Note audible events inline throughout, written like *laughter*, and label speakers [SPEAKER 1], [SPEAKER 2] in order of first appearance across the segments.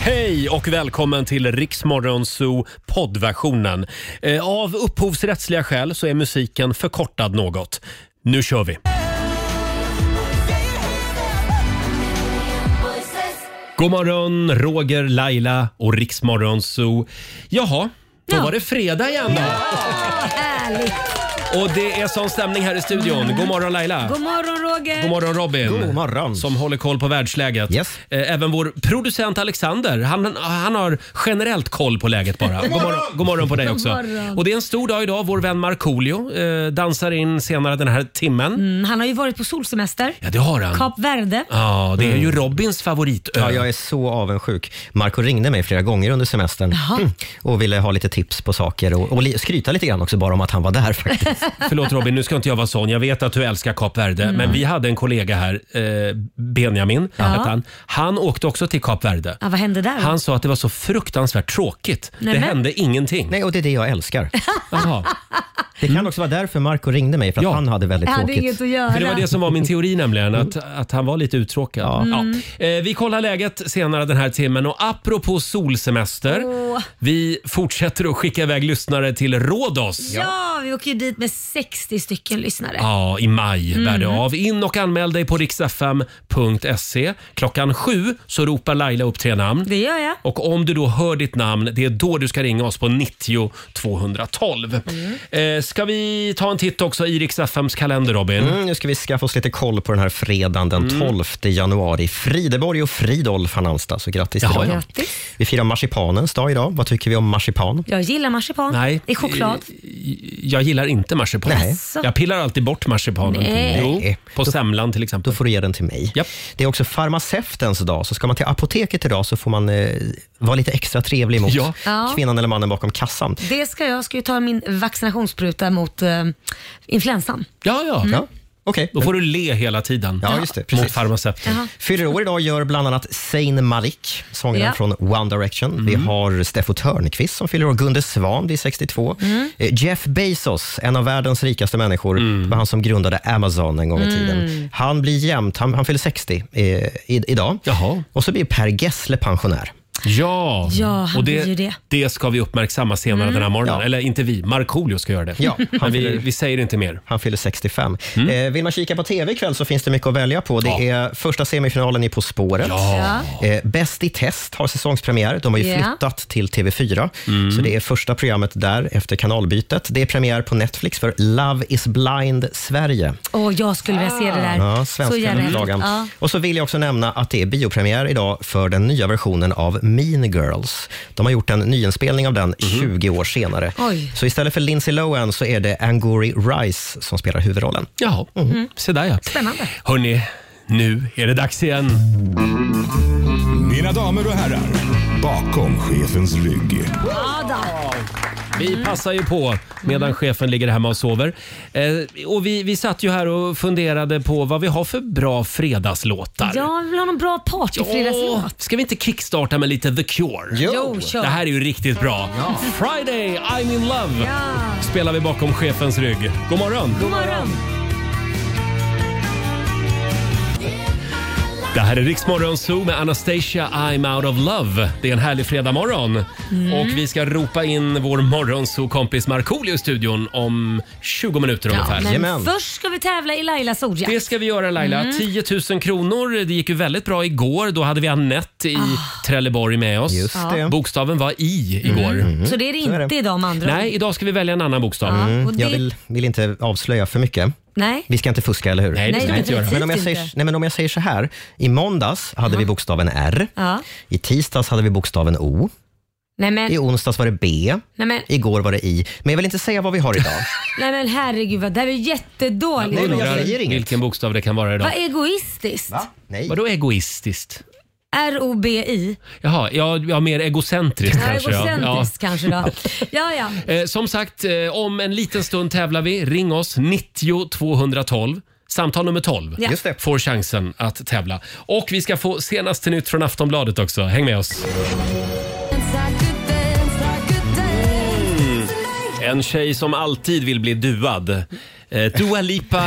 [SPEAKER 1] Hej och välkommen till Riksmorgon Zoo poddversionen. Eh, Av upphovsrättsliga skäl så är musiken förkortad något. Nu kör vi! God morgon, Roger, Laila och Riksmorgon Zoo. Jaha, då
[SPEAKER 2] Ja.
[SPEAKER 1] var det fredag igen då.
[SPEAKER 2] Ärligt.
[SPEAKER 1] Och det är sån stämning här i studion. God morgon Laila!
[SPEAKER 2] God morgon Roger.
[SPEAKER 1] God morgon Robin!
[SPEAKER 3] God morgon.
[SPEAKER 1] Som håller koll på världsläget.
[SPEAKER 3] Yes.
[SPEAKER 1] Eh, Även vår producent Alexander, han, han har generellt koll på läget bara. God morgon, God morgon på dig också.
[SPEAKER 2] God morgon.
[SPEAKER 1] Och det är en stor dag idag. Vår vän Markoolio eh, dansar in senare den här timmen.
[SPEAKER 2] Mm, Han har ju varit på solsemester.
[SPEAKER 1] Ja, det har han.
[SPEAKER 2] Kap Verde.
[SPEAKER 1] Ja, det är ju Robins favoritö.
[SPEAKER 3] Mm. Ja, jag är så avundsjuk. Marco ringde mig flera gånger under semestern Mm. och ville ha lite tips på saker och, och li- skryta lite grann också bara om att han var där faktiskt.
[SPEAKER 1] *laughs* Förlåt Robin, nu ska inte jag vara sån. Jag vet att du älskar Kap Verde,
[SPEAKER 2] Mm.
[SPEAKER 1] men vi hade en kollega här, eh, Benjamin, hette han. Han åkte också till Kap Verde.
[SPEAKER 2] Ja, vad hände där?
[SPEAKER 1] Han sa att det var så fruktansvärt tråkigt. det
[SPEAKER 2] Nämen.
[SPEAKER 1] hände ingenting.
[SPEAKER 3] Nej, och det är det jag älskar.
[SPEAKER 1] Jaha.
[SPEAKER 3] Det kan också vara därför Marco ringde mig, för att
[SPEAKER 1] Mm. Ja.
[SPEAKER 3] han hade väldigt
[SPEAKER 2] jag hade
[SPEAKER 3] tråkigt.
[SPEAKER 2] inget att göra.
[SPEAKER 1] För det var det som var min teori nämligen, att, att han var lite uttråkad.
[SPEAKER 2] Mm.
[SPEAKER 1] Ja. Eh, vi kollar läget senare den här timmen och apropå solsemester,
[SPEAKER 2] Åh.
[SPEAKER 1] vi fortsätter att skicka iväg lyssnare till Rhodos.
[SPEAKER 2] Ja, vi åker ju dit med 60 stycken lyssnare.
[SPEAKER 1] Ja, i maj bär
[SPEAKER 2] Mm.
[SPEAKER 1] det av. In och anmäl dig på riksfm.se. E. Klockan sju så ropar Laila upp tre namn.
[SPEAKER 2] Det gör jag.
[SPEAKER 1] Och om du då hör ditt namn, det är då du ska ringa oss på 90 212.
[SPEAKER 2] Mm.
[SPEAKER 1] Eh, ska vi ta en titt också i riksfms kalender, Robin?
[SPEAKER 3] Mm, nu ska vi skaffa oss lite koll på den här fredagen den
[SPEAKER 1] Mm.
[SPEAKER 3] 12 januari. Frideborg och Fridolf har namnsdag, så grattis till
[SPEAKER 1] Jaha,
[SPEAKER 3] dem.
[SPEAKER 2] Grattis.
[SPEAKER 3] Vi firar marsipanens dag idag. Vad tycker vi om marsipan?
[SPEAKER 2] Jag gillar marsipan.
[SPEAKER 1] Nej.
[SPEAKER 2] I choklad.
[SPEAKER 1] Jag gillar inte marsipan.
[SPEAKER 3] Nej.
[SPEAKER 2] Asså.
[SPEAKER 1] Jag pillar alltid bort marsipanen.
[SPEAKER 2] Nej.
[SPEAKER 1] Jo,
[SPEAKER 3] Nej.
[SPEAKER 1] på semlan till exempel.
[SPEAKER 3] Då får du ge den till mig.
[SPEAKER 1] Japp.
[SPEAKER 3] Det är också farmaceutens dag, så ska man till apoteket idag så får man eh, vara lite extra trevlig mot
[SPEAKER 1] Ja. Mm.
[SPEAKER 2] Ja.
[SPEAKER 3] kvinnan eller mannen bakom kassan.
[SPEAKER 2] Det ska jag. Jag ska ju ta min vaccinationsspruta mot eh, influensan.
[SPEAKER 1] Ja, ja.
[SPEAKER 2] Mm.
[SPEAKER 3] Ja, okej.
[SPEAKER 1] Då får du le hela tiden
[SPEAKER 3] Ja, just det.
[SPEAKER 1] mot
[SPEAKER 3] Precis.
[SPEAKER 1] farmaceuten.
[SPEAKER 3] Fyller år idag gör bland annat Zayn Malik, sångaren
[SPEAKER 2] Ja.
[SPEAKER 3] från One Direction. Vi
[SPEAKER 1] Mm.
[SPEAKER 3] har Steffo Törnqvist som fyller år, Gunde Svan blir 62. Eh, Jeff Bezos, en av världens rikaste människor,
[SPEAKER 1] Mm.
[SPEAKER 3] var han som grundade Amazon en gång i tiden. Han blir jämt, han, han fyller 60 eh, i, idag.
[SPEAKER 1] Jaha.
[SPEAKER 3] Och så blir Per Gessle pensionär.
[SPEAKER 1] Ja,
[SPEAKER 2] Ja, han
[SPEAKER 1] och det,
[SPEAKER 2] blir ju det. Mm.
[SPEAKER 1] det ska vi uppmärksamma senare den här morgonen.
[SPEAKER 3] Ja.
[SPEAKER 1] Eller inte vi, Markoolio ska göra det.
[SPEAKER 3] Ja, han
[SPEAKER 1] Men vi,
[SPEAKER 3] fyller-
[SPEAKER 1] vi säger inte mer.
[SPEAKER 3] Han fyller 65. Eh, vill man kika på tv ikväll så finns det mycket att välja på. Det
[SPEAKER 1] Mm. Ja.
[SPEAKER 3] är första semifinalen i På spåret.
[SPEAKER 1] Ja.
[SPEAKER 3] Eh, Bäst i test har säsongspremiär. De har ju
[SPEAKER 2] Ja.
[SPEAKER 3] flyttat till TV4.
[SPEAKER 1] Mm.
[SPEAKER 3] Så det är första programmet där efter kanalbytet. Det är premiär på Netflix för Love is blind Sverige.
[SPEAKER 2] Och jag skulle vilja se det
[SPEAKER 1] Ah.
[SPEAKER 3] Ja,
[SPEAKER 2] där. Så jävla
[SPEAKER 3] svenska
[SPEAKER 2] häftigt.
[SPEAKER 3] lagan.
[SPEAKER 2] Ja.
[SPEAKER 3] Och så vill jag också nämna att det är biopremiär idag för den nya versionen av Mean Girls. De har gjort en nyinspelning av den
[SPEAKER 1] Mhm.
[SPEAKER 3] 20 år senare.
[SPEAKER 2] Oj.
[SPEAKER 3] Så istället för Lindsay Lohan så är det Angourie Rice som spelar huvudrollen.
[SPEAKER 1] Jaha,
[SPEAKER 3] Mm.
[SPEAKER 1] se där ja.
[SPEAKER 2] Spännande.
[SPEAKER 1] Hörni, nu är det dags igen.
[SPEAKER 4] Mina damer och herrar, bakom chefens rygg.
[SPEAKER 2] Ja, då.
[SPEAKER 1] Vi passar ju på medan chefen ligger hemma och sover. Eh, och vi, vi satt ju här och funderade på vad vi har för bra fredagslåtar.
[SPEAKER 2] Jag vill ha någon bra partyfredagslåt.
[SPEAKER 1] Ska vi inte kickstarta med lite The Cure?
[SPEAKER 2] Jo, kör.
[SPEAKER 1] Det här är ju riktigt bra. Friday, I'm in love
[SPEAKER 2] Ja.
[SPEAKER 1] spelar vi bakom chefens rygg. God morgon!
[SPEAKER 2] God morgon.
[SPEAKER 1] Det här är Riksmorgon Zoo med Anastasia I'm out of love. Det är en härlig fredagmorgon. Och vi ska ropa in vår morgonzoo-kompis Markoolio i studion om 20 minuter ungefär.
[SPEAKER 2] Men
[SPEAKER 3] Jajamän.
[SPEAKER 2] först ska vi tävla i Lailas ordjakt.
[SPEAKER 1] Det ska vi göra Laila.
[SPEAKER 2] Mm.
[SPEAKER 1] 10 000 kronor. Det gick ju väldigt bra igår. Då hade vi Annette i
[SPEAKER 2] Ah.
[SPEAKER 1] Trelleborg med oss.
[SPEAKER 3] Just Ja. det.
[SPEAKER 1] Bokstaven var I igår.
[SPEAKER 2] Så det är det inte
[SPEAKER 3] är det. Mm.
[SPEAKER 2] idag om andra ord.
[SPEAKER 1] Nej, idag ska vi välja en annan bokstav.
[SPEAKER 2] Ja, och det,
[SPEAKER 3] Jag vill, vill inte avslöja för mycket.
[SPEAKER 2] Nej.
[SPEAKER 3] Vi ska inte fuska, eller hur?
[SPEAKER 1] Nej, det
[SPEAKER 2] Nej,
[SPEAKER 1] ska vi inte göra.
[SPEAKER 2] definitivt
[SPEAKER 3] Men om, jag
[SPEAKER 2] inte.
[SPEAKER 3] säger, nej, men om jag säger så här. I måndags hade vi bokstaven R.
[SPEAKER 2] Ja.
[SPEAKER 3] I tisdags hade vi bokstaven O.
[SPEAKER 2] Nej men,
[SPEAKER 3] I onsdags var det B.
[SPEAKER 2] nej men,
[SPEAKER 3] Igår var det I. Men jag vill inte säga vad vi har *laughs* idag.
[SPEAKER 2] nej men herregud vad det här är jättedåligt.
[SPEAKER 3] Nej, men jag
[SPEAKER 1] Undrar
[SPEAKER 3] säger inget.
[SPEAKER 1] vilken bokstav det kan vara idag.
[SPEAKER 2] vad egoistiskt.
[SPEAKER 3] Nej.
[SPEAKER 1] Vadå egoistiskt?
[SPEAKER 2] R-O-B-I.
[SPEAKER 1] Jaha, ja, ja mer egocentriskt
[SPEAKER 2] Ja,
[SPEAKER 1] kanske. ja.
[SPEAKER 2] egocentriskt kanske då. Ja, ja.
[SPEAKER 1] Ja. Eh, som sagt, eh, om en liten stund tävlar vi. Ring oss, 90 212. Samtal nummer 12
[SPEAKER 2] Ja.
[SPEAKER 3] Just det.
[SPEAKER 1] får chansen att tävla. Och vi ska få senaste nytt från Aftonbladet också. Häng med oss. En tjej som alltid vill bli duad. Eh, Dua Lipa,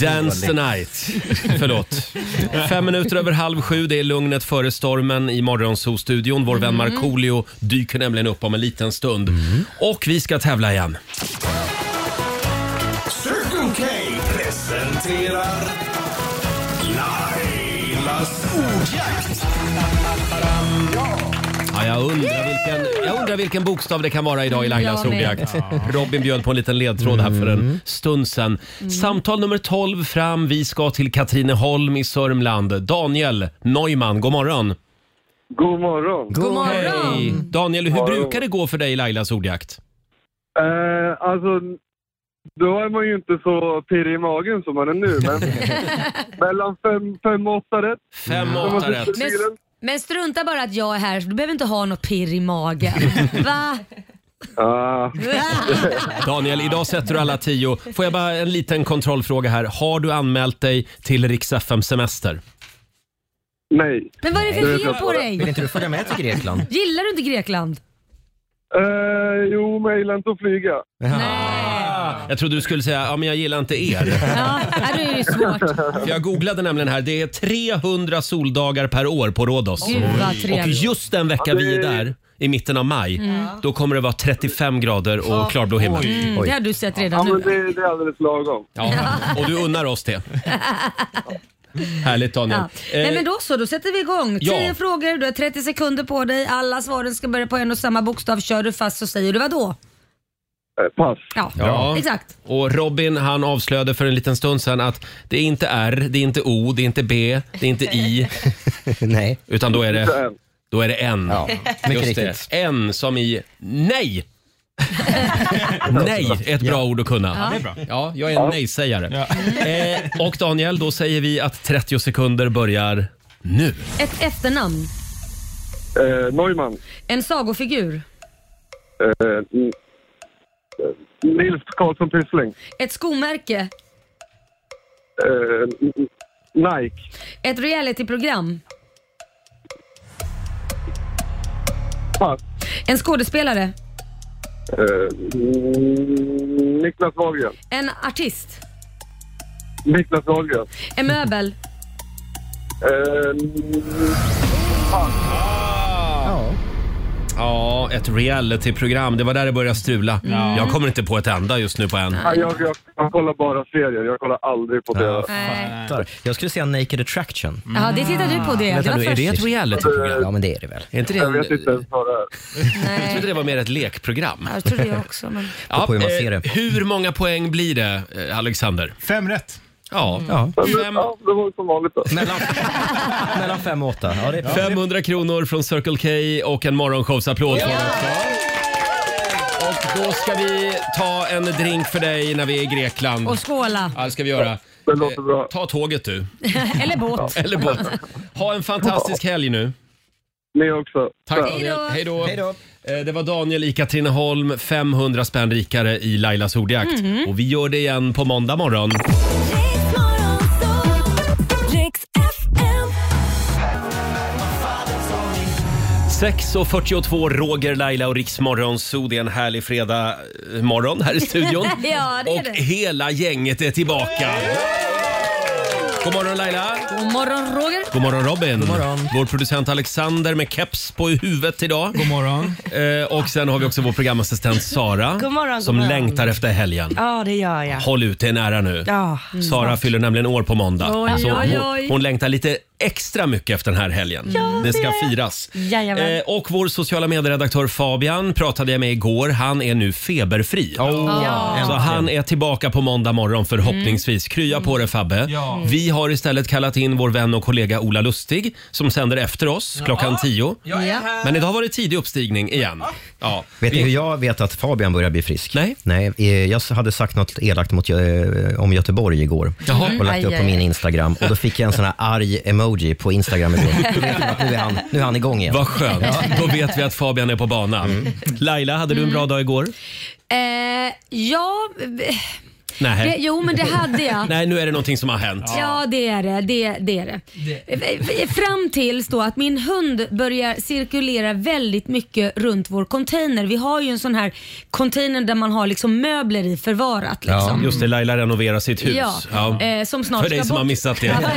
[SPEAKER 1] Dance the night. Förlåt. Fem minuter över halv sju, det är lugnet före stormen i Morgonzoo-studion. Vår
[SPEAKER 2] Mm.
[SPEAKER 1] vän Markoolio dyker nämligen upp om en liten stund. Och vi ska tävla igen.
[SPEAKER 4] Circle K presenterar Lailas ordjakt.
[SPEAKER 1] Ja, jag, undrar vilken, jag undrar vilken bokstav det kan vara idag i Lailas
[SPEAKER 2] Mm, Jag med. Mm.
[SPEAKER 1] ordjakt.
[SPEAKER 2] *laughs*
[SPEAKER 1] Robin bjöd på en liten ledtråd här för en stund sedan. Samtal nummer 12 fram. Vi ska till Katrineholm i Sörmland. Daniel Neumann, god morgon.
[SPEAKER 5] God morgon.
[SPEAKER 2] God morgon!
[SPEAKER 1] Hej! Daniel, hur
[SPEAKER 5] Morgon.
[SPEAKER 1] brukar det gå för dig i Lailas ordjakt?
[SPEAKER 5] Eh, alltså, då är man ju inte så pirrig i magen som man är nu, men mellan fem, fem och åtta rätt.
[SPEAKER 1] Fem och åtta rätt.
[SPEAKER 2] Men, men strunta bara att jag är här, så du behöver inte ha något pirr i magen. Va?
[SPEAKER 5] Ah,
[SPEAKER 1] Daniel, idag sätter du alla tio. Får jag bara en liten kontrollfråga här. Har du anmält dig till Rix FM Semester?
[SPEAKER 5] nej.
[SPEAKER 2] Men vad är det för fel på
[SPEAKER 3] Vill
[SPEAKER 2] dig?
[SPEAKER 3] inte du följa med till *laughs* Grekland?
[SPEAKER 2] Gillar du inte Grekland?
[SPEAKER 5] Eh, jo, men jag gillar inte att flyga.
[SPEAKER 2] Nej.
[SPEAKER 1] Jag trodde du skulle säga ja, men jag gillar inte
[SPEAKER 2] *laughs*
[SPEAKER 1] er.
[SPEAKER 2] Ja, ja, det är ju svårt.
[SPEAKER 1] För jag googlade nämligen här. Det är 300 soldagar per år på Rhodos.
[SPEAKER 2] Gud vad
[SPEAKER 1] Och
[SPEAKER 2] trevligt.
[SPEAKER 1] just den vecka vi är där, i mitten av maj, då kommer det vara 35 grader och klarblå himmel.
[SPEAKER 2] Mm, det har du sett
[SPEAKER 5] Ja,
[SPEAKER 2] redan
[SPEAKER 5] men
[SPEAKER 2] nu.
[SPEAKER 5] det, det är alldeles lagom.
[SPEAKER 1] Ja. Och du unnar oss
[SPEAKER 2] *laughs*
[SPEAKER 1] det. Härligt Daniel.
[SPEAKER 2] Ja. Nej
[SPEAKER 1] Eh,
[SPEAKER 2] men då så, då sätter vi igång.
[SPEAKER 1] ja.
[SPEAKER 2] 10 frågor, du har 30 sekunder på dig. Alla svaren ska börja på en och samma bokstav. Kör du fast så säger du vad då?
[SPEAKER 5] Eh, pass.
[SPEAKER 2] Ja,
[SPEAKER 1] Ja.
[SPEAKER 2] exakt.
[SPEAKER 1] Och Robin han avslöjade för en liten stund sedan att det är inte R, det är inte O, det är inte B, det är inte I,
[SPEAKER 3] *laughs* Nej.
[SPEAKER 1] utan då är
[SPEAKER 5] Så
[SPEAKER 1] det,
[SPEAKER 5] en.
[SPEAKER 1] då är det N.
[SPEAKER 3] Ja, mycket
[SPEAKER 1] Just det.
[SPEAKER 3] riktigt.
[SPEAKER 1] N som i nej! nej är ett bra ord att kunna. Ja, jag är en nej-sägare. *laughs* Eh, och Daniel, då säger vi att 30 sekunder börjar nu.
[SPEAKER 2] Ett efternamn.
[SPEAKER 5] Eh, Neumann.
[SPEAKER 2] En sagofigur.
[SPEAKER 5] Eh, n- eh, Nils Karlsson Pyssling.
[SPEAKER 2] Ett skomärke.
[SPEAKER 5] Eh, n- n- Nike.
[SPEAKER 2] Ett realityprogram.
[SPEAKER 5] Pass.
[SPEAKER 2] En skådespelare.
[SPEAKER 5] Eh, n- Niklas Wahlgren.
[SPEAKER 2] En artist.
[SPEAKER 5] Niklas Wahlgren.
[SPEAKER 2] En möbel.
[SPEAKER 5] Eh, n-
[SPEAKER 3] Ja.
[SPEAKER 1] Ja, ett realityprogram. Det var där det började strula. Jag kommer inte på ett enda just nu på en.
[SPEAKER 5] Ja, jag, jag, jag kollar bara serier. Jag kollar aldrig på det.
[SPEAKER 2] Nej.
[SPEAKER 3] Jag skulle säga Naked Attraction.
[SPEAKER 2] Ja, det tittar du på det. Det
[SPEAKER 1] Vänta
[SPEAKER 2] var
[SPEAKER 1] nu, är det
[SPEAKER 2] först.
[SPEAKER 1] ett realityprogram?
[SPEAKER 3] Ja, men det är det väl.
[SPEAKER 1] Är inte det
[SPEAKER 5] Jag vet inte
[SPEAKER 1] en,
[SPEAKER 5] ens vad det är.
[SPEAKER 1] jag trodde
[SPEAKER 2] Nej.
[SPEAKER 1] det var mer ett lekprogram.
[SPEAKER 2] Ja, Jag tror det också. Men...
[SPEAKER 1] *laughs* Ja,
[SPEAKER 3] på hur man
[SPEAKER 1] eh,
[SPEAKER 3] ser det.
[SPEAKER 1] hur många poäng blir det, eh, Alexander?
[SPEAKER 6] Fem rätt. Mm.
[SPEAKER 1] Ja.
[SPEAKER 5] Men,
[SPEAKER 1] Fem,
[SPEAKER 5] ja, det var ju som vanligt då.
[SPEAKER 3] Mellan, mellan fem och åtta. Ja, det är bra.
[SPEAKER 1] 500 kronor från Circle K och en morgonshowsapplåd får du också. Och då ska vi ta en drink för dig när vi är i Grekland.
[SPEAKER 2] Och skåla. *laughs*
[SPEAKER 1] Ja, det ska vi göra.
[SPEAKER 5] Det låter bra.
[SPEAKER 1] Ta tåget du,
[SPEAKER 2] Eller båt.
[SPEAKER 1] eller båt. Ha en fantastisk helg nu.
[SPEAKER 5] Ni också.
[SPEAKER 1] Tack
[SPEAKER 5] Ja.
[SPEAKER 1] Daniel. Hej då.
[SPEAKER 3] Hej då.
[SPEAKER 1] Eh, Det var Daniel i Katrineholm, 500 spänn rikare i Lailas ordjakt. Och vi gör det igen på måndag morgon.
[SPEAKER 7] Riks FM.
[SPEAKER 1] 6.42, Roger, Laila och Riksmorgon Zoo. Det är en härlig fredag eh, morgon här i studion.
[SPEAKER 2] *laughs* Ja, det är
[SPEAKER 1] och
[SPEAKER 2] det.
[SPEAKER 1] hela gänget är tillbaka. God morgon Laila!
[SPEAKER 2] God morgon Roger.
[SPEAKER 1] God morgon Robin! God morgon. Vår producent Alexander med keps på huvudet idag.
[SPEAKER 6] God morgon.
[SPEAKER 1] Eh, och sen har vi också vår programassistent Sara
[SPEAKER 8] God morgon,
[SPEAKER 1] som
[SPEAKER 8] god morgon.
[SPEAKER 1] längtar efter helgen.
[SPEAKER 8] Ja, det gör jag.
[SPEAKER 1] Håll ut, det är nära nu.
[SPEAKER 8] Ja.
[SPEAKER 1] Sara fyller nämligen år på måndag.
[SPEAKER 2] Oj, oj, oj.
[SPEAKER 1] Hon, hon längtar lite extra mycket efter den här helgen. det ska firas.
[SPEAKER 8] Jajamän.
[SPEAKER 1] Eh, och vår sociala medieredaktör Fabian pratade jag med igår. Han är nu feberfri. Så han är tillbaka på måndag morgon förhoppningsvis. Krya på det Fabbe.
[SPEAKER 6] Mm. Ja.
[SPEAKER 1] Vi har istället kallat in vår vän och kollega Ola Lustig som sänder efter oss klockan tio.
[SPEAKER 6] Jag är här.
[SPEAKER 1] Men idag var det tidig uppstigning igen. Ja.
[SPEAKER 3] Vet ni hur jag vet att Fabian börjar bli frisk?
[SPEAKER 1] Nej.
[SPEAKER 3] Nej eh, jag hade sagt något elakt mot, Gö- eh, om Göteborg igår
[SPEAKER 1] Jaha.
[SPEAKER 3] och lagt
[SPEAKER 8] Aj,
[SPEAKER 3] det upp på
[SPEAKER 8] aj,
[SPEAKER 3] min Instagram. Och Då fick jag en sån här arg emoji på Instagram igår. Då vet jag att nu, är han, nu är han igång igen.
[SPEAKER 1] Vad skönt. Då vet vi att Fabian är på
[SPEAKER 6] Mm.
[SPEAKER 1] Mm. banan. Laila, hade du en bra dag igår?
[SPEAKER 2] Eh, ja, eh,
[SPEAKER 1] Nej.
[SPEAKER 2] Det, jo, men det hade jag.
[SPEAKER 1] Nej, nu är det någonting som har hänt.
[SPEAKER 2] Ja, det är det. det, det, är det. Eh, eh, Fram tills då att min hund börjar cirkulera väldigt mycket runt vår container. Vi har ju en sån här container där man har liksom möbler i förvarat. Liksom.
[SPEAKER 1] Just det, Laila renoverar sitt hus.
[SPEAKER 2] Ja, eh, som snart
[SPEAKER 1] För dig
[SPEAKER 2] ska
[SPEAKER 1] som
[SPEAKER 2] bort.
[SPEAKER 1] har missat det.
[SPEAKER 2] Ja,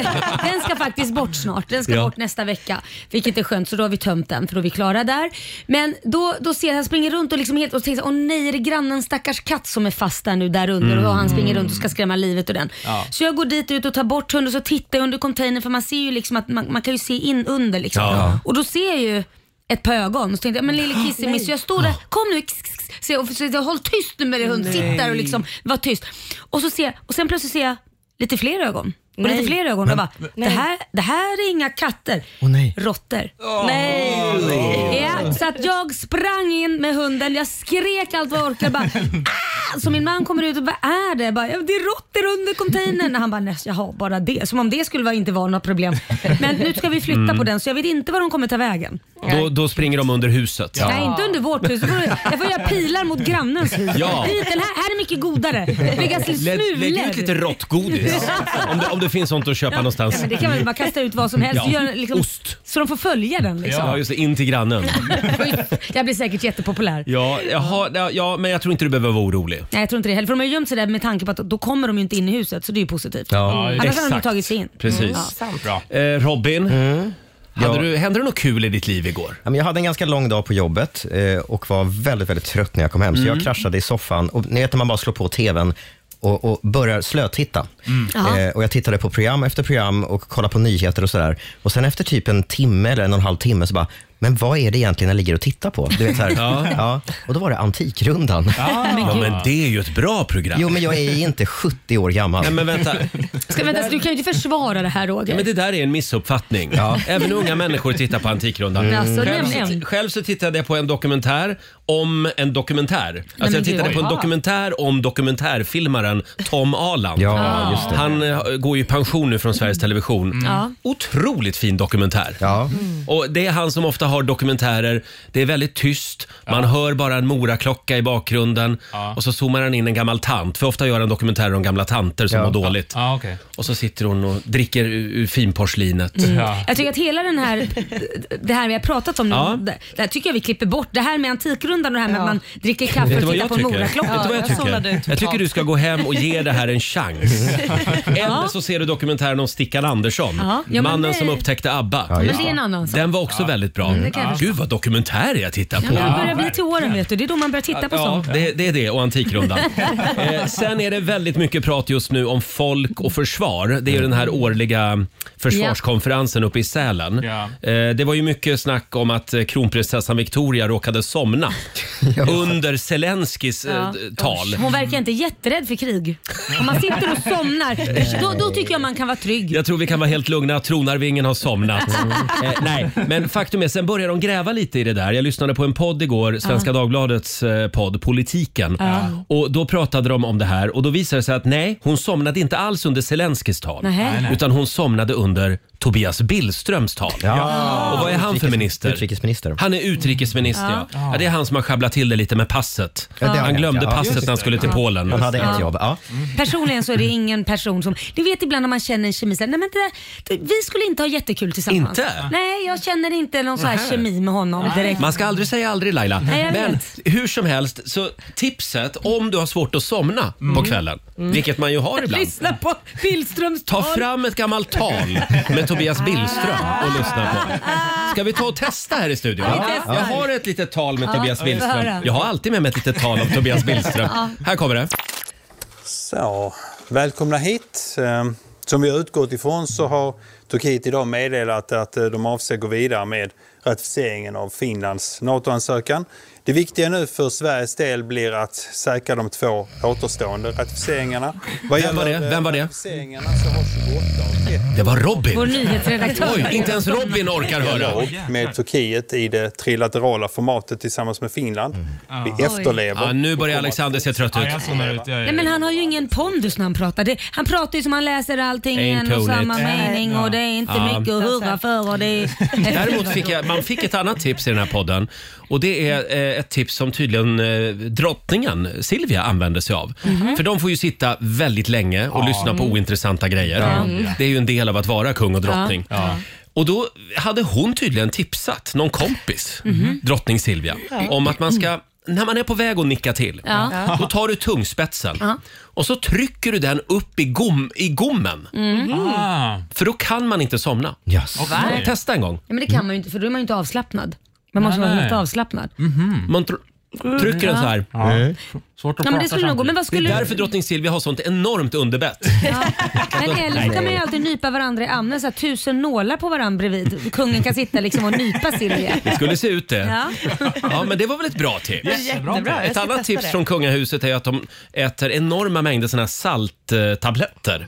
[SPEAKER 2] den ska faktiskt bort snart. Den ska
[SPEAKER 1] Ja.
[SPEAKER 2] bort nästa vecka. Vilket är skönt, så då har vi tömt den för då är vi klara där. Men då, då ser jag att han springer runt och liksom helt och tänker så, åh nej, är det grannens stackars katt som är fast där nu där under och han springer runt och ska skrämma livet ur den. Så jag går dit ut och tar bort hunden och så tittar jag under containern för man ser ju liksom att man, man kan ju se in under liksom.
[SPEAKER 1] Ja.
[SPEAKER 2] Och då ser jag ju ett par ögon. Så tänkte jag, men lille Kissemiss, jag står där, kom nu, kss, kss, kss. Så jag, så jag, håll tyst nu med dig hund, sitt där och liksom var tyst. Och, så ser, jag- och sen plötsligt ser jag lite fler ögon. Och lite
[SPEAKER 6] Nej.
[SPEAKER 2] fler ögon. Jag bara, det här, det här är inga katter.
[SPEAKER 3] Åh, nej.
[SPEAKER 2] Råttor. Nej. Ja, så att jag sprang in med hunden, jag skrek allt vad jag orkade. Bara, ah! Så min man kommer ut och vad är det? Jag Bara, "Ja, det är råttor under containern. Han bara, "Nej, jaha bara det. Som om det skulle vara, inte vara något problem. Men nu ska vi flytta
[SPEAKER 1] Mm.
[SPEAKER 2] på den så jag vet inte var de kommer ta vägen.
[SPEAKER 1] Då, då springer de under huset.
[SPEAKER 2] Nej, inte under vårt hus. Då får Jag jag får göra pilar mot grannens hus.
[SPEAKER 1] Ja.
[SPEAKER 2] Hit, den här, här är mycket godare. Lägga
[SPEAKER 1] Lä,
[SPEAKER 2] smulor.
[SPEAKER 1] lägg ut lite
[SPEAKER 2] *laughs*
[SPEAKER 1] råttgodis om, det, om det finns sånt att köpa
[SPEAKER 2] Ja,
[SPEAKER 1] någonstans.
[SPEAKER 2] men det kan man bara kasta ut vad som helst.
[SPEAKER 1] Ja.
[SPEAKER 2] Gör liksom,
[SPEAKER 1] Ost.
[SPEAKER 2] Så de får följa den. Liksom.
[SPEAKER 1] Ja, just det. In till
[SPEAKER 2] *laughs*
[SPEAKER 1] grannen.
[SPEAKER 2] Jag blir säkert jättepopulär.
[SPEAKER 1] Ja, jaha, ja, ja, men jag tror inte du behöver vara orolig.
[SPEAKER 2] Nej jag tror inte det heller. För de har ju gömt sig där med tanke på att då kommer de ju inte in i huset så det är ju positivt. Mm.
[SPEAKER 3] Ja.
[SPEAKER 2] Annars hade de ju
[SPEAKER 1] Exakt.
[SPEAKER 2] tagit sig in. Mm.
[SPEAKER 1] Precis. Eh, Robin,
[SPEAKER 3] Mm.
[SPEAKER 1] hade du, hände det något kul i ditt liv igår?
[SPEAKER 3] Ja, men Jag hade en ganska lång dag på jobbet eh, och var väldigt, väldigt trött när jag kom hem, så jag kraschade i soffan. Och, ni vet när man bara slår på tvn och, och börjar slötitta.
[SPEAKER 2] Ja.
[SPEAKER 3] Eh, och jag tittade på program efter program och kollade på nyheter och sådär. Och sen efter typ en timme eller en och en halv timme så bara, men vad är det egentligen jag ligger och tittar på? Du vet, så här, ja. Och då var det Antikrundan.
[SPEAKER 1] Ja, men det är ju ett bra program.
[SPEAKER 3] Jo, men jag är inte 70 år gammal.
[SPEAKER 1] Nej, men vänta.
[SPEAKER 2] Ska, vänta, så du kan ju inte försvara det här Roger.
[SPEAKER 1] Ja, men det där är en missuppfattning. Även unga människor tittar på Antikrundan.
[SPEAKER 2] Alltså,
[SPEAKER 1] Själv,
[SPEAKER 2] nämn
[SPEAKER 1] så,
[SPEAKER 2] en.
[SPEAKER 1] själv så tittade jag på en dokumentär om en dokumentär. Alltså
[SPEAKER 2] men
[SPEAKER 1] jag tittade
[SPEAKER 2] gud.
[SPEAKER 1] på en
[SPEAKER 2] Oj.
[SPEAKER 1] dokumentär om dokumentärfilmaren Tom Aland.
[SPEAKER 3] Ja, just det.
[SPEAKER 1] Han eh, går ju i pension nu från Sveriges Television.
[SPEAKER 2] Mm. Ja.
[SPEAKER 1] Otroligt fin dokumentär.
[SPEAKER 3] Ja.
[SPEAKER 1] Mm. Och Det är han som ofta har dokumentärer. Det är väldigt tyst. Man hör bara en moraklocka i bakgrunden. Och så zoomar han in en gammal tant. För ofta gör han dokumentärer om gamla tanter som
[SPEAKER 3] Ja.
[SPEAKER 1] mår dåligt.
[SPEAKER 8] Ja, okej. Mm.
[SPEAKER 1] Och så sitter hon och dricker ur, ur finporslinet.
[SPEAKER 8] Ja.
[SPEAKER 2] Jag tycker att hela den här, det här vi har pratat om nu,
[SPEAKER 1] Ja.
[SPEAKER 2] det, det här tycker jag vi klipper bort. Det här med Antikrundan och det här med att man dricker kaffe
[SPEAKER 1] Vet du
[SPEAKER 2] och
[SPEAKER 1] vad jag
[SPEAKER 2] tittar på en
[SPEAKER 1] tycker?
[SPEAKER 2] moraklocka.
[SPEAKER 1] Vet du vad jag
[SPEAKER 6] jag zonade ut
[SPEAKER 1] tycker? Jag
[SPEAKER 6] totalt.
[SPEAKER 1] tycker du ska gå hem och ge det här en
[SPEAKER 2] *laughs*
[SPEAKER 1] chans. Eller så ser du dokumentären om Stickan Andersson.
[SPEAKER 2] Ja. Ja, men
[SPEAKER 1] mannen
[SPEAKER 2] det-
[SPEAKER 1] som upptäckte ABBA.
[SPEAKER 2] Men det är en annan sak.
[SPEAKER 1] Den var också väldigt bra.
[SPEAKER 2] Mm. kan jag
[SPEAKER 1] Gud vad dokumentär jag tittar på.
[SPEAKER 2] Men Det börjar bli till åren vet du. Det är då man börjar titta på
[SPEAKER 1] Ja,
[SPEAKER 2] sånt.
[SPEAKER 1] det, det är det och
[SPEAKER 2] *laughs*
[SPEAKER 1] Antikrundan. eh, sen är det väldigt mycket prat just nu om folk och försvar. Det är ju den här årliga försvarskonferensen uppe i Sälen.
[SPEAKER 8] Ja.
[SPEAKER 1] Eh, det var ju mycket snack om att eh, kronprinsessan Victoria råkade somna under Zelenskis eh,
[SPEAKER 2] Ja.
[SPEAKER 1] d- tal.
[SPEAKER 2] Hon verkar inte jätterädd för krig. Om man sitter
[SPEAKER 1] *laughs*
[SPEAKER 2] och somnar, då, då tycker jag man kan vara trygg.
[SPEAKER 1] Jag tror vi kan vara helt lugna. Tronarvingen
[SPEAKER 3] *laughs*
[SPEAKER 1] har somnat.
[SPEAKER 3] Mm.
[SPEAKER 1] Eh, nej, men faktum är, sen börjar de gräva lite i det där. Jag lyssnade på en podd igår, Svenska Dagbladets eh, podd Politiken. Och då pratade de om det här och då visade det sig att nej, hon somnade inte alls under Zelenskyjs tal.
[SPEAKER 2] Nej.
[SPEAKER 1] Utan hon somnade under Tobias Billströms tal. Och vad är han för minister?
[SPEAKER 3] Utrikesminister.
[SPEAKER 1] Han är utrikesminister, ja. ja. Det är han som har sjabblat till det lite med passet.
[SPEAKER 3] Ja, det har
[SPEAKER 1] Han
[SPEAKER 3] han
[SPEAKER 1] glömde
[SPEAKER 3] gjort, ja.
[SPEAKER 1] passet
[SPEAKER 3] Just
[SPEAKER 1] när han skulle till Polen.
[SPEAKER 3] Han hade ett jobb. Ja.
[SPEAKER 2] Personligen så är det ingen person som... Ni vet ibland när man känner en kemi, så här, nej men det där, vi skulle inte ha jättekul tillsammans.
[SPEAKER 1] Inte?
[SPEAKER 2] Nej, jag känner inte någon så här kemi med honom direkt.
[SPEAKER 1] Man ska aldrig säga aldrig Laila.
[SPEAKER 2] Nej, jag
[SPEAKER 1] Men
[SPEAKER 2] vet.
[SPEAKER 1] hur som helst, så tipset om du har svårt att somna på kvällen, vilket man ju har ibland.
[SPEAKER 2] Mm. Lyssna på Billströms
[SPEAKER 1] Ta
[SPEAKER 2] tal.
[SPEAKER 1] fram ett gammalt tal med Tobias Billström och lyssna på. Ska vi ta och testa här i studion?
[SPEAKER 2] Ja, vi testar.
[SPEAKER 1] Jag har ett litet tal med Tobias
[SPEAKER 2] vi får
[SPEAKER 1] Billström.
[SPEAKER 2] höra.
[SPEAKER 1] Jag har alltid med mig ett litet tal om Tobias Billström. Här kommer det.
[SPEAKER 9] Så, välkomna hit. Eh, Som vi har utgått ifrån så har Turkiet idag meddelat att eh, de avser gå vidare med ratificeringen av Finlands NATO-ansökan. Det viktiga nu för Sveriges del blir att säkra de två återstående ratificeringarna. Vad
[SPEAKER 1] Vem var
[SPEAKER 9] gäller,
[SPEAKER 1] det?
[SPEAKER 9] eh,
[SPEAKER 1] Vem var det?
[SPEAKER 9] Ratificeringarna så har 28 av 30
[SPEAKER 1] Det var
[SPEAKER 2] Vår
[SPEAKER 1] Robin.
[SPEAKER 2] nyhetsredaktör.
[SPEAKER 1] Oj, inte ens Robin orkar höra.
[SPEAKER 9] dialog med Turkiet i det trilaterala formatet tillsammans med Finland.
[SPEAKER 1] Mm. Ah.
[SPEAKER 9] Vi efterlever.
[SPEAKER 1] Ja, nu börjar Alexander se trött
[SPEAKER 8] Ja,
[SPEAKER 1] ut.
[SPEAKER 8] jag zonar ut. Jag,
[SPEAKER 2] Nej men han har ju ingen pondus när han pratar. Det, han pratar ju som han läser allting
[SPEAKER 1] Ain't
[SPEAKER 2] en och
[SPEAKER 1] cool
[SPEAKER 2] samma
[SPEAKER 1] it.
[SPEAKER 2] mening och det är inte
[SPEAKER 1] Ja.
[SPEAKER 2] mycket att hurra för. Och det är...
[SPEAKER 1] *laughs* Däremot fick jag, man fick ett annat tips i den här podden och det är eh, ett tips som tydligen eh, drottningen Silvia använde sig av. För de får ju sitta väldigt länge och lyssna på ointressanta grejer. Mm. Det är ju en del av att vara kung och drottning. Och då hade hon tydligen tipsat någon kompis, drottning Silvia, om att man ska när man är på väg att nicka till, då tar du tungspetsen och så trycker du den upp i, gom, i gommen.
[SPEAKER 6] Ah.
[SPEAKER 1] För då kan man inte somna.
[SPEAKER 3] Yes.
[SPEAKER 6] okej.
[SPEAKER 1] Testa en gång.
[SPEAKER 2] Ja, men det kan man ju inte för då är man ju inte avslappnad. Man måste
[SPEAKER 6] Nej,
[SPEAKER 2] vara
[SPEAKER 6] nej.
[SPEAKER 2] helt avslappnad.
[SPEAKER 1] Man tr- trycker den så här.
[SPEAKER 6] Svårt att
[SPEAKER 2] Ja, men
[SPEAKER 6] prata
[SPEAKER 2] det skulle nog gå. Men vad
[SPEAKER 1] Det är
[SPEAKER 2] skulle
[SPEAKER 1] därför drottning Silvia har sånt enormt underbett.
[SPEAKER 2] Men eller så kan man ju alltid nypa varandra i amnen, så här, tusen nålar på varandra bredvid. Kungen kan sitta liksom och nypa *laughs* Silvia.
[SPEAKER 1] Det skulle se ut det.
[SPEAKER 2] Ja.
[SPEAKER 1] Ja, men det var väl ett bra tips?
[SPEAKER 6] Jättebra.
[SPEAKER 8] Jättebra.
[SPEAKER 1] Ett
[SPEAKER 8] Jag ska
[SPEAKER 1] annat
[SPEAKER 8] testa
[SPEAKER 1] tips
[SPEAKER 8] det.
[SPEAKER 1] från kungahuset är att de äter enorma mängder såna här salttabletter.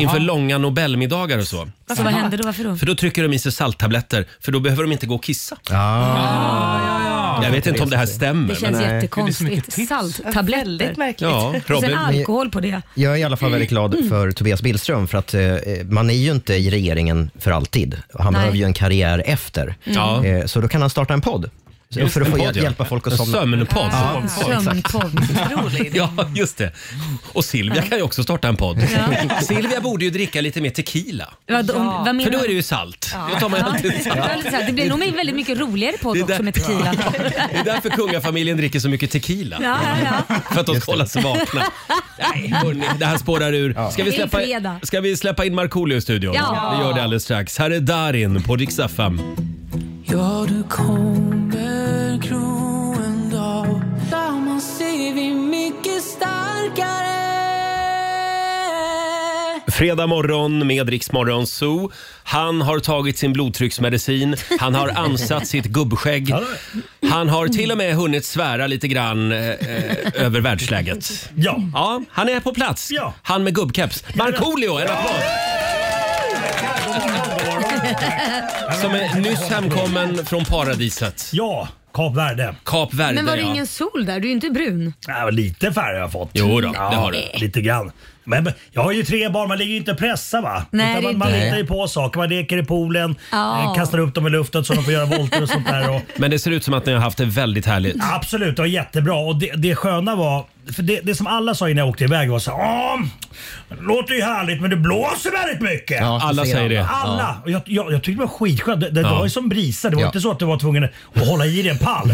[SPEAKER 1] Inför långa nobelmiddagar och så.
[SPEAKER 2] Så vad händer då? Varför då?
[SPEAKER 1] För då trycker de i sig salttabletter, för då behöver de inte gå och kissa. Jag vet inte om det här
[SPEAKER 2] Det
[SPEAKER 1] stämmer. Men,
[SPEAKER 2] känns
[SPEAKER 3] Nej.
[SPEAKER 6] Det är så mycket
[SPEAKER 2] jättekonstigt.
[SPEAKER 6] tips.
[SPEAKER 2] Salttabletter.
[SPEAKER 8] Väldigt märkligt.
[SPEAKER 1] ja,
[SPEAKER 2] Och sen
[SPEAKER 1] Robin.
[SPEAKER 2] alkohol på det.
[SPEAKER 3] Jag är i alla fall väldigt glad
[SPEAKER 1] Mm.
[SPEAKER 3] för Tobias Billström för att eh, man är ju inte i regeringen för alltid. Han
[SPEAKER 2] Nej.
[SPEAKER 3] behöver ju en karriär efter.
[SPEAKER 1] Mm. Ja.
[SPEAKER 3] Eh, Så då kan han starta en podd. Så- för att
[SPEAKER 1] En
[SPEAKER 3] få
[SPEAKER 1] podd, ja.
[SPEAKER 3] hjälpa folk att
[SPEAKER 1] En
[SPEAKER 3] somna.
[SPEAKER 1] Sömnpodd.
[SPEAKER 2] Sömnpodd.
[SPEAKER 8] Otroligt.
[SPEAKER 1] *laughs* Ja, just det. Och Silvia kan ju också starta en podd. *laughs* Silvia borde ju dricka lite mer tequila.
[SPEAKER 2] Vad, om, vad menar
[SPEAKER 1] För då
[SPEAKER 2] du?
[SPEAKER 1] är det ju salt. Då tar man ju alltid
[SPEAKER 2] Ja.
[SPEAKER 1] salt.
[SPEAKER 2] Det var lite så här, Det blir nog väldigt mycket roligare podd
[SPEAKER 1] Det är
[SPEAKER 2] också
[SPEAKER 1] där-
[SPEAKER 2] med tequila.
[SPEAKER 1] Det är därför kungafamiljen dricker så mycket tequila.
[SPEAKER 2] Ja, ja, ja.
[SPEAKER 1] För att de ska hålla sig vakna. Nej, hörni, det här spårar ur. Ska vi
[SPEAKER 2] Det är
[SPEAKER 1] släppa,
[SPEAKER 2] fredag.
[SPEAKER 1] ska vi släppa in Markoolio i studion?
[SPEAKER 2] Ja.
[SPEAKER 1] Vi gör det alldeles strax. Här är Darin på riksdag fem.
[SPEAKER 4] Ja, du kommer gro en dag. Tillsammans är vi mycket starkare.
[SPEAKER 1] Fredag morgon med Riksmorgon Zoo. Han har tagit sin blodtrycksmedicin. Han har ansat sitt gubbskägg. Han har till och med hunnit svära lite grann eh, eh, över världsläget.
[SPEAKER 6] Ja.
[SPEAKER 1] Ja, han är på plats.
[SPEAKER 6] Ja.
[SPEAKER 1] Han med gubbkeps. Markoolio, en applåd! Som är nyss hemkommen från paradiset.
[SPEAKER 6] Ja, Kap Verde.
[SPEAKER 1] Kap Verde.
[SPEAKER 2] Men var det
[SPEAKER 1] ja.
[SPEAKER 2] ingen sol där? Du är ju inte brun.
[SPEAKER 6] Ja, lite färg har jag fått.
[SPEAKER 1] Jo då,
[SPEAKER 6] ja,
[SPEAKER 1] det har du.
[SPEAKER 6] Lite grann. Men men jag har ju tre barn, man ligger ju inte och pressar va?
[SPEAKER 2] Nej,
[SPEAKER 6] Utan
[SPEAKER 2] det är
[SPEAKER 6] man, man
[SPEAKER 2] inte-
[SPEAKER 6] litar ju på saker. Man leker i poolen,
[SPEAKER 2] Ja.
[SPEAKER 6] eh, kastar upp dem i luften så de får göra volter och sånt där.
[SPEAKER 2] *laughs*
[SPEAKER 6] Och,
[SPEAKER 1] Men det ser ut som att ni har haft det väldigt härligt.
[SPEAKER 6] Absolut, det var jättebra. Och det, det sköna var, för det, det som alla sa innan jag åkte iväg var så här, "Ja, det låter ju härligt men det blåser väldigt mycket.
[SPEAKER 3] Ja,
[SPEAKER 1] Alla säger det.
[SPEAKER 6] Alla! Och jag, jag, jag tyckte det var skitskönt. Det, det
[SPEAKER 1] Ja.
[SPEAKER 6] var ju som brisa. Det var
[SPEAKER 3] Ja.
[SPEAKER 6] inte så att du var tvungen att hålla i dig en pall.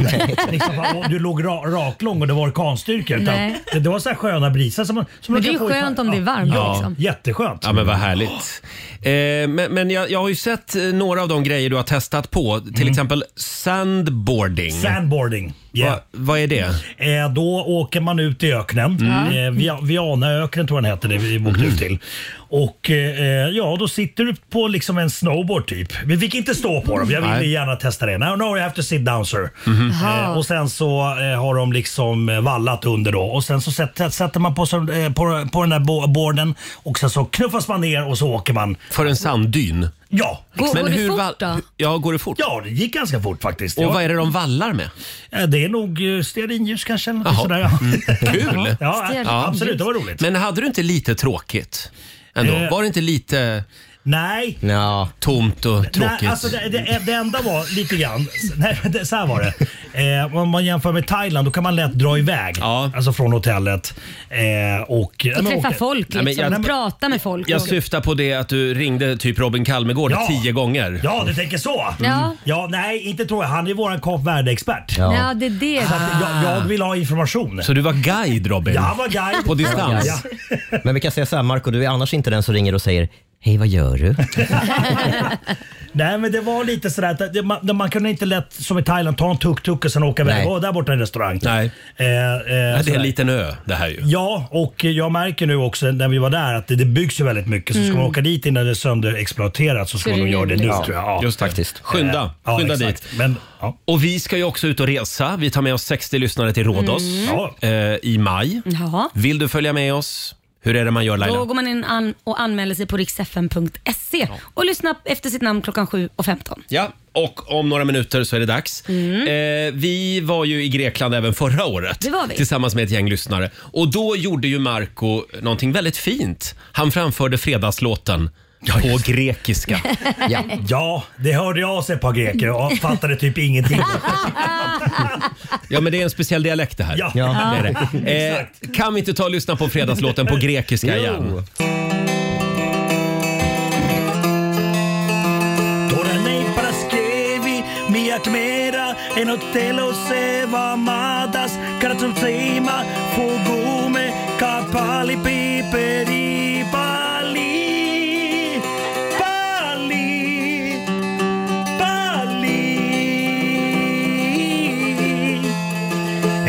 [SPEAKER 6] liksom, fan, och du låg ra, raklång och det var orkanstyrka. Utan
[SPEAKER 2] Nej.
[SPEAKER 6] det, det var så här sköna brisar. Som man, som
[SPEAKER 2] Men
[SPEAKER 6] man
[SPEAKER 2] det är ju
[SPEAKER 6] kan få i-
[SPEAKER 2] skönt om det är varmt.
[SPEAKER 6] Ja,
[SPEAKER 2] Liksom.
[SPEAKER 6] jätteskönt.
[SPEAKER 1] Ja men vad härligt. Eh, men men jag, jag har ju sett eh, några av de grejer du har testat på. Till
[SPEAKER 6] Mm.
[SPEAKER 1] exempel sandboarding.
[SPEAKER 6] Sandboarding. Yeah.
[SPEAKER 1] Va, vad är det?
[SPEAKER 6] Eh, då åker man ut i öknen.
[SPEAKER 1] Mm.
[SPEAKER 6] Eh, Via, Vianaöknen tror jag den heter det vi åkte ut till. Och eh, ja, då sitter du på liksom en snowboard typ. Vi fick inte stå på dem. Jag ville
[SPEAKER 1] Nej. Mm-hmm.
[SPEAKER 6] gärna testa det. No, no, you have to sit down sir. Eh, och sen så eh, har de liksom eh, vallat under då och sen så sätter, sätter man på, sig, eh, på, på den där bo- boarden och sen så knuffas man ner och så åker man.
[SPEAKER 1] För en sanddyn.
[SPEAKER 6] Ja,
[SPEAKER 2] Går, går det
[SPEAKER 1] va-
[SPEAKER 2] fort då?
[SPEAKER 1] Ja, går det fort?
[SPEAKER 6] ja det gick ganska fort faktiskt.
[SPEAKER 1] Och
[SPEAKER 6] Ja.
[SPEAKER 1] vad är det de vallar med?
[SPEAKER 6] Eh, Det är nog eh, stearinljus kanske. Eller något
[SPEAKER 1] Jaha. Mm.
[SPEAKER 6] sådär, ja.
[SPEAKER 1] Kul!
[SPEAKER 6] *laughs* Ja,
[SPEAKER 2] Ja.
[SPEAKER 6] absolut. Det var roligt.
[SPEAKER 1] Men hade du inte lite tråkigt? Ändå?
[SPEAKER 6] Eh.
[SPEAKER 1] Var det inte lite
[SPEAKER 6] Nej.
[SPEAKER 3] Ja.
[SPEAKER 1] tomt och tråkigt?
[SPEAKER 6] Nej, alltså det, det, det enda var lite grann, *laughs* nej, det, så här var det. Eh, om man jämför med Thailand då kan man lätt dra iväg
[SPEAKER 1] Ja.
[SPEAKER 6] alltså från hotellet. Eh, och,
[SPEAKER 2] Och träffa
[SPEAKER 6] och-
[SPEAKER 2] folk
[SPEAKER 1] men
[SPEAKER 2] liksom.
[SPEAKER 1] jag-
[SPEAKER 2] och prata med folk.
[SPEAKER 1] Jag
[SPEAKER 2] och-
[SPEAKER 1] syftar på det att du ringde typ Robin Kalmegård
[SPEAKER 6] Ja.
[SPEAKER 1] tio gånger.
[SPEAKER 6] Ja, du tänker så? Mm.
[SPEAKER 2] Ja.
[SPEAKER 6] ja. Nej, inte tror jag. Han är våran Kap Verde-expert.
[SPEAKER 3] Ja.
[SPEAKER 2] Ja, det är det.
[SPEAKER 6] Så att Jag, jag vill ha information.
[SPEAKER 1] Ah. Så du var guide Robin?
[SPEAKER 6] Jag var guide.
[SPEAKER 1] På distans?
[SPEAKER 6] Ja.
[SPEAKER 3] Men vi kan säga så här, Marco, du är annars inte den som ringer och säger Hej, vad gör du?
[SPEAKER 1] Mm.
[SPEAKER 6] Nej men det var lite sådär att det, man, man kunde inte lätt som i Thailand ta en tuk-tuk och sen åka iväg.
[SPEAKER 3] Nej.
[SPEAKER 6] Åh, där borta är en restaurang.
[SPEAKER 1] Nej.
[SPEAKER 6] Eh, eh,
[SPEAKER 1] Ja, det är
[SPEAKER 6] sådär.
[SPEAKER 1] en liten ö det här ju.
[SPEAKER 6] Ja, och jag märker nu också när vi var där att det, det byggs ju väldigt mycket. Så ska man åka dit innan det är sönderexploaterat så ska
[SPEAKER 2] Så
[SPEAKER 6] man
[SPEAKER 2] det
[SPEAKER 6] nog
[SPEAKER 2] är
[SPEAKER 6] göra det nu
[SPEAKER 2] rimligt.
[SPEAKER 6] tror jag. Ja. Eh,
[SPEAKER 1] Just det.
[SPEAKER 3] Faktiskt.
[SPEAKER 1] Skynda,
[SPEAKER 6] Ja,
[SPEAKER 1] skynda
[SPEAKER 6] exakt.
[SPEAKER 1] dit.
[SPEAKER 6] Men, ja.
[SPEAKER 1] Och vi ska ju också ut och resa. Vi tar med oss 60 lyssnare till Rhodos
[SPEAKER 2] Mm.
[SPEAKER 6] Ja.
[SPEAKER 1] eh, i maj.
[SPEAKER 2] Ja.
[SPEAKER 1] Vill du följa med oss? Hur är det man gör
[SPEAKER 2] Då
[SPEAKER 1] Laila?
[SPEAKER 2] går man in an och anmäler sig på riksfn.se och lyssnar efter sitt namn klockan 7.15.
[SPEAKER 1] Ja, och om några minuter så är det dags. Eh, vi var ju i Grekland även förra året
[SPEAKER 2] Mm. Det var vi.
[SPEAKER 1] tillsammans med ett gäng lyssnare. Och då gjorde ju Marco någonting väldigt fint. Han framförde fredagslåten På grekiska.
[SPEAKER 2] *laughs*
[SPEAKER 3] Ja.
[SPEAKER 6] Ja, det hörde jag av sig ett par greker och fattade typ ingenting.
[SPEAKER 1] Ja, men det är en speciell dialekt det här.
[SPEAKER 6] Ja.
[SPEAKER 1] Det är det. Eh, kan vi inte ta och lyssna på fredagslåten på grekiska igen?
[SPEAKER 6] Τώρα λέει Παρασκευή, μια κμέρα ενώ τέλο εβαμάτα. Κράτσο τσίμα, φουγούμε καπάλι πιπερί. Πάλι, πάλι, πάλι.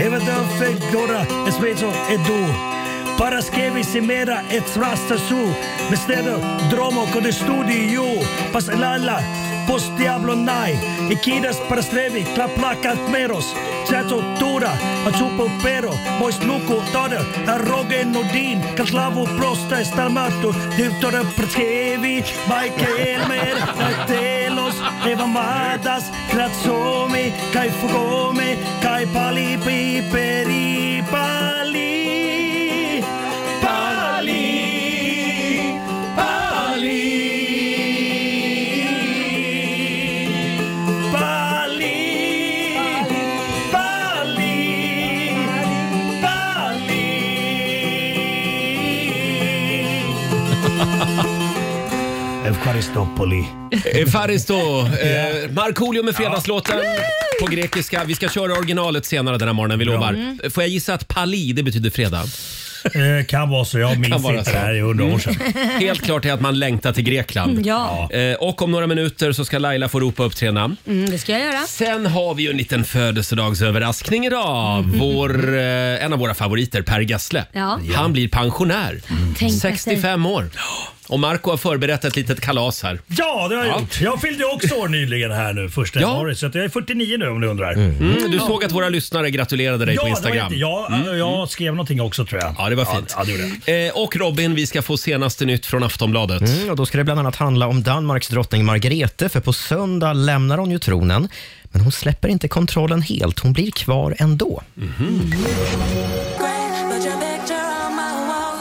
[SPEAKER 6] Even dan fegdora, en spetso, en du. Paraskevy si mera ett svrasta su. Med städer, dromo, kode studio. Pas lalla, post diablo nai. Ikidas paraslevi, klap plakat meros. Chato tura, a chupo pero. Mois luku toder, a rogen nordin. Kaslavu prosta estalmato. Dyvtora praskevi, Michael mer. Telos, eva matas, kratsomi, kai fugomi, kai pali piperi. Pali, pali, pali, pali, pali, pali. Eukaristopoli.
[SPEAKER 1] Evaristo, eh, Markoolio med fredagslåten på grekiska. Vi ska köra originalet senare den här morgonen, vi
[SPEAKER 6] Mm.
[SPEAKER 1] lovar. Eh, Får jag gissa att pali, det betyder
[SPEAKER 6] *laughs*
[SPEAKER 1] fredag?
[SPEAKER 6] Eh, kan vara så. Jag minns
[SPEAKER 1] vara
[SPEAKER 6] inte
[SPEAKER 1] så.
[SPEAKER 6] det här i hundra år sedan.
[SPEAKER 1] Helt klart är att man längtar till Grekland.
[SPEAKER 2] Ja,
[SPEAKER 1] Eh, och om några minuter så ska Laila få ropa upp tre namn.
[SPEAKER 2] mm, det ska jag göra.
[SPEAKER 1] Sen har vi ju en liten födelsedagsöverraskning idag.
[SPEAKER 6] Mm.
[SPEAKER 1] Vår, eh, en av våra favoriter, Per Gessle.
[SPEAKER 2] Ja.
[SPEAKER 1] Han blir pensionär.
[SPEAKER 6] Mm.
[SPEAKER 2] Tänka sig.
[SPEAKER 1] 65 år. Och Marco har förberett ett litet kalas här.
[SPEAKER 6] Ja, det har jag gjort. Jag fyllde också år nyligen här nu, första
[SPEAKER 1] Ja.
[SPEAKER 6] januari. Så att jag är 49 nu om du undrar.
[SPEAKER 1] Mm, du såg att våra lyssnare gratulerade dig
[SPEAKER 6] Ja,
[SPEAKER 1] på
[SPEAKER 6] det var
[SPEAKER 1] Instagram.
[SPEAKER 6] inte- jag, jag skrev någonting också tror jag.
[SPEAKER 1] Ja, det var fint.
[SPEAKER 6] Ja, det gjorde jag.
[SPEAKER 1] Eh, och Robin, vi ska få senaste nytt från Aftonbladet.
[SPEAKER 3] Mm, och då ska det bland annat handla om Danmarks drottning Margrethe, för på söndag lämnar hon ju tronen. Men hon släpper inte kontrollen helt, hon blir kvar ändå.
[SPEAKER 4] regret, but your picture on my wall.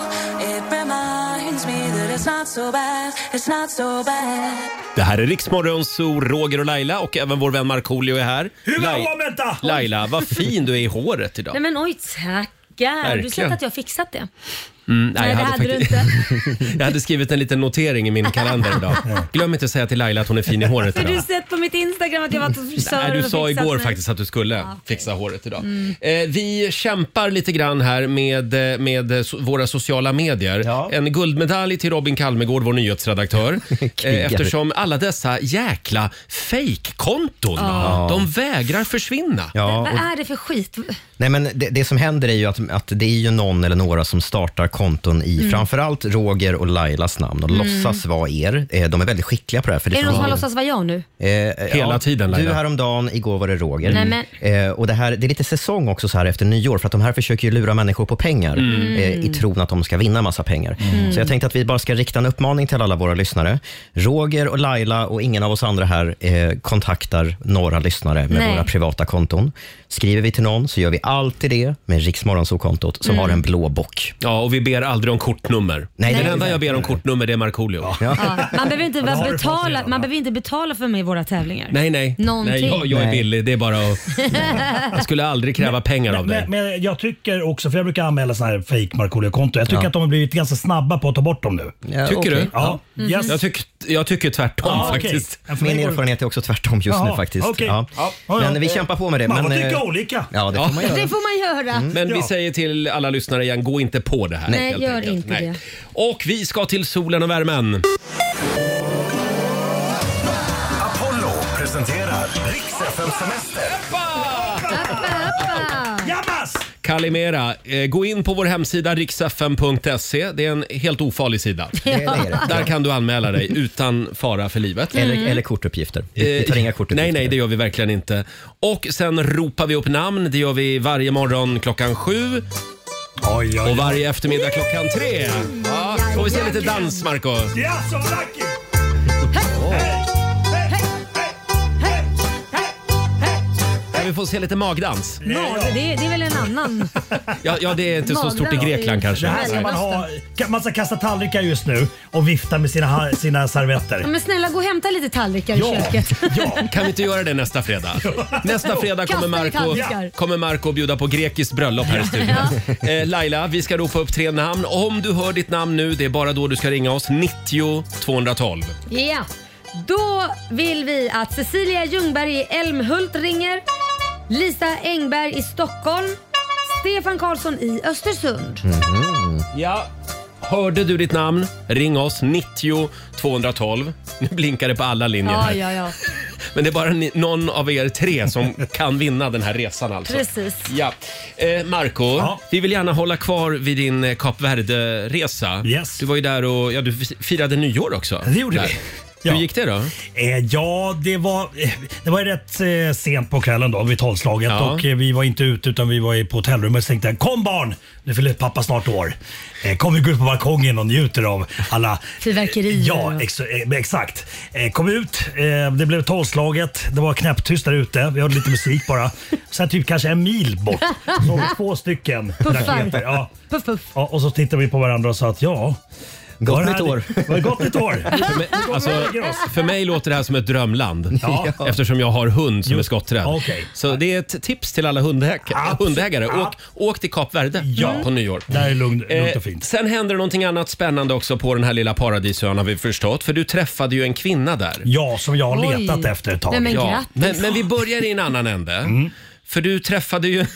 [SPEAKER 4] It reminds me that it's not so bad, it's not so bad.
[SPEAKER 1] Det här är Riksmorgon, så Roger och Laila och även vår vän Markoolio är här.
[SPEAKER 6] Hur var
[SPEAKER 1] Lai-
[SPEAKER 6] det? Vänta!
[SPEAKER 1] Laila, vad fin du är i håret idag.
[SPEAKER 2] Nej men oj tackar. Har du sett
[SPEAKER 1] Verkligen.
[SPEAKER 2] att jag fixat det?
[SPEAKER 1] Mm, nej,
[SPEAKER 2] Nej,
[SPEAKER 1] jag
[SPEAKER 2] det hade du inte.
[SPEAKER 1] *laughs* jag hade skrivit en liten notering i min kalender idag. Glöm inte att säga till Laila att hon är fin i håret
[SPEAKER 2] Har du
[SPEAKER 1] idag.
[SPEAKER 2] sett på mitt Instagram att jag varit hos frisören
[SPEAKER 1] Nej, du
[SPEAKER 2] och Ah,
[SPEAKER 1] sa
[SPEAKER 2] fixat
[SPEAKER 1] igår
[SPEAKER 2] mig?
[SPEAKER 1] faktiskt att du skulle fixa håret idag.
[SPEAKER 2] Mm.
[SPEAKER 1] Eh, vi kämpar lite grann här med, eh, med eh, so- våra sociala medier.
[SPEAKER 3] Ja.
[SPEAKER 1] En guldmedalj till Robin Kalmegård,
[SPEAKER 3] *laughs*
[SPEAKER 1] vår nyhetsredaktör. eh,
[SPEAKER 3] Krigare.
[SPEAKER 1] eftersom alla dessa jäkla fejkkonton, de vägrar försvinna.
[SPEAKER 3] Ja,
[SPEAKER 2] Vad
[SPEAKER 3] och,
[SPEAKER 2] är det för skit?
[SPEAKER 3] nej men det, det som händer är ju att, att det är ju någon eller några som startar konton i
[SPEAKER 2] Mm.
[SPEAKER 3] framförallt Roger och Lailas namn och låtsas vara er. Eh, De är väldigt skickliga på det här. För det
[SPEAKER 2] Är det någon som har
[SPEAKER 3] Ja.
[SPEAKER 2] låtsats vara jag nu?
[SPEAKER 3] Eh,
[SPEAKER 1] Hela tiden, Laila.
[SPEAKER 3] Du häromdagen, igår var det Roger.
[SPEAKER 2] Nej,
[SPEAKER 3] Eh, och det, här, det är lite säsong också så här efter nyår, för att de här försöker ju lura människor på pengar
[SPEAKER 6] Mm.
[SPEAKER 3] eh, i tron att de ska vinna massa pengar.
[SPEAKER 2] Mm.
[SPEAKER 3] Så jag tänkte att vi bara ska rikta en uppmaning till alla våra lyssnare. Roger och Laila och ingen av oss andra här eh, kontaktar några lyssnare med
[SPEAKER 2] Nej.
[SPEAKER 3] våra privata konton. Skriver vi till någon så gör vi alltid det med Riksmorgonzoo-kontot som har en blå bock.
[SPEAKER 1] Ja, och vi ber aldrig om kortnummer.
[SPEAKER 3] Nej,
[SPEAKER 1] Den
[SPEAKER 3] det-
[SPEAKER 1] enda jag ber om kortnummer det är Markoolio.
[SPEAKER 2] Ja, man behöver inte,
[SPEAKER 6] har du fått
[SPEAKER 2] betala,
[SPEAKER 6] redan, va?
[SPEAKER 2] man behöver inte betala för mig i våra tävlingar.
[SPEAKER 1] Nej, nej.
[SPEAKER 2] Någonting.
[SPEAKER 1] nej jag, jag är
[SPEAKER 3] Nej.
[SPEAKER 1] billig. Det är bara
[SPEAKER 2] *laughs*
[SPEAKER 1] att... Jag skulle aldrig kräva pengar av dig.
[SPEAKER 6] Men, men jag tycker också, för jag brukar anmäla sådana här fake Markoolio-konton. Jag tycker att de har blivit ganska snabba på att ta bort dem nu. Ja,
[SPEAKER 3] Ja,
[SPEAKER 1] Tycker
[SPEAKER 3] okej.
[SPEAKER 1] du?
[SPEAKER 6] yes.
[SPEAKER 1] Jag, tyck, jag tycker tvärtom
[SPEAKER 6] Ja, okej.
[SPEAKER 1] faktiskt.
[SPEAKER 6] Ja, för mig
[SPEAKER 3] Min
[SPEAKER 6] går-
[SPEAKER 3] erfarenhet är också tvärtom just
[SPEAKER 6] Jaha,
[SPEAKER 3] nu faktiskt.
[SPEAKER 6] okej.
[SPEAKER 3] Ja.
[SPEAKER 6] Ja, ja, ja.
[SPEAKER 3] Men vi kämpar på med det.
[SPEAKER 6] Man får
[SPEAKER 3] men,
[SPEAKER 6] tycka
[SPEAKER 3] eh,
[SPEAKER 6] olika.
[SPEAKER 3] Ja, det får man göra.
[SPEAKER 2] Det får man göra.
[SPEAKER 1] Men vi
[SPEAKER 6] Ja.
[SPEAKER 1] säger till alla lyssnare igen, gå inte på det här.
[SPEAKER 2] Nej,
[SPEAKER 1] helt
[SPEAKER 2] gör
[SPEAKER 1] enkelt.
[SPEAKER 2] inte det.
[SPEAKER 1] Och vi ska till solen och värmen.
[SPEAKER 8] Apollo presenterar Riks fm semester
[SPEAKER 6] Jabbas!
[SPEAKER 1] Kalimera, eh, gå in på vår hemsida riksfm.se. Det är en helt ofarlig
[SPEAKER 2] *laughs*
[SPEAKER 1] sida.
[SPEAKER 3] Det är det.
[SPEAKER 1] Där kan du anmäla dig utan fara för livet.
[SPEAKER 2] Mm.
[SPEAKER 3] Eller,
[SPEAKER 6] Mm.
[SPEAKER 3] eller kortuppgifter. Vi vi tar inga kortuppgifter.
[SPEAKER 1] Eh, Nej, nej, det gör vi verkligen inte. Och sen ropar vi upp namn. Det gör vi varje morgon klockan sju
[SPEAKER 6] Oj, oj,
[SPEAKER 1] och
[SPEAKER 6] oj.
[SPEAKER 1] varje eftermiddag klockan tre. Ja, får vi se lite dans, Marco
[SPEAKER 6] Jaså, Lucky!
[SPEAKER 1] Kan vi få se lite magdans?
[SPEAKER 2] Mag, det, är- det är väl en annan.
[SPEAKER 1] Ja, ja det är inte så stort i
[SPEAKER 2] Magdans.
[SPEAKER 1] Grekland kanske.
[SPEAKER 6] Det här ska man ha. ka- Man ska kasta tallrikar just nu och vifta med sina, ha- sina servetter.
[SPEAKER 2] Men snälla gå och hämta lite tallrikar i köket.
[SPEAKER 1] Ja, kan vi inte göra det nästa
[SPEAKER 2] *laughs*
[SPEAKER 1] fredag? Nästa fredag kommer
[SPEAKER 2] Kasta i
[SPEAKER 1] Marco,
[SPEAKER 2] tallrikar.
[SPEAKER 1] kommer Marco bjuda på grekiskt bröllop här i studion. Eh, Laila, vi ska ropa upp tre namn. Om du hör ditt namn nu, det är bara då du ska ringa oss. 90 212.
[SPEAKER 2] Ja, då vill vi att Cecilia Ljungberg i Älmhult ringer. Lisa Engberg i Stockholm. Stefan Karlsson i Östersund.
[SPEAKER 1] Ja. Hörde du ditt namn? Ring oss 90 212. Nu blinkar det på alla linjer
[SPEAKER 2] Ja,
[SPEAKER 1] här.
[SPEAKER 2] ja, ja.
[SPEAKER 1] Men det är bara ni, någon av er tre
[SPEAKER 6] *laughs*
[SPEAKER 1] som kan vinna den här resan alltså.
[SPEAKER 2] Precis.
[SPEAKER 1] Ja. Eh, Marco,
[SPEAKER 6] Ja.
[SPEAKER 1] vi vill gärna hålla kvar vid din eh, Kap Verde-resa.
[SPEAKER 6] Yes.
[SPEAKER 1] Du var ju där och ja, du f- firade nyår också.
[SPEAKER 6] Det gjorde
[SPEAKER 1] Där.
[SPEAKER 6] vi.
[SPEAKER 1] Hur
[SPEAKER 6] Ja.
[SPEAKER 1] gick det då?
[SPEAKER 6] Eh, ja, det var, eh, det var ju rätt eh, sent på kvällen då vid tolvslaget
[SPEAKER 1] Ja.
[SPEAKER 6] och eh, vi var inte ute utan vi var ju på hotellrummet och tänkte kom barn, nu fyller pappa snart år. Eh, kom vi går ut på balkongen och njuter av alla
[SPEAKER 2] Fyrverkerier.
[SPEAKER 6] Ja, ex eh, exakt. Eh, kom ut, eh, det blev tolvslaget, det var knäpptyst där ute, vi hörde lite musik bara. Sen typ kanske en mil
[SPEAKER 2] *laughs*
[SPEAKER 6] bort såg vi två stycken
[SPEAKER 2] Puffar.
[SPEAKER 6] raketer. Ja.
[SPEAKER 2] Puff, puff.
[SPEAKER 6] Ja, och så tittade vi på varandra och sa att ja,
[SPEAKER 3] Gott
[SPEAKER 6] var det
[SPEAKER 3] nytt
[SPEAKER 6] här-
[SPEAKER 3] år.
[SPEAKER 6] var det Gott nytt
[SPEAKER 3] *laughs*
[SPEAKER 6] år! *laughs*
[SPEAKER 1] Men, alltså,
[SPEAKER 6] lägger oss.
[SPEAKER 1] för mig låter det här som ett drömland.
[SPEAKER 6] Ja.
[SPEAKER 1] *laughs* Eftersom jag har hund som
[SPEAKER 6] Jo.
[SPEAKER 1] är skotträdd.
[SPEAKER 6] Okej.
[SPEAKER 1] Så det är ett tips till alla hundägare.
[SPEAKER 6] Absolut.
[SPEAKER 1] hundägare. Åk, åk till Kap Verde
[SPEAKER 6] Ja.
[SPEAKER 1] på nyår.
[SPEAKER 6] Där är det lugn, lugnt
[SPEAKER 1] Eh,
[SPEAKER 6] och fint.
[SPEAKER 1] sen händer någonting annat spännande också på den här lilla paradisön har vi förstått. För du träffade ju en kvinna där.
[SPEAKER 6] Ja, som jag har
[SPEAKER 2] Oj.
[SPEAKER 6] letat efter ett tag.
[SPEAKER 2] Nej, men
[SPEAKER 1] Ja,
[SPEAKER 2] grattis.
[SPEAKER 1] men, men vi börjar i en annan ände.
[SPEAKER 6] Mm.
[SPEAKER 1] För du träffade ju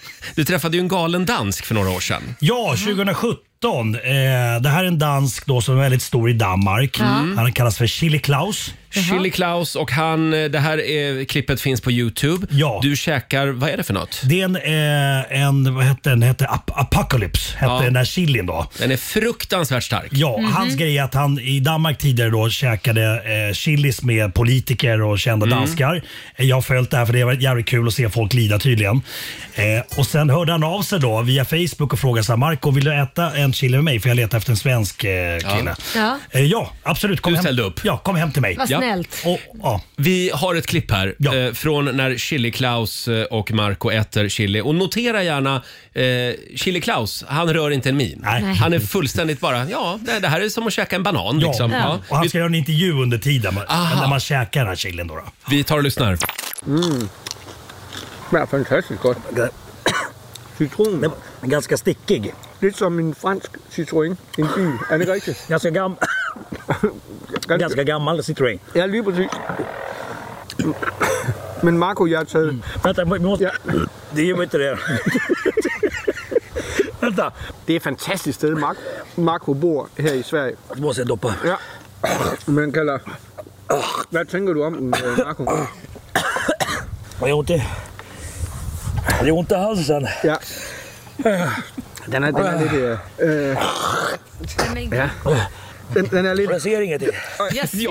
[SPEAKER 1] *laughs* du träffade ju en galen dansk för några år sedan.
[SPEAKER 6] Ja, 2017. Eh, det här är en dansk då som är väldigt stor i Danmark. Mm. Han kallas för Chili Klaus.
[SPEAKER 1] Chili Klaus och han, eh, det här är, klippet finns på Youtube.
[SPEAKER 6] Ja.
[SPEAKER 1] Du käkar, vad är det för något?
[SPEAKER 6] Det är en, eh, en vad hette den? Hette Ap- Apocalypse, hette den där chilin då.
[SPEAKER 1] Den är fruktansvärt stark.
[SPEAKER 6] Ja,
[SPEAKER 2] Mhm.
[SPEAKER 6] hans grej är att han i Danmark tidigare då käkade eh, chilis med politiker och kända
[SPEAKER 2] Mm.
[SPEAKER 6] danskar. Eh, Jag har följt det här för det var jävligt kul att se folk lida tydligen. Eh, och sen hörde han av sig då via Facebook och frågade så här, Marco vill du äta en chili med mig för jag letar efter en svensk eh, kille.
[SPEAKER 2] Ja.
[SPEAKER 6] Eh, ja, absolut. Kom
[SPEAKER 1] Du
[SPEAKER 6] hem.
[SPEAKER 1] ställde upp.
[SPEAKER 6] Ja, kom hem till mig.
[SPEAKER 2] Vad
[SPEAKER 1] Ja.
[SPEAKER 2] snällt.
[SPEAKER 6] Och, ja.
[SPEAKER 1] Vi har ett klipp här
[SPEAKER 6] Ja.
[SPEAKER 1] eh, från när Chili Klaus eh, och Marco äter chili. Och notera gärna, eh, Chili Klaus, han rör inte en min.
[SPEAKER 6] Nej. Nej.
[SPEAKER 1] Han är fullständigt bara, ja, det, det här är som att käka en banan
[SPEAKER 6] Ja.
[SPEAKER 1] liksom. Ja.
[SPEAKER 6] Och han
[SPEAKER 1] Vi,
[SPEAKER 6] ska göra en intervju under tiden man-
[SPEAKER 1] Aha.
[SPEAKER 6] när man käkar den här chilin. Då då.
[SPEAKER 1] vi tar och lyssnar.
[SPEAKER 5] Smager fantastisk godt. Citronen.
[SPEAKER 6] Ganska stickig.
[SPEAKER 5] Lidt som en fransk Citroën. En bil. Er det rigtigt?
[SPEAKER 6] Ganska, gam
[SPEAKER 5] Ganske.
[SPEAKER 6] gammal Citroën.
[SPEAKER 5] Ja, lige præcis. Men Marco, jeg har taget...
[SPEAKER 6] Mm. Vänta, vi måste...
[SPEAKER 5] Ja.
[SPEAKER 6] Det är ju inte det.
[SPEAKER 5] *laughs*
[SPEAKER 6] Vänta,
[SPEAKER 5] Det er et fantastisk sted, Marco, Marco bor her i Sverige.
[SPEAKER 6] då måste jag doppa.
[SPEAKER 5] Ja. Man kalder... Hvad tænker du om den, øh, Marco?
[SPEAKER 6] Jag har ont i... Jag har ont i halsen.
[SPEAKER 5] Ja. Den er, den er lidt... Øh, øh, ja. Den, den er lidt...
[SPEAKER 6] Jag ser ingenting.
[SPEAKER 2] Jag ser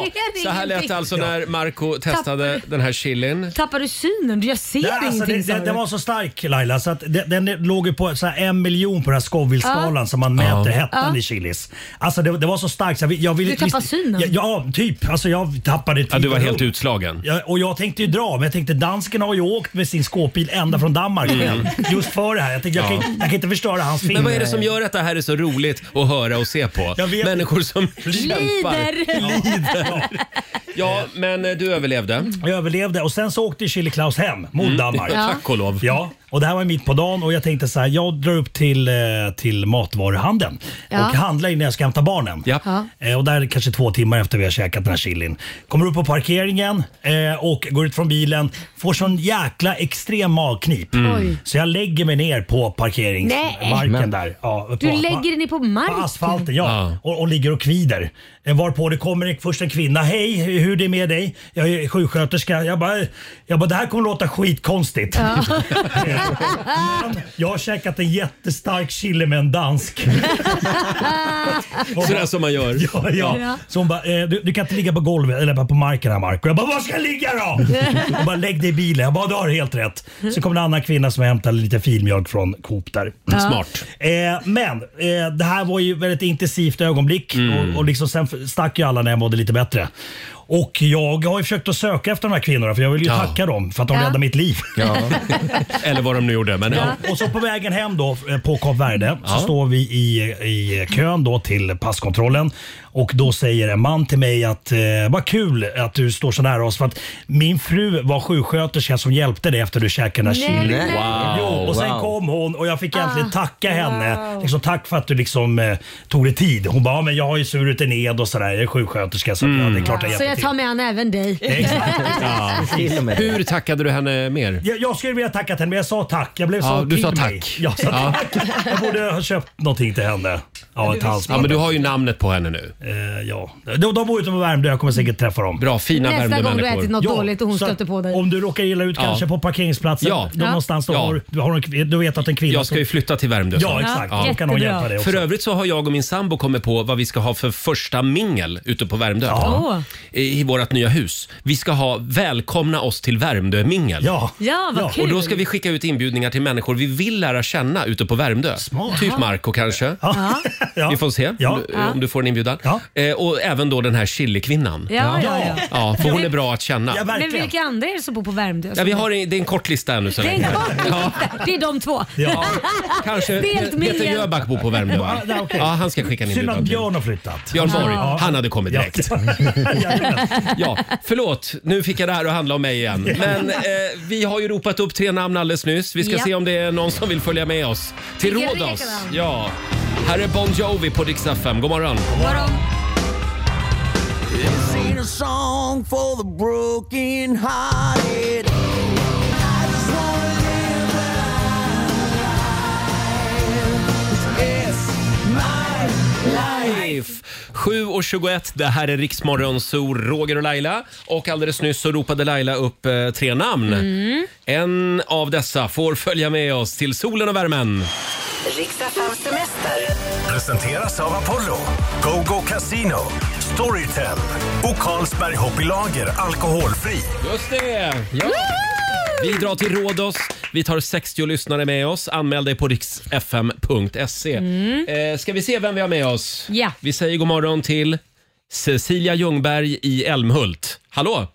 [SPEAKER 1] Ja, så här lät det
[SPEAKER 2] ingenting.
[SPEAKER 1] alltså när Marco testade den här chilin.
[SPEAKER 2] Tappar du synen? Jag ser
[SPEAKER 6] Nej, alltså,
[SPEAKER 2] ingenting
[SPEAKER 6] det,
[SPEAKER 2] sa
[SPEAKER 6] det,
[SPEAKER 2] du.
[SPEAKER 6] den var så stark Laila så att det, den låg ju på så här en miljon på den här Scoville-skalan som man mäter hettan i chilis. Alltså det, det var så starkt så jag, vill- jag ville...
[SPEAKER 2] Du tappade
[SPEAKER 6] visst-
[SPEAKER 2] synen.
[SPEAKER 6] Ja, ja, typ. Alltså jag tappade...
[SPEAKER 1] Ja, du var
[SPEAKER 6] typ-
[SPEAKER 1] helt utslagen.
[SPEAKER 6] Ja, och jag tänkte ju dra, men jag tänkte dansken har ju åkt med sin skåpbil ända från Danmark själv. Just för det här. Jag, tänkte, jag, kan, jag kan inte förstöra hans fingrar.
[SPEAKER 1] Mm. Men vad är det som gör att det här är så roligt att höra och se på?
[SPEAKER 6] Jag vet-
[SPEAKER 1] Människor som kämpar.
[SPEAKER 2] Lider.
[SPEAKER 1] Ja, men eh, du överlevde.
[SPEAKER 6] Jag överlevde och sen så åkte Chili Klaus hem mot
[SPEAKER 1] Mm.
[SPEAKER 6] Danmark.
[SPEAKER 2] Ja.
[SPEAKER 1] Tack och lov.
[SPEAKER 6] Ja, och det här var mitt på dagen och jag tänkte så här, jag drar upp till, eh, till matvaruhandeln
[SPEAKER 2] Ja.
[SPEAKER 6] och handlar innan jag ska hämta barnen.
[SPEAKER 1] Ja.
[SPEAKER 2] Ja.
[SPEAKER 6] Eh, och där kanske två timmar efter vi har käkat den här chilin. Kommer upp på parkeringen eh, och går ut från bilen, får sån jäkla extrem magknip.
[SPEAKER 2] Mm. Oj.
[SPEAKER 6] Så jag lägger mig ner på
[SPEAKER 3] Nej.
[SPEAKER 6] parkeringsmarken där. Ja, på,
[SPEAKER 2] Du lägger den i på
[SPEAKER 6] på
[SPEAKER 2] marken.
[SPEAKER 6] asfalten, ja. Och, och ligger och kvider. Eh, Varpå det kommer en- först en kvinna. Hej, hur hur är det med dig? Jag är sjuksköterska. Jag bara, jag bara det här kommer låta skitkonstigt. *laughs* Men jag har käkat en jättestark chili med en dansk. *laughs* Och
[SPEAKER 1] Sådär som man gör.
[SPEAKER 6] Ja, ja.
[SPEAKER 2] Ja.
[SPEAKER 6] Så hon bara, eh, du, du kan inte ligga på golvet eller bara på marken här Marco. Jag bara, var ska jag ligga då? Hon bara, lägg dig i bilen. Jag bara, du har helt rätt. Så kom en annan kvinna som hämtade lite filmjölk från Coop där.
[SPEAKER 1] Smart.
[SPEAKER 6] Eh, men eh, det här var ju väldigt intensivt ögonblick och, och liksom sen f- stack ju alla när jag mådde lite bättre. Och jag har ju försökt att söka efter de här kvinnorna för jag vill ju
[SPEAKER 1] Ja.
[SPEAKER 6] tacka dem för att de
[SPEAKER 2] Ja.
[SPEAKER 6] räddade mitt liv.
[SPEAKER 1] Eller vad de nu gjorde. Men, ja.
[SPEAKER 6] *laughs* Och så på vägen hem då eh, på Kap Verde så står vi i, i kön då till passkontrollen och då säger en man till mig att eh, vad kul att du står så nära oss för att min fru var sjuksköterska som hjälpte dig efter du käkade den där
[SPEAKER 2] Nej,
[SPEAKER 6] chilin.
[SPEAKER 2] nej.
[SPEAKER 6] Jo, och sen kom hon och jag fick egentligen
[SPEAKER 2] Ah,
[SPEAKER 6] tacka henne. Liksom, tack för att du liksom, eh, tog dig tid. Hon bara, ja, men jag har ju svurit en ed och sådär. Jag är sjuksköterska så ja, det
[SPEAKER 1] Mm.
[SPEAKER 6] är klart jag
[SPEAKER 2] Så
[SPEAKER 6] hjälper
[SPEAKER 2] jag
[SPEAKER 6] till.
[SPEAKER 2] tar med an även dig.
[SPEAKER 3] Till och med det.
[SPEAKER 1] Hur tackade du henne mer?
[SPEAKER 6] Jag, jag skulle vilja tacka henne men jag sa tack. Jag blev så
[SPEAKER 1] Ja, du
[SPEAKER 6] till
[SPEAKER 1] sa
[SPEAKER 6] mig.
[SPEAKER 1] tack.
[SPEAKER 6] Jag sa
[SPEAKER 1] Ja.
[SPEAKER 6] tack. Jag borde ha köpt någonting till henne. Ja, ett
[SPEAKER 1] Ja, men
[SPEAKER 6] halsband.
[SPEAKER 1] du har ju namnet på henne nu.
[SPEAKER 6] Eh, ja. de, de bor ute på Värmdö. Jag kommer säkert träffa dem.
[SPEAKER 1] Bra, fina
[SPEAKER 2] Nästa gång du
[SPEAKER 1] Värmdömänniskor.
[SPEAKER 2] ätit något
[SPEAKER 6] Ja,
[SPEAKER 2] dåligt och hon
[SPEAKER 6] så
[SPEAKER 2] stötte
[SPEAKER 6] att
[SPEAKER 2] på dig.
[SPEAKER 6] Om du råkar illa ut
[SPEAKER 1] Ja.
[SPEAKER 6] kanske på parkeringsplatsen.
[SPEAKER 1] Ja.
[SPEAKER 6] Då
[SPEAKER 1] Ja.
[SPEAKER 6] Någonstans då
[SPEAKER 1] Ja.
[SPEAKER 6] har, du, har en, du vet att en kvinna...
[SPEAKER 1] Jag ska ju flytta till Värmdö
[SPEAKER 6] Ja,
[SPEAKER 1] snart.
[SPEAKER 6] exakt.
[SPEAKER 2] Ja.
[SPEAKER 6] Då kan hon
[SPEAKER 2] Jättebra.
[SPEAKER 6] hjälpa dig också.
[SPEAKER 1] För övrigt så har jag och min sambo kommit på vad vi ska ha för första mingel ute på Värmdö.
[SPEAKER 2] Åh.
[SPEAKER 1] I, I vårt nya hus. Vi ska ha välkomna oss till Värmdö-mingel.
[SPEAKER 6] Ja.
[SPEAKER 2] Ja, vad kul.
[SPEAKER 1] Och då ska vi skicka ut inbjudningar till människor vi vill lära känna ute på Värmdö.
[SPEAKER 6] Smart.
[SPEAKER 1] Typ Marco kanske.
[SPEAKER 6] Ja. *laughs* Ja.
[SPEAKER 1] Vi får se
[SPEAKER 6] Ja.
[SPEAKER 1] om, du, om du får en inbjudan.
[SPEAKER 6] Ja.
[SPEAKER 1] Eh, och även då den här chilikvinnan.
[SPEAKER 2] Ja, ja,
[SPEAKER 6] Ja.
[SPEAKER 2] ja.
[SPEAKER 1] Ja, för hon är bra att känna.
[SPEAKER 6] Ja,
[SPEAKER 2] Men
[SPEAKER 6] verkligen.
[SPEAKER 2] vilka andra är det som bor på Värmdö?
[SPEAKER 1] Ja, vi har en, det är en kort lista ännu så
[SPEAKER 2] Det är
[SPEAKER 1] länge.
[SPEAKER 2] en kort
[SPEAKER 1] Ja,
[SPEAKER 2] lista. Det är de två.
[SPEAKER 6] Ja. *laughs*
[SPEAKER 1] kanske
[SPEAKER 2] Helt med.
[SPEAKER 1] Peter Jöback bor på Värmdö va?
[SPEAKER 6] Ja, okej.
[SPEAKER 1] Ja, han ska skicka en
[SPEAKER 6] Synd
[SPEAKER 1] inbjudan.
[SPEAKER 6] att
[SPEAKER 1] till.
[SPEAKER 6] Björn har flyttat.
[SPEAKER 1] Björn Borg,
[SPEAKER 6] Ja.
[SPEAKER 1] han hade kommit
[SPEAKER 6] Ja.
[SPEAKER 1] direkt. Ja, förlåt. Nu fick jag det här att handla om mig igen. Men eh, vi har ju ropat upp tre namn alldeles nyss. Vi ska
[SPEAKER 2] Ja.
[SPEAKER 1] se om det är någon som vill följa med oss till
[SPEAKER 2] Vilken
[SPEAKER 1] Rhodos.
[SPEAKER 2] rekel han.
[SPEAKER 1] Ja. Här är Bon Jovi på Dix FM. God morgon.
[SPEAKER 2] Vadå?
[SPEAKER 1] Life. 7.21, det här är Riksmorgon Zoo, Roger och Laila. Och alldeles nyss så ropade Laila upp eh, tre namn. En av dessa får följa med oss till solen och värmen.
[SPEAKER 7] Riks-FMs semester.
[SPEAKER 8] Presenteras av Apollo, GoGo Casino, Storytel och Carlsberg Hobbylager Alkoholfri.
[SPEAKER 1] Just det! Ja. Vi drar till Rhodos. Vi tar 60 lyssnare med oss. Anmäl dig på riksfm.se. Eh, ska vi se vem vi har med oss?
[SPEAKER 2] Ja.
[SPEAKER 1] Vi säger god morgon till Cecilia Ljungberg i Älmhult. Hallå!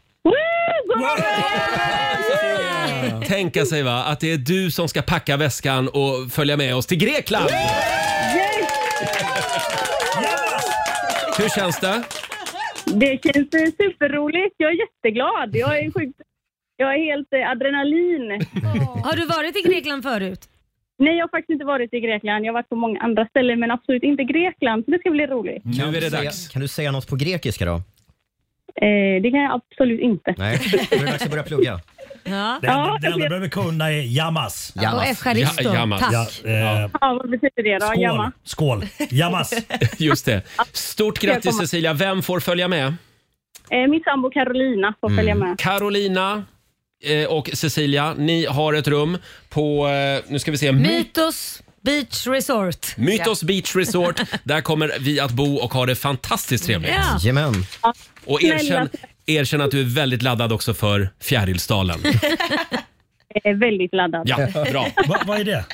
[SPEAKER 1] Tänka sig va, att det är du som ska packa väskan och följa med oss till Grekland! Hur känns det?
[SPEAKER 10] Det känns eh, superroligt. Jag är jätteglad. Jag är sjukt... Jag är helt eh, adrenalin.
[SPEAKER 2] Har du varit i Grekland förut?
[SPEAKER 10] Nej, jag har faktiskt inte varit i Grekland. Jag har varit på många andra ställen, men absolut inte Grekland. Så det ska bli roligt.
[SPEAKER 1] Nu är det
[SPEAKER 3] Säga-
[SPEAKER 1] dags.
[SPEAKER 3] Kan du säga något på grekiska då?
[SPEAKER 10] Eh, det kan jag absolut inte.
[SPEAKER 3] Nej, då är det dags att börja plugga.
[SPEAKER 2] Ja.
[SPEAKER 6] Det enda det enda du behöver kunna är jamas.
[SPEAKER 2] Och
[SPEAKER 3] Jammas.
[SPEAKER 2] F. Charisto.
[SPEAKER 1] Ja, jammas.
[SPEAKER 2] Tack.
[SPEAKER 6] Ja, eh,
[SPEAKER 10] Ja, vad betyder det då?
[SPEAKER 6] skål.
[SPEAKER 10] Jamma?
[SPEAKER 6] skål. Jamas.
[SPEAKER 1] Just det. Stort grattis
[SPEAKER 10] komma.
[SPEAKER 1] Cecilia. Vem får följa med?
[SPEAKER 10] Eh, min sambo Carolina får följa
[SPEAKER 1] Mm.
[SPEAKER 10] med.
[SPEAKER 1] Carolina eh, och Cecilia, ni har ett rum på, eh, nu ska vi se, My-
[SPEAKER 2] Mytos Beach Resort.
[SPEAKER 1] Mytos Beach Resort. Där kommer vi att bo och ha det fantastiskt trevligt.
[SPEAKER 2] Ja.
[SPEAKER 3] Jajamän.
[SPEAKER 1] Och erkänn, erkänn att du är väldigt laddad också för Fjärilsdalen.
[SPEAKER 10] Eh, väldigt laddad.
[SPEAKER 1] Ja, bra.
[SPEAKER 6] Va, vad är det?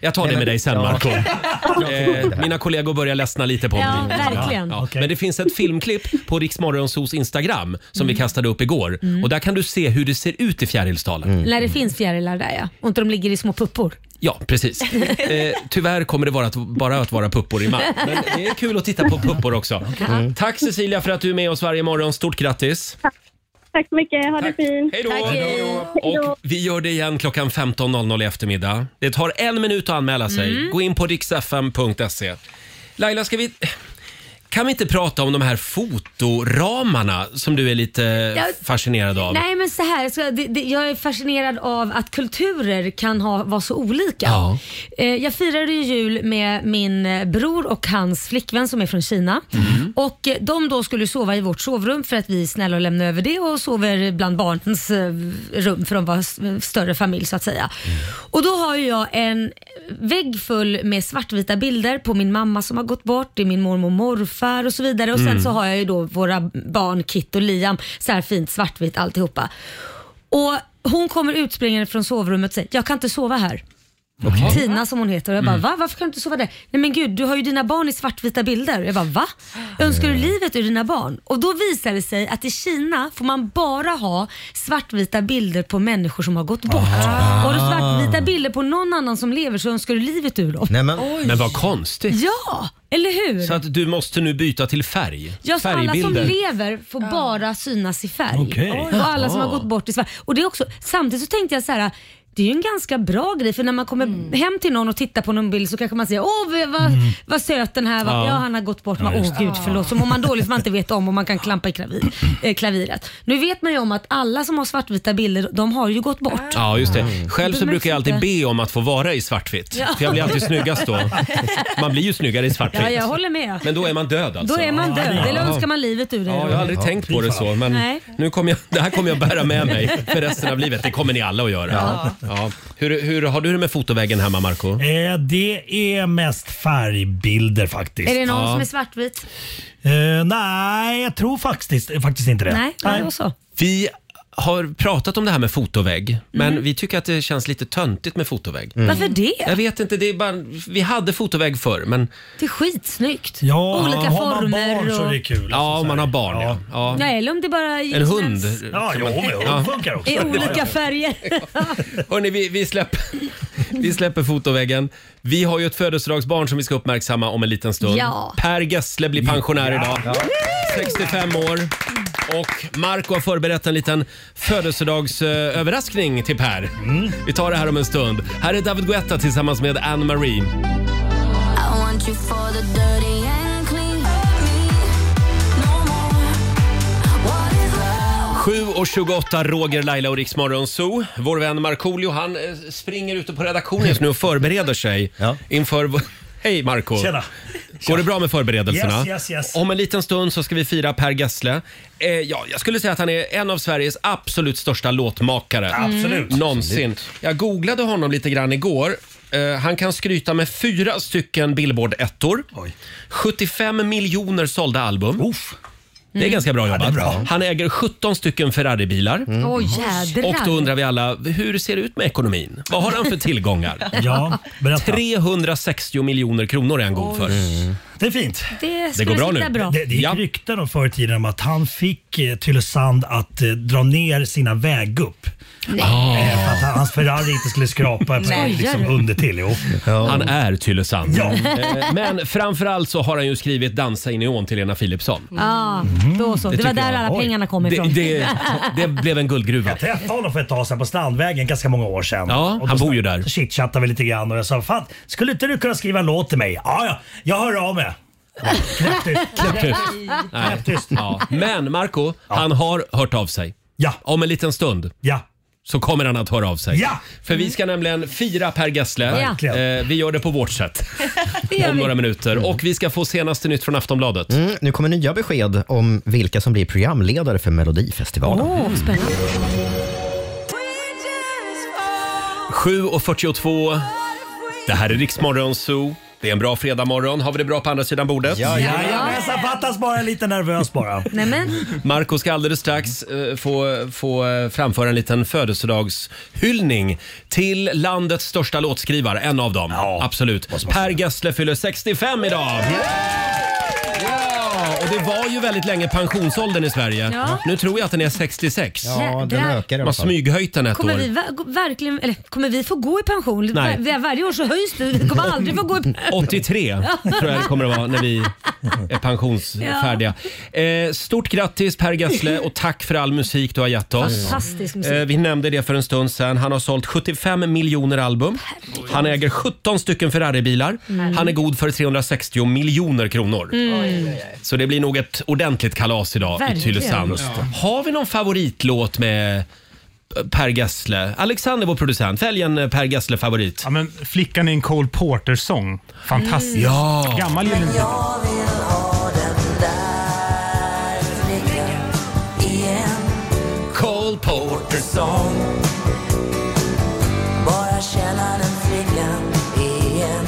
[SPEAKER 1] Jag tar det med dig sen
[SPEAKER 3] Ja.
[SPEAKER 1] Marco. Eh, mina kollegor börjar ledsna lite på
[SPEAKER 2] Ja,
[SPEAKER 1] mig.
[SPEAKER 2] verkligen.
[SPEAKER 1] Ja,
[SPEAKER 6] Okej.
[SPEAKER 1] Men det finns ett filmklipp på Riksmorgonsos Instagram som
[SPEAKER 2] Mm.
[SPEAKER 1] vi kastade upp igår. Och där kan du se hur det ser ut i Fjärilsdalen.
[SPEAKER 2] När det finns fjärilar där ja. Och inte de ligger i små puppor.
[SPEAKER 1] Ja,
[SPEAKER 2] *laughs*
[SPEAKER 1] precis. Eh, tyvärr kommer det vara att, bara att vara puppor i maj. Men det är *laughs* kul att titta på puppor också. Mm. Tack Cecilia för att du är med oss varje morgon. Stort grattis!
[SPEAKER 10] Tack så mycket. Ha det fint.
[SPEAKER 1] Hej då!
[SPEAKER 2] Tack, hej
[SPEAKER 1] Och vi gör det igen klockan 15.00 i eftermiddag. Det tar en minut att anmäla sig.
[SPEAKER 2] Mm.
[SPEAKER 1] Gå in på riksfm.se. Laila, ska vi... Kan vi inte prata om de här fotoramarna som du är lite fascinerad av?
[SPEAKER 2] Nej men så här, så det, det, jag är fascinerad av att kulturer kan ha, vara så olika.
[SPEAKER 1] Ja.
[SPEAKER 2] Eh, Jag firade ju jul med min eh, bror och hans flickvän som är från Kina. Och eh, De då skulle sova i vårt sovrum för att vi är snälla och lämnar över det och sover bland barnens eh, rum för de var s- större familj så att säga. Och Då har ju jag en vägg full med svartvita bilder på min mamma som har gått bort, det är min mormor och morfar och så vidare. Och Sen så har jag ju då våra barn Kit och Liam, så här fint svartvitt alltihopa. Och Hon kommer utspringande från sovrummet och säger, jag kan inte sova här.
[SPEAKER 1] Okej.
[SPEAKER 2] Tina som hon heter. Och jag bara,
[SPEAKER 1] Mm.
[SPEAKER 2] va? Varför kan du inte sova där? Nej men gud, du har ju dina barn i svartvita bilder. Jag bara, va? Önskar
[SPEAKER 1] Eh.
[SPEAKER 2] du livet ur dina barn? Och då visar det sig att i Kina får man bara ha svartvita bilder på människor som har gått bort.
[SPEAKER 1] Ah.
[SPEAKER 2] Och har du svartvita bilder på någon annan som lever så önskar du livet ur dem.
[SPEAKER 3] Nej, men,
[SPEAKER 1] men vad konstigt.
[SPEAKER 2] Ja, eller hur?
[SPEAKER 1] Så att du måste nu byta till färg?
[SPEAKER 2] Ja, så alla som
[SPEAKER 1] Färgbilder.
[SPEAKER 2] lever får bara synas i färg.
[SPEAKER 1] Okej. Oj.
[SPEAKER 2] Och alla som har
[SPEAKER 1] Ah.
[SPEAKER 2] gått bort i Sverige. Och det är också, samtidigt så tänkte jag så här. Det är ju en ganska bra grej för när man kommer hem till någon och tittar på någon bild så kanske man säger åh vad, vad,
[SPEAKER 1] Mm.
[SPEAKER 2] vad söt den här var.
[SPEAKER 11] Ja.
[SPEAKER 2] Ja. han har gått bort.
[SPEAKER 11] Ja,
[SPEAKER 2] Man,
[SPEAKER 11] just
[SPEAKER 2] åh
[SPEAKER 11] det.
[SPEAKER 2] gud förlåt. Så mår man dåligt för man inte vet om och man kan klampa
[SPEAKER 1] *clears throat*
[SPEAKER 2] i klavir, eh, klaviret. Nu vet man ju om att alla som har svartvita bilder de har ju gått bort.
[SPEAKER 1] Ja, just det. Själv
[SPEAKER 2] Det
[SPEAKER 1] så brukar jag alltid
[SPEAKER 2] märks
[SPEAKER 1] be om att få vara i svartvitt.
[SPEAKER 2] Ja.
[SPEAKER 1] För jag blir alltid snyggast
[SPEAKER 2] *laughs*
[SPEAKER 1] då. Man blir ju snyggare i svartvitt.
[SPEAKER 2] Ja, jag håller med.
[SPEAKER 1] Men då är man död alltså.
[SPEAKER 2] Då är man död. Eller
[SPEAKER 1] Ja.
[SPEAKER 2] önskar man livet ur det.
[SPEAKER 1] Ja,
[SPEAKER 2] då.
[SPEAKER 1] jag har aldrig tänkt på det så, men
[SPEAKER 2] Nej.
[SPEAKER 1] nu kommer jag, det här kommer jag bära med mig för resten av livet. Det kommer ni alla att göra. Ja.
[SPEAKER 6] Ja.
[SPEAKER 1] Hur, hur har du det med fotoväggen hemma, Marco?
[SPEAKER 6] Eh, det är mest färgbilder faktiskt.
[SPEAKER 2] Är det någon som är svartvit?
[SPEAKER 6] Eh, nej, jag tror faktiskt, faktiskt inte det.
[SPEAKER 2] Nej, nej. det var så.
[SPEAKER 1] Vi har pratat om det här med fotovägg, men
[SPEAKER 2] Mm.
[SPEAKER 1] vi tycker att det känns lite töntigt med fotovägg.
[SPEAKER 2] Varför det?
[SPEAKER 1] Jag vet inte, det är bara, vi hade fotovägg förr, men...
[SPEAKER 2] Det är skitsnyggt.
[SPEAKER 1] Ja,
[SPEAKER 2] Olika former och...
[SPEAKER 6] kul. alltså,
[SPEAKER 1] Ja, om man har barn ja. ja.
[SPEAKER 2] Nej, eller om det bara är
[SPEAKER 1] En hund.
[SPEAKER 6] Ja, jo, men hund funkar också.
[SPEAKER 1] *laughs*
[SPEAKER 2] I olika färger.
[SPEAKER 1] Hörni, vi, vi, släpper, *laughs* vi släpper fotoväggen. Vi har ju ett födelsedagsbarn som vi ska uppmärksamma om en liten stund.
[SPEAKER 2] Ja.
[SPEAKER 1] Per Gessle blir pensionär idag. 65 år. Och Marco har förberett en liten födelsedagsöverraskning till Per. Vi tar det här om en stund. Här är David Guetta tillsammans med Anne Marie.
[SPEAKER 4] I want you for the dirty and clean. Hurt me no more. What is love?
[SPEAKER 1] 7 och 28, Roger, Laila och Riksmorgon Zoo. Vår vän Markoolio, han eh, springer ute på redaktionen just nu och förbereder sig inför... vår- Hej Marco
[SPEAKER 6] Tjena.
[SPEAKER 1] Går det bra med förberedelserna?
[SPEAKER 6] Yes, yes, yes.
[SPEAKER 1] Om en liten stund så ska vi fira Per Gessle. Eh, ja, jag skulle säga att han är en av Sveriges absolut största låtmakare.
[SPEAKER 6] Absolut. Mm.
[SPEAKER 1] Någonsin. Jag googlade honom lite grann igår. Eh, han kan skryta med fyra stycken Billboard-ettor. 75 miljoner sålda album. Det är
[SPEAKER 2] Mm.
[SPEAKER 1] ganska bra
[SPEAKER 2] Ja,
[SPEAKER 1] jobbat.
[SPEAKER 2] det är bra. Mm.
[SPEAKER 1] Han äger 17 stycken Ferrari-bilar.
[SPEAKER 2] Åh, jädrar.
[SPEAKER 1] Mm. Och då undrar vi alla, hur ser det ut med ekonomin? Vad har han för tillgångar?
[SPEAKER 6] Ja,
[SPEAKER 1] 360 miljoner kronor är han god för.
[SPEAKER 6] Det är fint.
[SPEAKER 2] Det,
[SPEAKER 1] Det går bra nu.
[SPEAKER 6] Det, det gick rykten om förr i tiden om att han fick eh, Tylösand att eh, dra ner sina väggupp.
[SPEAKER 1] Nej. Ah.
[SPEAKER 6] Eh, för att han- hans Ferrari inte skulle skrapa
[SPEAKER 1] Skojar
[SPEAKER 6] på, liksom,
[SPEAKER 1] du?
[SPEAKER 6] under
[SPEAKER 1] *laughs*
[SPEAKER 6] till. Jo.
[SPEAKER 1] Han är Tylösand.
[SPEAKER 6] Ja.
[SPEAKER 1] Eh, Men framförallt så har han ju skrivit Dansa in neon till Lena Philipsson.
[SPEAKER 2] Ja, då så. Det, var
[SPEAKER 1] Mm. tycker
[SPEAKER 2] där
[SPEAKER 1] jag.
[SPEAKER 2] alla
[SPEAKER 1] Oj.
[SPEAKER 2] pengarna kom
[SPEAKER 1] Det,
[SPEAKER 2] ifrån.
[SPEAKER 1] det, det blev en guldgruva.
[SPEAKER 6] Jag träffade honom för ett tag sedan på Strandvägen, ganska många år sedan. Ja,
[SPEAKER 1] han bor ju där.
[SPEAKER 6] Så chitchattade vi lite grann och jag sa, fan, skulle inte du kunna skriva en låt till mig? Ja, ja, jag hör av mig.
[SPEAKER 1] *laughs* Knäpptyst. Nej. Ja. Men Marco, han har hört av sig.
[SPEAKER 6] Ja.
[SPEAKER 1] Om en liten stund.
[SPEAKER 6] Ja.
[SPEAKER 1] Så kommer han att höra av sig.
[SPEAKER 6] Ja.
[SPEAKER 1] För vi ska nämligen fira Per Gessle.
[SPEAKER 2] Verkligen.
[SPEAKER 1] Eh, vi gör det på vårt sätt
[SPEAKER 2] *laughs* Det gör
[SPEAKER 1] om
[SPEAKER 2] vi.
[SPEAKER 1] några
[SPEAKER 6] Mm.
[SPEAKER 1] minuter. Och vi ska få senaste nytt från Aftonbladet.
[SPEAKER 3] Mm, nu kommer nya besked om vilka som blir programledare för Melodifestivalen.
[SPEAKER 2] Åh, spännande.
[SPEAKER 1] 7.42. Det här är Riksmorgon Zoo. Det är en bra fredagmorgon. Har vi det bra på andra sidan bordet?
[SPEAKER 6] Jajamensan, fattas bara lite nervös bara.
[SPEAKER 1] *laughs*
[SPEAKER 2] Nej, men.
[SPEAKER 1] Marco ska alldeles strax eh, få, få eh, framföra en liten födelsedagshyllning till landets största låtskrivare, en av dem. Absolut. Per Gessle fyller 65 idag! Ja, Och det var ju väldigt länge pensionsåldern i Sverige.
[SPEAKER 2] Ja.
[SPEAKER 1] Nu tror jag att den är 66.
[SPEAKER 2] Ja, den ökar i alla
[SPEAKER 1] Man
[SPEAKER 2] fall.
[SPEAKER 1] smyghöjt den ett
[SPEAKER 2] Kommer
[SPEAKER 1] år.
[SPEAKER 2] vi, va- gå- verkligen, eller, kommer vi få gå i pension?
[SPEAKER 1] Nej. Mm.
[SPEAKER 2] Var, varje år så höjs det. Vi kommer aldrig få gå
[SPEAKER 1] *laughs*
[SPEAKER 2] i pension.
[SPEAKER 1] 83
[SPEAKER 2] *laughs* Ja.
[SPEAKER 1] tror jag det kommer att vara när vi är pensionsfärdiga. Eh, stort grattis Per
[SPEAKER 2] *laughs*
[SPEAKER 1] Gessle och tack för all musik du har gett oss.
[SPEAKER 2] Fantastisk musik.
[SPEAKER 1] Eh, vi nämnde det för en stund sedan. Han har sålt 75 miljoner album. Han äger 17 stycken Ferraribilar.
[SPEAKER 2] Mm.
[SPEAKER 1] Han är god för 360 miljoner kronor.
[SPEAKER 2] Mm.
[SPEAKER 1] Så det blir nog ett ordentligt kalas idag i
[SPEAKER 2] Verkligen.
[SPEAKER 1] Tylösand.
[SPEAKER 2] Ja.
[SPEAKER 1] Har vi någon favoritlåt med eh, Per Gessle? Alexander, vår producent, välj en eh, Per Gessle-favorit. Ja, men Flickan är en Cole Porter-sång.
[SPEAKER 6] Mm.
[SPEAKER 12] Fantastisk.
[SPEAKER 1] Ja.
[SPEAKER 12] Gammal Gyllene Tider.
[SPEAKER 4] Igen.
[SPEAKER 1] Cole Porter sång.
[SPEAKER 4] Bara känna den flickan igen.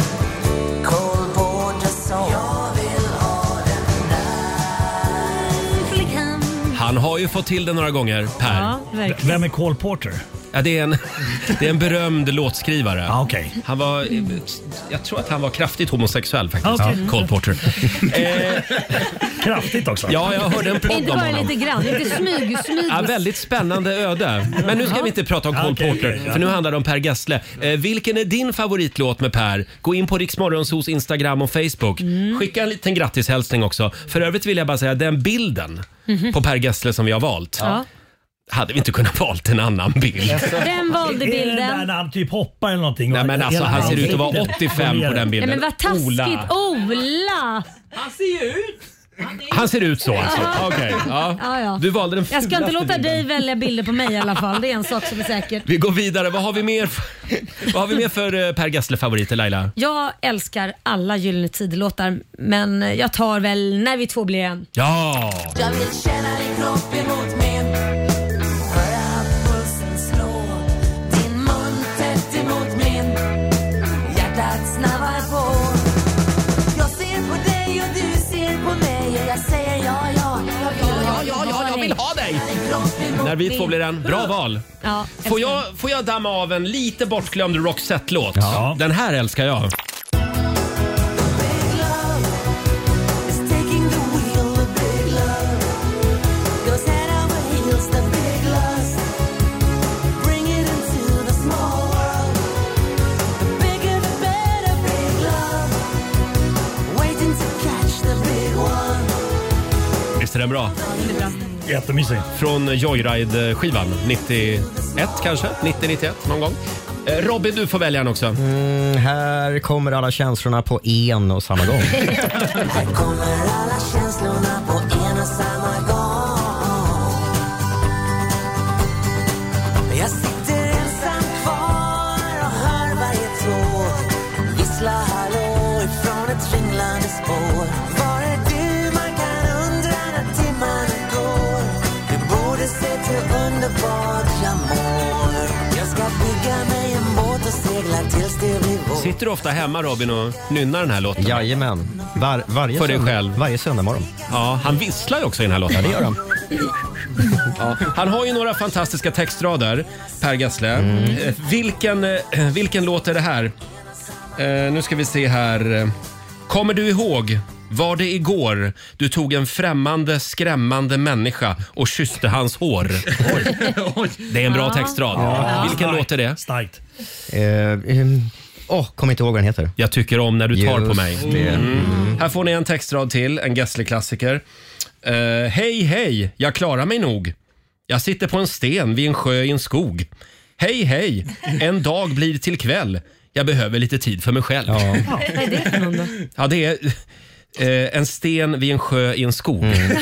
[SPEAKER 4] Cole Porter sång. Jag vill ha den där flickan.
[SPEAKER 1] Han har ju fått till det några gånger, Per.
[SPEAKER 6] Vem är Cole Porter?
[SPEAKER 1] Ja, det, är en, *laughs* det är en berömd låtskrivare. Han var, jag tror att han var kraftigt homosexuell faktiskt,
[SPEAKER 6] Ah, Okej.
[SPEAKER 1] Cole Porter.
[SPEAKER 6] Kraftigt också.
[SPEAKER 1] Ja, jag hörde en podd
[SPEAKER 2] Inte
[SPEAKER 1] om
[SPEAKER 2] bara
[SPEAKER 1] honom.
[SPEAKER 2] lite grann, lite smyg,
[SPEAKER 1] *laughs*
[SPEAKER 2] smyg.
[SPEAKER 1] Ja, väldigt spännande öde. Men nu ska vi inte prata om Cole
[SPEAKER 6] Okej,
[SPEAKER 1] Porter,
[SPEAKER 6] okej, ja.
[SPEAKER 1] för nu handlar det om Per Gessle. Eh, vilken är din favoritlåt med Per? Gå in på Riksmorgonsos Instagram och Facebook.
[SPEAKER 2] Mm.
[SPEAKER 1] Skicka en liten grattishälsning också. För övrigt vill jag bara säga, den bilden
[SPEAKER 2] Mhm.
[SPEAKER 1] på Per Gessle som vi har valt.
[SPEAKER 2] Ja.
[SPEAKER 1] Hade vi inte kunnat valt en annan bild?
[SPEAKER 2] Vem valde
[SPEAKER 6] Är det den
[SPEAKER 2] bilden?
[SPEAKER 6] där när han typ hoppar eller någonting?
[SPEAKER 1] Nej, men alltså,
[SPEAKER 6] Hela
[SPEAKER 1] han ser ut att vara
[SPEAKER 6] ansiktet.
[SPEAKER 1] 85 på den
[SPEAKER 2] Nej,
[SPEAKER 1] bilden.
[SPEAKER 2] men vad taskigt.
[SPEAKER 1] Ola.
[SPEAKER 2] Ola!
[SPEAKER 11] Han ser ju ut!
[SPEAKER 1] Han ser ut så alltså?
[SPEAKER 2] Ja.
[SPEAKER 1] Okej.
[SPEAKER 2] Ja, ja.
[SPEAKER 1] ja. Du valde den
[SPEAKER 2] Jag ska inte
[SPEAKER 1] fulaste
[SPEAKER 2] låta
[SPEAKER 1] bilden.
[SPEAKER 2] dig välja bilder på mig i alla fall. Det är en sak som är säker.
[SPEAKER 1] Vi går vidare. Vad har vi mer för, *laughs* vad har vi mer för eh, Per Gessle-favoriter Laila?
[SPEAKER 2] Jag älskar alla Gyllene Tider-låtar, men jag tar väl När vi två blir en.
[SPEAKER 1] Ja!
[SPEAKER 4] Jag vill känna din kropp emot min Höra pulsen slå Din mun tätt emot min Hjärtat snabbar på Jag ser på dig och du ser på mig Och jag säger ja, ja Jag vill, ha din hållning. Din kropp emot
[SPEAKER 1] När vi två
[SPEAKER 4] min.
[SPEAKER 1] blir en. Bra val!
[SPEAKER 2] Ja,
[SPEAKER 1] Får jag, får jag damma av en lite bortglömd Roxette-låt? Den här älskar jag.
[SPEAKER 4] It's taking the wheel, the big love Goes head over heels, the big lust Bring it into the small world The bigger the better, big love Waiting to catch the big one
[SPEAKER 1] Visst är den bra?
[SPEAKER 6] Jättemysig.
[SPEAKER 1] Från Joyride-skivan. 91 kanske? 90-91 någon gång. Eh, Robin, du får välja en också.
[SPEAKER 3] Mm, här kommer alla känslorna på en och samma
[SPEAKER 6] *laughs*
[SPEAKER 3] gång.
[SPEAKER 4] Här kommer alla känslorna på en och samma gång Jag sitter ensam kvar och hör varje tråd Vissla hallå ifrån ett ringlande spår Var är du? Man kan undra när timmarna går Du borde se hur underbart jag mår Jag ska bygga mig en båt och segla tills det blir vår
[SPEAKER 1] Sitter du ofta hemma Robin och nynnar den här låten?
[SPEAKER 3] Jajamän. Var, varje
[SPEAKER 1] För dig
[SPEAKER 3] söndag-
[SPEAKER 1] själv?
[SPEAKER 3] Varje söndag morgon.
[SPEAKER 1] Ja, han visslar ju också i den här låten.
[SPEAKER 3] Ja, det gör han.
[SPEAKER 1] Ja, han har ju några fantastiska textrader, Per Gessle. Eh, Vilken, eh, vilken låt är det här? Eh, nu ska vi se här. Kommer du ihåg? Var det igår du tog en främmande, skrämmande människa och kysste hans
[SPEAKER 6] *laughs*
[SPEAKER 1] hår? Det är en bra
[SPEAKER 6] Ja.
[SPEAKER 1] textrad.
[SPEAKER 6] Ja.
[SPEAKER 1] Vilken låt är det?
[SPEAKER 6] Starkt.
[SPEAKER 3] Åh, eh, um, åh, kommer inte ihåg vad den heter.
[SPEAKER 1] Jag tycker om när du tar på mig.
[SPEAKER 3] det.
[SPEAKER 1] Mm. Här får ni en textrad till, en Gessle-klassiker. Eh, hej, hej, jag klarar mig nog. Jag sitter på en sten vid en sjö i en skog. Hej, hej, en dag blir till kväll. Jag behöver lite tid för mig själv. Ja,
[SPEAKER 2] Vad är det för någon då?
[SPEAKER 1] det är eh, En sten vid en sjö i en skog,
[SPEAKER 3] Mm.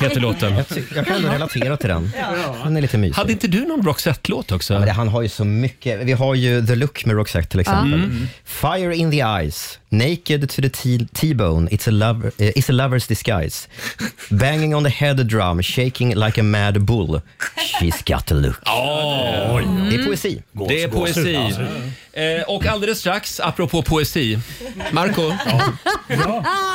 [SPEAKER 1] heter låten.
[SPEAKER 3] Jag, ty- jag kan ändå relatera till den. Den är lite mysig.
[SPEAKER 1] Hade inte du någon Roxette-låt också?
[SPEAKER 3] Ja, men det, han har ju så mycket. Vi har ju The Look med Roxette till exempel.
[SPEAKER 1] Ja. Mm.
[SPEAKER 3] Fire in the eyes, Naked to the T- T-bone, it's, a lover, eh, it's a lover's disguise. Banging on the head drum, shaking like a mad bull. She's got a look.
[SPEAKER 1] Ja, Mm.
[SPEAKER 3] Det är poesi.
[SPEAKER 1] Det är poesi. Eh, och alldeles strax, apropå poesi. Marco, *laughs*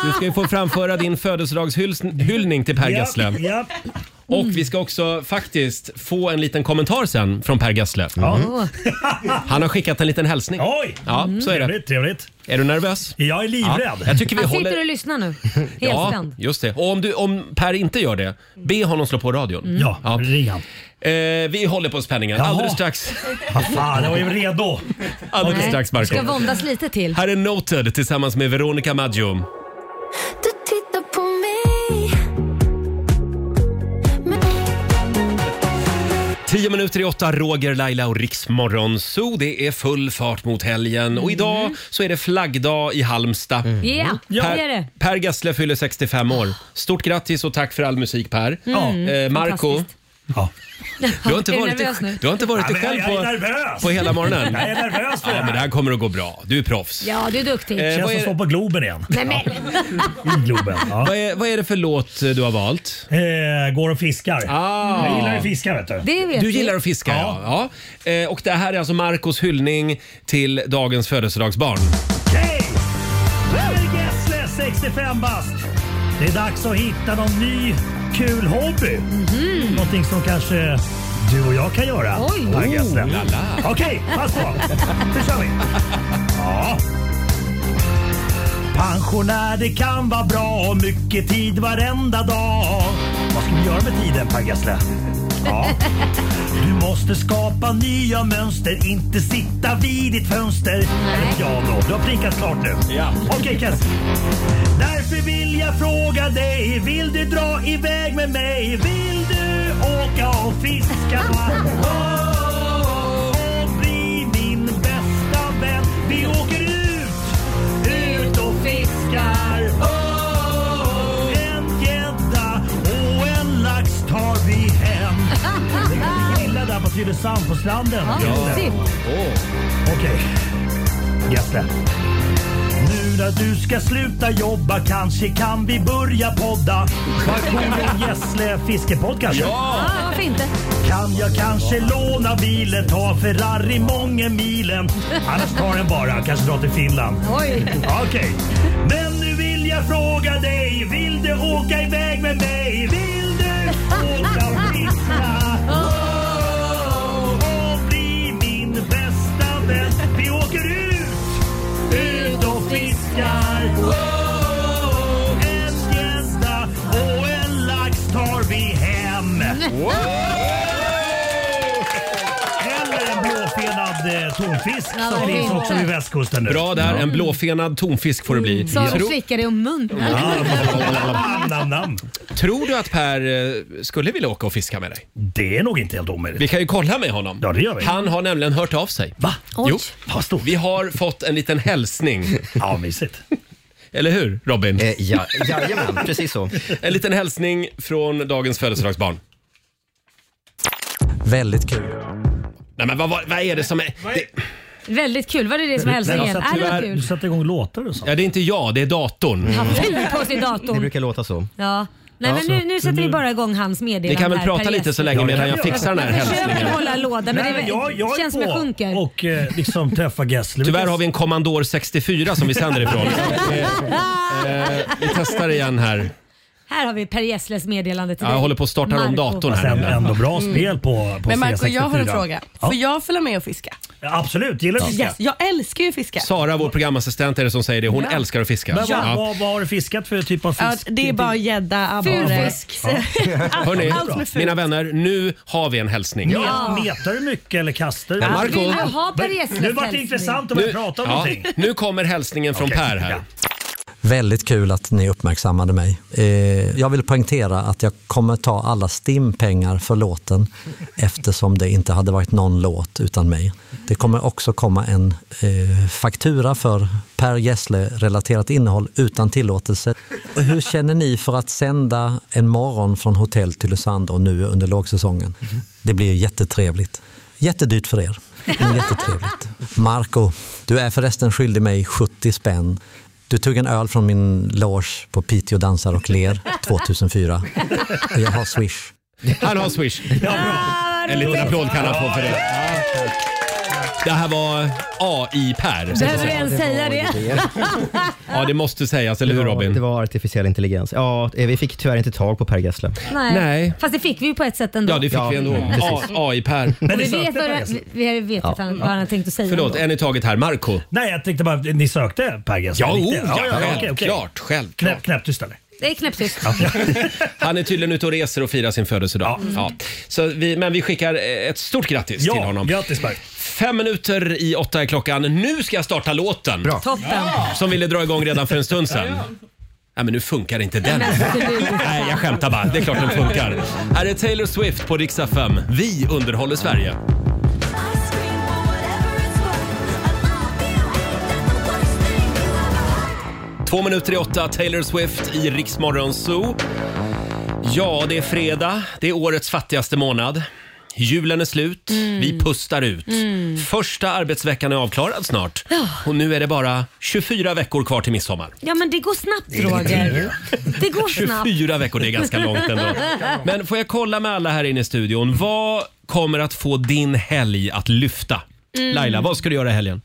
[SPEAKER 1] du ska ju få framföra din födelsedagshyllning till Per Gessle.
[SPEAKER 6] Ja,
[SPEAKER 1] Och vi ska också faktiskt få en liten kommentar sen från Per Gessle. Mm. Han har skickat en liten hälsning.
[SPEAKER 6] Oj!
[SPEAKER 1] Ja, så är det.
[SPEAKER 6] Trevligt, trevligt.
[SPEAKER 1] Är du nervös?
[SPEAKER 6] Jag är livrädd.
[SPEAKER 1] Ja, jag tycker vi
[SPEAKER 2] Han sitter
[SPEAKER 1] håller...
[SPEAKER 2] och lyssnar nu. Helt
[SPEAKER 1] *laughs* Ja,
[SPEAKER 2] spänd.
[SPEAKER 1] just det. Och om, du, om Per inte gör det, be honom slå på radion.
[SPEAKER 6] Mm. Ja, ring han.
[SPEAKER 1] Eh, vi håller på spänningen.
[SPEAKER 6] Jaha.
[SPEAKER 1] Alldeles strax,
[SPEAKER 6] Vad fan, jag var ju redo.
[SPEAKER 1] alldeles
[SPEAKER 2] Nej,
[SPEAKER 1] strax Marco.
[SPEAKER 2] Ska våndas lite till.
[SPEAKER 1] Här är Noted tillsammans med Veronica Maggio.
[SPEAKER 4] Du tittar på mig
[SPEAKER 1] Tio minuter i åtta, Roger, Laila och Riksmorgon Zoo. Det är full fart mot helgen
[SPEAKER 2] Mm.
[SPEAKER 1] och idag så är det flaggdag i Halmstad.
[SPEAKER 2] Ja,
[SPEAKER 1] Per,
[SPEAKER 2] det är det.
[SPEAKER 1] Per Gessle fyller 65 år. Stort grattis och tack för all musik Per.
[SPEAKER 2] Mm.
[SPEAKER 1] Eh, Marco,
[SPEAKER 2] Fantastiskt.
[SPEAKER 6] Ja.
[SPEAKER 1] du har inte
[SPEAKER 2] Är du
[SPEAKER 1] varit,
[SPEAKER 2] nervös nu?
[SPEAKER 1] du har inte varit
[SPEAKER 6] Ja,
[SPEAKER 1] dig
[SPEAKER 6] men jag-
[SPEAKER 1] själv
[SPEAKER 6] jag är
[SPEAKER 1] på,
[SPEAKER 6] nervös.
[SPEAKER 1] på hela
[SPEAKER 6] *laughs*
[SPEAKER 1] morgonen.
[SPEAKER 6] Jag är nervös för
[SPEAKER 1] Ja,
[SPEAKER 6] det
[SPEAKER 1] men det
[SPEAKER 6] här.
[SPEAKER 1] här kommer att gå bra. Du är proffs.
[SPEAKER 2] Ja, du är duktig.
[SPEAKER 1] Eh,
[SPEAKER 6] Känns
[SPEAKER 1] vad,
[SPEAKER 6] som
[SPEAKER 1] är,
[SPEAKER 6] att stå på Globen igen.
[SPEAKER 2] Nej, men,
[SPEAKER 6] I Globen. Ja.
[SPEAKER 1] vad, är, vad är det för låt eh, du har valt?
[SPEAKER 6] Eh, går och fiskar.
[SPEAKER 1] Ah.
[SPEAKER 6] Jag gillar ju fiskar vet du.
[SPEAKER 2] det vet
[SPEAKER 1] Du
[SPEAKER 2] vi.
[SPEAKER 1] gillar att fiska ja. ja. Eh, och det här är alltså Marcos hyllning till dagens födelsedagsbarn.
[SPEAKER 6] Okej! Per Gessle, 65 bast. Det är dags att hitta någon ny kul hobby. Någonting som kanske du och jag kan göra.
[SPEAKER 4] Mhm. Oj.
[SPEAKER 6] Herr Gessle.
[SPEAKER 4] Oh, la, la.
[SPEAKER 6] Okej, pass på. Nu kör vi. Ja. Pensionär, det kan vara bra. Mycket tid varenda dag. Vad ska vi göra med tiden, Per Gessle? Ja. Du måste skapa nya mönster, inte sitta vid ditt fönster. Eller piano. Du har prickat klart nu. Ja. Okej, Kent. Därför vill jag fråga dig, vill du dra iväg med mig? Vill du åka och fiska? Oh, och bli min bästa vän. Vi åker ut, ut och fiskar. Oh, en gädda och en lax tar vi hem. Det är illa där på Tylösand, på stranden. Okej, Gessle. Nu när du ska sluta jobba kanske kan vi börja podda. Markoolio Gessle fiskepodd kanske?
[SPEAKER 2] Ja, varför inte?
[SPEAKER 6] Kan jag kanske låna bilen, ta Ferrari många milen? Annars tar den bara, kanske dra till Finland.
[SPEAKER 4] Oj.
[SPEAKER 6] *laughs* Okej. Men nu vill jag fråga dig, vill du åka iväg med mig? Vill du åka och fiska? Oh, och bli min bästa vän. Vi åker ut, ut och fiskar. Oh, en gädda och en lax tar vi hem. Eller en blåfenad eh, tonfisk
[SPEAKER 2] Ja,
[SPEAKER 6] som
[SPEAKER 2] varför
[SPEAKER 6] finns också
[SPEAKER 2] inte?
[SPEAKER 6] vid västkusten nu.
[SPEAKER 1] Bra där, en blåfenad tonfisk får det bli.
[SPEAKER 2] Så du
[SPEAKER 1] Tro-
[SPEAKER 2] slickar dig om mun.
[SPEAKER 1] Tror du att Per eh, skulle vilja åka och fiska med dig?
[SPEAKER 6] Det är nog inte helt omöjligt.
[SPEAKER 1] Vi kan ju kolla med honom.
[SPEAKER 6] Ja, det gör vi.
[SPEAKER 1] Han har nämligen hört av sig.
[SPEAKER 6] Va?
[SPEAKER 1] Jo, vi har fått en liten hälsning.
[SPEAKER 6] Ja, mysigt.
[SPEAKER 1] Eller hur, Robin? Eh,
[SPEAKER 3] ja, jajamän, precis så.
[SPEAKER 1] En liten hälsning från dagens födelsedagsbarn.
[SPEAKER 12] Väldigt kul.
[SPEAKER 1] Nej, men vad, vad, vad är det som är... Det,
[SPEAKER 2] Väldigt kul. Var det det som hälsningen?
[SPEAKER 1] Nej,
[SPEAKER 2] Är
[SPEAKER 1] alltså,
[SPEAKER 2] det var
[SPEAKER 1] tyvärr-
[SPEAKER 2] kul?
[SPEAKER 6] Du satte igång låtar och så.
[SPEAKER 1] ja, det är inte jag, det är datorn.
[SPEAKER 2] Han fyller på sig
[SPEAKER 3] Det
[SPEAKER 2] datorn.
[SPEAKER 3] brukar låta så.
[SPEAKER 2] Ja. Nej,
[SPEAKER 1] Ja,
[SPEAKER 2] men
[SPEAKER 1] så
[SPEAKER 2] nu, nu
[SPEAKER 1] att
[SPEAKER 2] sätter vi
[SPEAKER 1] nu-
[SPEAKER 2] bara igång hans meddelande.
[SPEAKER 1] Ni kan väl
[SPEAKER 2] här,
[SPEAKER 1] prata
[SPEAKER 2] Per
[SPEAKER 1] lite så
[SPEAKER 2] Gessle.
[SPEAKER 1] länge medan jag fixar den här
[SPEAKER 2] Jag
[SPEAKER 1] hälsningen.
[SPEAKER 2] försöker hålla låda men
[SPEAKER 6] Nej,
[SPEAKER 2] det
[SPEAKER 6] men jag- jag är
[SPEAKER 2] känns som jag
[SPEAKER 6] på.
[SPEAKER 2] sjunker.
[SPEAKER 6] Och eh, liksom träffa Gessle. Vi
[SPEAKER 1] Tyvärr
[SPEAKER 6] kan-
[SPEAKER 1] har vi en Commodore 64 som vi sänder
[SPEAKER 6] *laughs*
[SPEAKER 1] ifrån. Eh, vi testar igen här.
[SPEAKER 2] Här har vi Per Gessles meddelande till
[SPEAKER 1] Ja, jag
[SPEAKER 2] dig.
[SPEAKER 1] håller på att starta om
[SPEAKER 2] Marco.
[SPEAKER 1] datorn här.
[SPEAKER 6] Fast ändå bra
[SPEAKER 1] Mm.
[SPEAKER 6] spel på, på
[SPEAKER 11] Men Marco,
[SPEAKER 6] C64.
[SPEAKER 11] jag har en fråga.
[SPEAKER 6] Ja.
[SPEAKER 11] Får jag följa med och fiska?
[SPEAKER 6] Ja, absolut, gillar du fiska?
[SPEAKER 11] Yes, jag älskar ju fiska.
[SPEAKER 1] Sara, vår programassistent, är det som säger det. Hon
[SPEAKER 11] Ja.
[SPEAKER 1] älskar att fiska.
[SPEAKER 6] Men vad,
[SPEAKER 1] Ja.
[SPEAKER 6] vad, vad har du fiskat för typ av
[SPEAKER 11] Ja,
[SPEAKER 6] fisk?
[SPEAKER 11] det är bara gädda, abborre.
[SPEAKER 6] Fulfisk.
[SPEAKER 2] *laughs*
[SPEAKER 11] Allt-
[SPEAKER 1] Hörni,
[SPEAKER 11] allt med fult.
[SPEAKER 1] mina vänner, nu har vi en hälsning.
[SPEAKER 6] Ja. Metar du mycket eller kastar du?
[SPEAKER 1] Men Marco- Jag vill
[SPEAKER 2] ha Per Gessles
[SPEAKER 6] Nu vart det
[SPEAKER 2] hälsning.
[SPEAKER 6] intressant att börja prata om
[SPEAKER 1] ja,
[SPEAKER 6] någonting.
[SPEAKER 1] nu kommer hälsningen från Per här.
[SPEAKER 12] Väldigt kul att ni uppmärksammade mig. Eh, jag vill poängtera att jag kommer ta alla STIM-pengar för låten eftersom det inte hade varit någon låt utan mig. Det kommer också komma en eh, faktura för Per Gessle-relaterat innehåll utan tillåtelse. Och Hur känner ni för att sända en morgon från hotell till Lysand och nu under lågsäsongen? Det blir jättetrevligt. Jättedyrt för er, men jättetrevligt. Marco, du är förresten skyldig mig 70 spänn. Du tog en öl från min loge på Piteå dansar och ler 2004. Och jag har swish.
[SPEAKER 1] Han har swish. En liten applåd kan han få för det. Det här var AI-Per.
[SPEAKER 2] Behöver vi ens säga det?
[SPEAKER 1] Ja, det måste sägas, eller hur
[SPEAKER 3] Det var-
[SPEAKER 1] Robin?
[SPEAKER 3] Det var artificiell intelligens. Ja, eh, vi fick tyvärr inte tag på Per Gessle.
[SPEAKER 2] Nej.
[SPEAKER 1] Nej.
[SPEAKER 2] Fast det fick vi ju på ett sätt ändå.
[SPEAKER 1] Ja, det fick vi ändå.
[SPEAKER 3] precis.
[SPEAKER 1] AI-Per.
[SPEAKER 2] Och vi vet, vad, vi- vi vet att han, vad han har tänkt att säga.
[SPEAKER 1] Förlåt,
[SPEAKER 2] ändå.
[SPEAKER 1] en i taget här. Marco
[SPEAKER 6] Nej, jag tänkte bara, ni sökte Per Gessle?
[SPEAKER 1] Ja,
[SPEAKER 6] Riktigt?
[SPEAKER 1] oh, ja,
[SPEAKER 6] okej, okej.
[SPEAKER 1] självklart, självklart.
[SPEAKER 6] Knäpp, knäpptyst eller?
[SPEAKER 2] Det är knäpptyst.
[SPEAKER 1] Han är tydligen ute och reser och firar sin födelsedag. Ja. Så vi, men vi skickar eh, ett stort grattis
[SPEAKER 6] Ja,
[SPEAKER 1] till honom.
[SPEAKER 6] grattis, Per.
[SPEAKER 1] Fem minuter i åtta är klockan. Nu ska jag starta låten. Bra.
[SPEAKER 2] Toppen.
[SPEAKER 1] Som ville dra igång redan för en stund *laughs* sedan. Nej men nu funkar inte den. Nej jag skämtar bara, det är klart den funkar. Här är Taylor Swift på Rix FM. Vi underhåller Sverige. Två minuter i åtta, Taylor Swift i Rix Morgon Zoo. Ja, det är fredag. Det är årets fattigaste månad. Julen är slut. Vi pustar ut.
[SPEAKER 2] Mm.
[SPEAKER 1] Första arbetsveckan är avklarad snart. Och nu är det bara 24 veckor kvar till midsommar.
[SPEAKER 2] Ja men det går snabbt Roger. Det går snabbt.
[SPEAKER 1] 24 veckor, det är ganska långt
[SPEAKER 2] *laughs*
[SPEAKER 1] ändå. Men får jag kolla med alla här inne i studion. Vad kommer att få din helg att lyfta?
[SPEAKER 2] Mm.
[SPEAKER 1] Laila, vad ska du göra i helgen?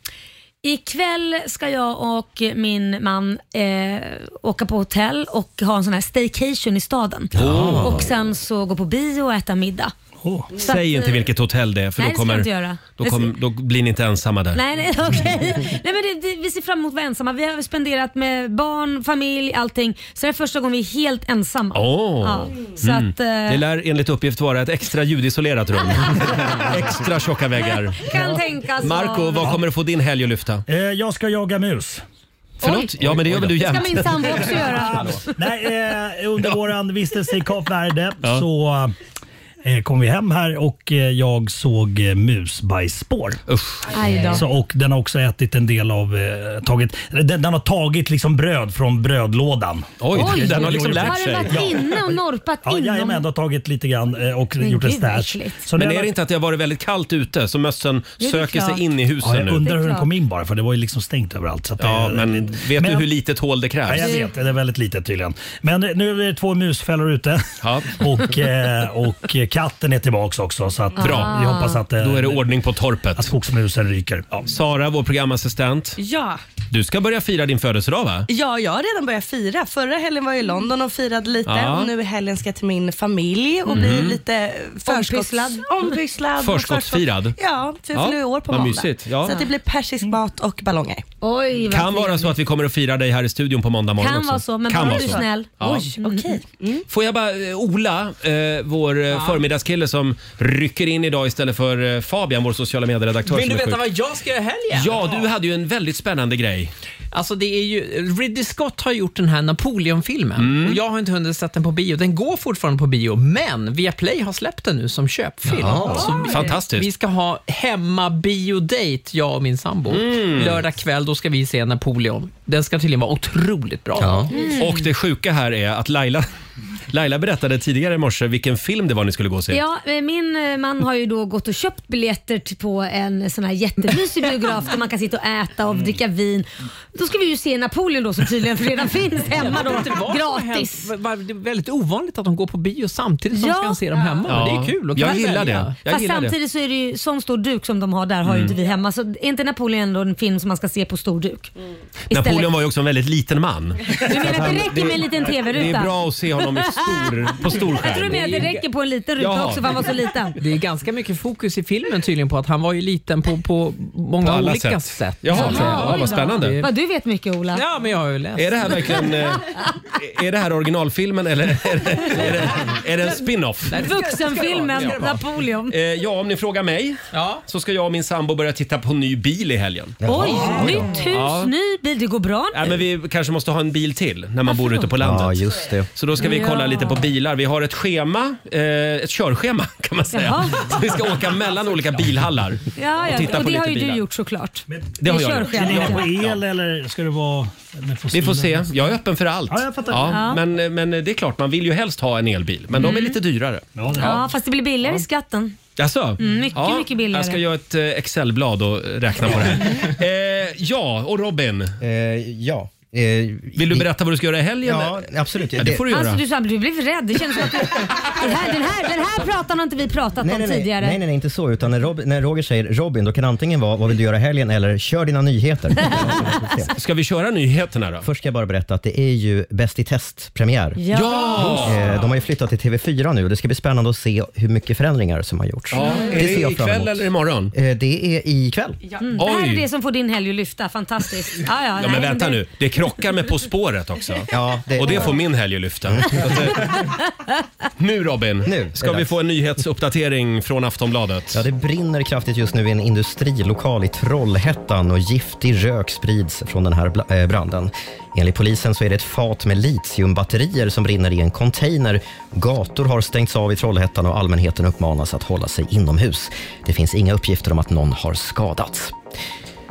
[SPEAKER 2] Ikväll ska jag och min man eh, åka på hotell och ha en sån här staycation i staden.
[SPEAKER 1] Åh.
[SPEAKER 2] Och sen så gå på bio och äta middag. Så att,
[SPEAKER 1] Säg inte
[SPEAKER 2] eh,
[SPEAKER 1] vilket hotell det är för
[SPEAKER 2] nej,
[SPEAKER 1] då,
[SPEAKER 2] det ska jag
[SPEAKER 1] kommer,
[SPEAKER 2] inte göra.
[SPEAKER 1] Då,
[SPEAKER 2] Det ska-
[SPEAKER 1] kommer- då blir ni inte ensamma där.
[SPEAKER 2] Nej, *laughs* nej okej. nej, men det, det, vi ser fram emot att vara ensamma. Vi har spenderat med barn, familj, allting. Så det är första gången vi är helt ensamma.
[SPEAKER 1] Åh.
[SPEAKER 2] Ja, så
[SPEAKER 1] Mm.
[SPEAKER 2] att, eh,
[SPEAKER 1] Det lär enligt uppgift vara ett extra ljudisolerat rum. extra tjocka väggar.
[SPEAKER 2] Kan tänkas
[SPEAKER 1] Marco,
[SPEAKER 2] vara.
[SPEAKER 1] vad kommer du få din helg att lyfta?
[SPEAKER 6] Eh, jag ska jaga mus.
[SPEAKER 1] Förlåt? Ja, men det gör väl du jämt?
[SPEAKER 6] Nej, eh, under våran vistelse i Kap Verde
[SPEAKER 1] Ja.
[SPEAKER 6] så eh, kom vi hem här och eh, jag såg eh, musbajsspår.
[SPEAKER 13] Aj då.
[SPEAKER 6] Så, och den har också ätit en del av, eh, tagit, den, den har tagit liksom bröd från brödlådan.
[SPEAKER 1] liksom
[SPEAKER 2] Har du varit inne och norpat
[SPEAKER 6] Ja,
[SPEAKER 2] inom?
[SPEAKER 6] jajamän, den har tagit lite grann eh, och
[SPEAKER 2] Men
[SPEAKER 6] gjort en
[SPEAKER 2] gud, vad
[SPEAKER 6] stash.
[SPEAKER 2] äckligt.
[SPEAKER 6] Så
[SPEAKER 1] Men
[SPEAKER 6] den
[SPEAKER 1] är
[SPEAKER 6] har-
[SPEAKER 1] det inte att det har varit väldigt kallt ute så mössen
[SPEAKER 6] Jo, det är
[SPEAKER 1] söker
[SPEAKER 6] klart.
[SPEAKER 1] sig in i husen
[SPEAKER 6] Ja, jag
[SPEAKER 1] nu?
[SPEAKER 6] undrar hur den kom in bara för det var ju liksom stängt överallt. Så att
[SPEAKER 1] Ja,
[SPEAKER 6] det,
[SPEAKER 1] men vet du hur litet hål det krävs?
[SPEAKER 6] Ja, jag vet, det är väldigt litet tydligen. Men eh, nu är det två musfällor ute *laughs* och, eh, och katten är tillbaka också. Så att
[SPEAKER 1] Bra.
[SPEAKER 6] vi hoppas att... eh,
[SPEAKER 1] Då är det ordning på torpet.
[SPEAKER 6] Alltså-
[SPEAKER 1] Att
[SPEAKER 6] skogsmusen ryker.
[SPEAKER 1] Sara, vår programassistent.
[SPEAKER 11] Ja.
[SPEAKER 1] Du ska börja fira din födelsedag va?
[SPEAKER 11] Ja, jag har redan börjat fira. Förra helgen var jag i
[SPEAKER 14] Mm.
[SPEAKER 11] London och firade lite
[SPEAKER 1] Ja.
[SPEAKER 11] och nu i helgen ska jag till min familj och bli
[SPEAKER 1] Mm.
[SPEAKER 11] lite förskotts... ompysslad. och
[SPEAKER 1] Förskottsfirad.
[SPEAKER 11] förskott- Ja, för jag
[SPEAKER 1] Ja,
[SPEAKER 11] fyller ju år på
[SPEAKER 1] vad
[SPEAKER 11] måndag.
[SPEAKER 1] mysigt, ja.
[SPEAKER 11] Så att det blir persisk mat och ballonger.
[SPEAKER 2] Oj,
[SPEAKER 1] Kan vara så att vi kommer att fira dig här i studion på måndag morgon
[SPEAKER 11] Kan
[SPEAKER 1] också.
[SPEAKER 11] vara så, men
[SPEAKER 1] Kan
[SPEAKER 11] bara
[SPEAKER 1] vara
[SPEAKER 11] du
[SPEAKER 1] så.
[SPEAKER 11] är snäll.
[SPEAKER 1] Ja.
[SPEAKER 11] Oj.
[SPEAKER 14] Mm.
[SPEAKER 11] Okej.
[SPEAKER 1] Får jag bara, eh, Ola, eh, vår eh, förmiddagskille som rycker in idag istället för eh, Fabian, vår sociala medieredaktör
[SPEAKER 14] Vill du
[SPEAKER 1] som är
[SPEAKER 14] veta
[SPEAKER 1] sjuk.
[SPEAKER 14] vad jag ska göra i helgen?
[SPEAKER 1] Ja, du hade ju en väldigt spännande grej.
[SPEAKER 14] Alltså det är ju, Ridley Scott har gjort den här Napoleon-filmen
[SPEAKER 8] Mm.
[SPEAKER 14] och jag har inte hunnit sett den på bio. Den går fortfarande på bio, men Viaplay har släppt den nu som köpfilm.
[SPEAKER 1] Jaha.
[SPEAKER 14] Så vi-
[SPEAKER 1] Alltså, Fantastiskt.
[SPEAKER 14] Vi ska ha hemma-biodejt, jag och min sambo.
[SPEAKER 1] Mm.
[SPEAKER 14] Lördag kväll, då ska vi se Napoleon. Den ska tydligen vara otroligt bra.
[SPEAKER 1] Mm. Och det sjuka här är att Laila, *laughs* Laila berättade tidigare i morse vilken film det var ni skulle gå och se.
[SPEAKER 2] Ja, eh, min eh, man har ju då gått och köpt biljetter till- på en sån här jättemysig biograf där man kan sitta och äta
[SPEAKER 14] Mm.
[SPEAKER 2] och dricka vin. Då ska vi ju se Napoleon då som tydligen
[SPEAKER 14] *laughs*
[SPEAKER 2] redan finns hemma
[SPEAKER 14] Jag vet inte
[SPEAKER 2] då,
[SPEAKER 14] vad som har
[SPEAKER 2] gratis.
[SPEAKER 14] hänt. Va- va- Det är väldigt ovanligt att de går på bio samtidigt som
[SPEAKER 2] Ja.
[SPEAKER 14] de ska se dem hemma.
[SPEAKER 1] Ja.
[SPEAKER 14] Det är kul. och
[SPEAKER 1] Jag
[SPEAKER 14] kan
[SPEAKER 1] gillar
[SPEAKER 14] välja.
[SPEAKER 1] det.
[SPEAKER 2] Fast samtidigt så är det ju sån stor duk som de har där har ju
[SPEAKER 1] Mm.
[SPEAKER 2] inte vi hemma. Så är inte Napoleon ändå en film som man ska se på stor duk?
[SPEAKER 14] Mm.
[SPEAKER 2] Istället-
[SPEAKER 1] Napoleon var ju också en väldigt liten man.
[SPEAKER 2] Du menar att
[SPEAKER 1] Han-
[SPEAKER 2] det räcker med en liten TV-ruta?
[SPEAKER 1] Det är bra att se honom i stor, på stor skärm.
[SPEAKER 2] Jag tror du menar att det räcker på en liten ruta
[SPEAKER 14] Ja.
[SPEAKER 2] också för han var så liten.
[SPEAKER 14] Det är ganska mycket fokus i filmen tydligen på att han var ju liten på, på många
[SPEAKER 1] alla
[SPEAKER 14] olika
[SPEAKER 1] sätt.
[SPEAKER 14] sätt.
[SPEAKER 1] Jaha,
[SPEAKER 14] så att säga.
[SPEAKER 1] ja, vad spännande.
[SPEAKER 2] Vad du vet mycket Ola.
[SPEAKER 14] Ja, men jag har ju läst.
[SPEAKER 1] Är det här verkligen eh, är det här originalfilmen eller är det, är det, är det en spin-off?
[SPEAKER 2] Vuxenfilmen
[SPEAKER 1] Ja.
[SPEAKER 2] Napoleon.
[SPEAKER 1] Eh, ja, om ni frågar mig så ska jag och min sambo börja titta på ny bil i helgen.
[SPEAKER 2] Oj, nytt hus,
[SPEAKER 1] Ja.
[SPEAKER 2] ny bil. Det går bra
[SPEAKER 1] Nej, men vi kanske måste ha en bil till när man bor ute på landet.
[SPEAKER 3] Ja, just det.
[SPEAKER 1] Så då ska vi kolla
[SPEAKER 2] Ja.
[SPEAKER 1] lite på bilar. Vi har ett schema, eh, ett körschema *laughs* kan man säga.
[SPEAKER 2] Jaha.
[SPEAKER 1] Så vi ska åka mellan olika bilhallar
[SPEAKER 2] Ja,
[SPEAKER 1] och
[SPEAKER 2] ja.
[SPEAKER 1] titta
[SPEAKER 2] Och,
[SPEAKER 1] på
[SPEAKER 2] det
[SPEAKER 1] lite
[SPEAKER 2] har ju
[SPEAKER 1] bilar.
[SPEAKER 2] du gjort såklart. Det,
[SPEAKER 1] Det har jag gjort.
[SPEAKER 6] Ska ni ha på
[SPEAKER 2] körschemat.
[SPEAKER 6] el eller ska det vara med fossil?
[SPEAKER 1] Vi får se. Jag är öppen för allt.
[SPEAKER 6] Ja, jag fattar.
[SPEAKER 1] Ja,
[SPEAKER 2] Ja.
[SPEAKER 1] Men, men det är klart, man vill ju helst ha en elbil. Men de är
[SPEAKER 2] Mm.
[SPEAKER 1] lite dyrare. Ja,
[SPEAKER 2] Ja, fast det blir billigare i skatten.
[SPEAKER 1] Alltså,
[SPEAKER 2] Mm, mycket, mycket billigare.
[SPEAKER 1] Jag ska göra ett eh, Excel-blad och räkna på det här.
[SPEAKER 2] *laughs*
[SPEAKER 1] eh, ja, och Robin.
[SPEAKER 3] Eh, ja.
[SPEAKER 1] Vill du berätta vad du ska göra i helgen?
[SPEAKER 3] Ja, absolut.
[SPEAKER 1] Ja, det får du göra.
[SPEAKER 2] Alltså, du, sa- du blev rädd. Det känns som att du,
[SPEAKER 1] *laughs*
[SPEAKER 2] den, här, den, här, den här pratan har inte vi pratat
[SPEAKER 3] Nej
[SPEAKER 2] om
[SPEAKER 3] nej, nej,
[SPEAKER 2] tidigare.
[SPEAKER 3] nej, nej, nej, inte så. Utan när, Rob, när Roger säger Robin, då kan det antingen vara vad vill du göra i helgen eller kör dina
[SPEAKER 1] *laughs*
[SPEAKER 3] nyheter.
[SPEAKER 1] ska vi köra nyheterna då?
[SPEAKER 3] Först ska jag bara berätta att det är ju Bäst i test-premiär.
[SPEAKER 1] Ja! Ja!
[SPEAKER 3] Eh, De har ju flyttat till TV4 nu och det ska bli spännande att se hur mycket förändringar som har gjorts.
[SPEAKER 1] Ja, är det ikväll eller imorgon?
[SPEAKER 3] Eh, Det är ikväll.
[SPEAKER 2] Mm, det här är
[SPEAKER 1] Oj.
[SPEAKER 2] det som får din helg att lyfta. Fantastiskt. Ja, ja,
[SPEAKER 1] Ja,
[SPEAKER 2] nej,
[SPEAKER 1] men vänta
[SPEAKER 2] det-
[SPEAKER 1] nu. Det krockar med På spåret också. Och det får min helg att lyfta. Så att, eh, nu Robin, ska
[SPEAKER 3] det
[SPEAKER 1] vi
[SPEAKER 3] dags.
[SPEAKER 1] få en nyhetsuppdatering från Aftonbladet.
[SPEAKER 3] Ja, det brinner kraftigt just nu i en industrilokal i Trollhättan och giftig rök sprids från den här bla- eh, branden. Enligt polisen så är det ett fat med litiumbatterier som brinner i en container. Gator har stängts av i Trollhättan och allmänheten uppmanas att hålla sig inomhus. Det finns inga uppgifter om att någon har skadats.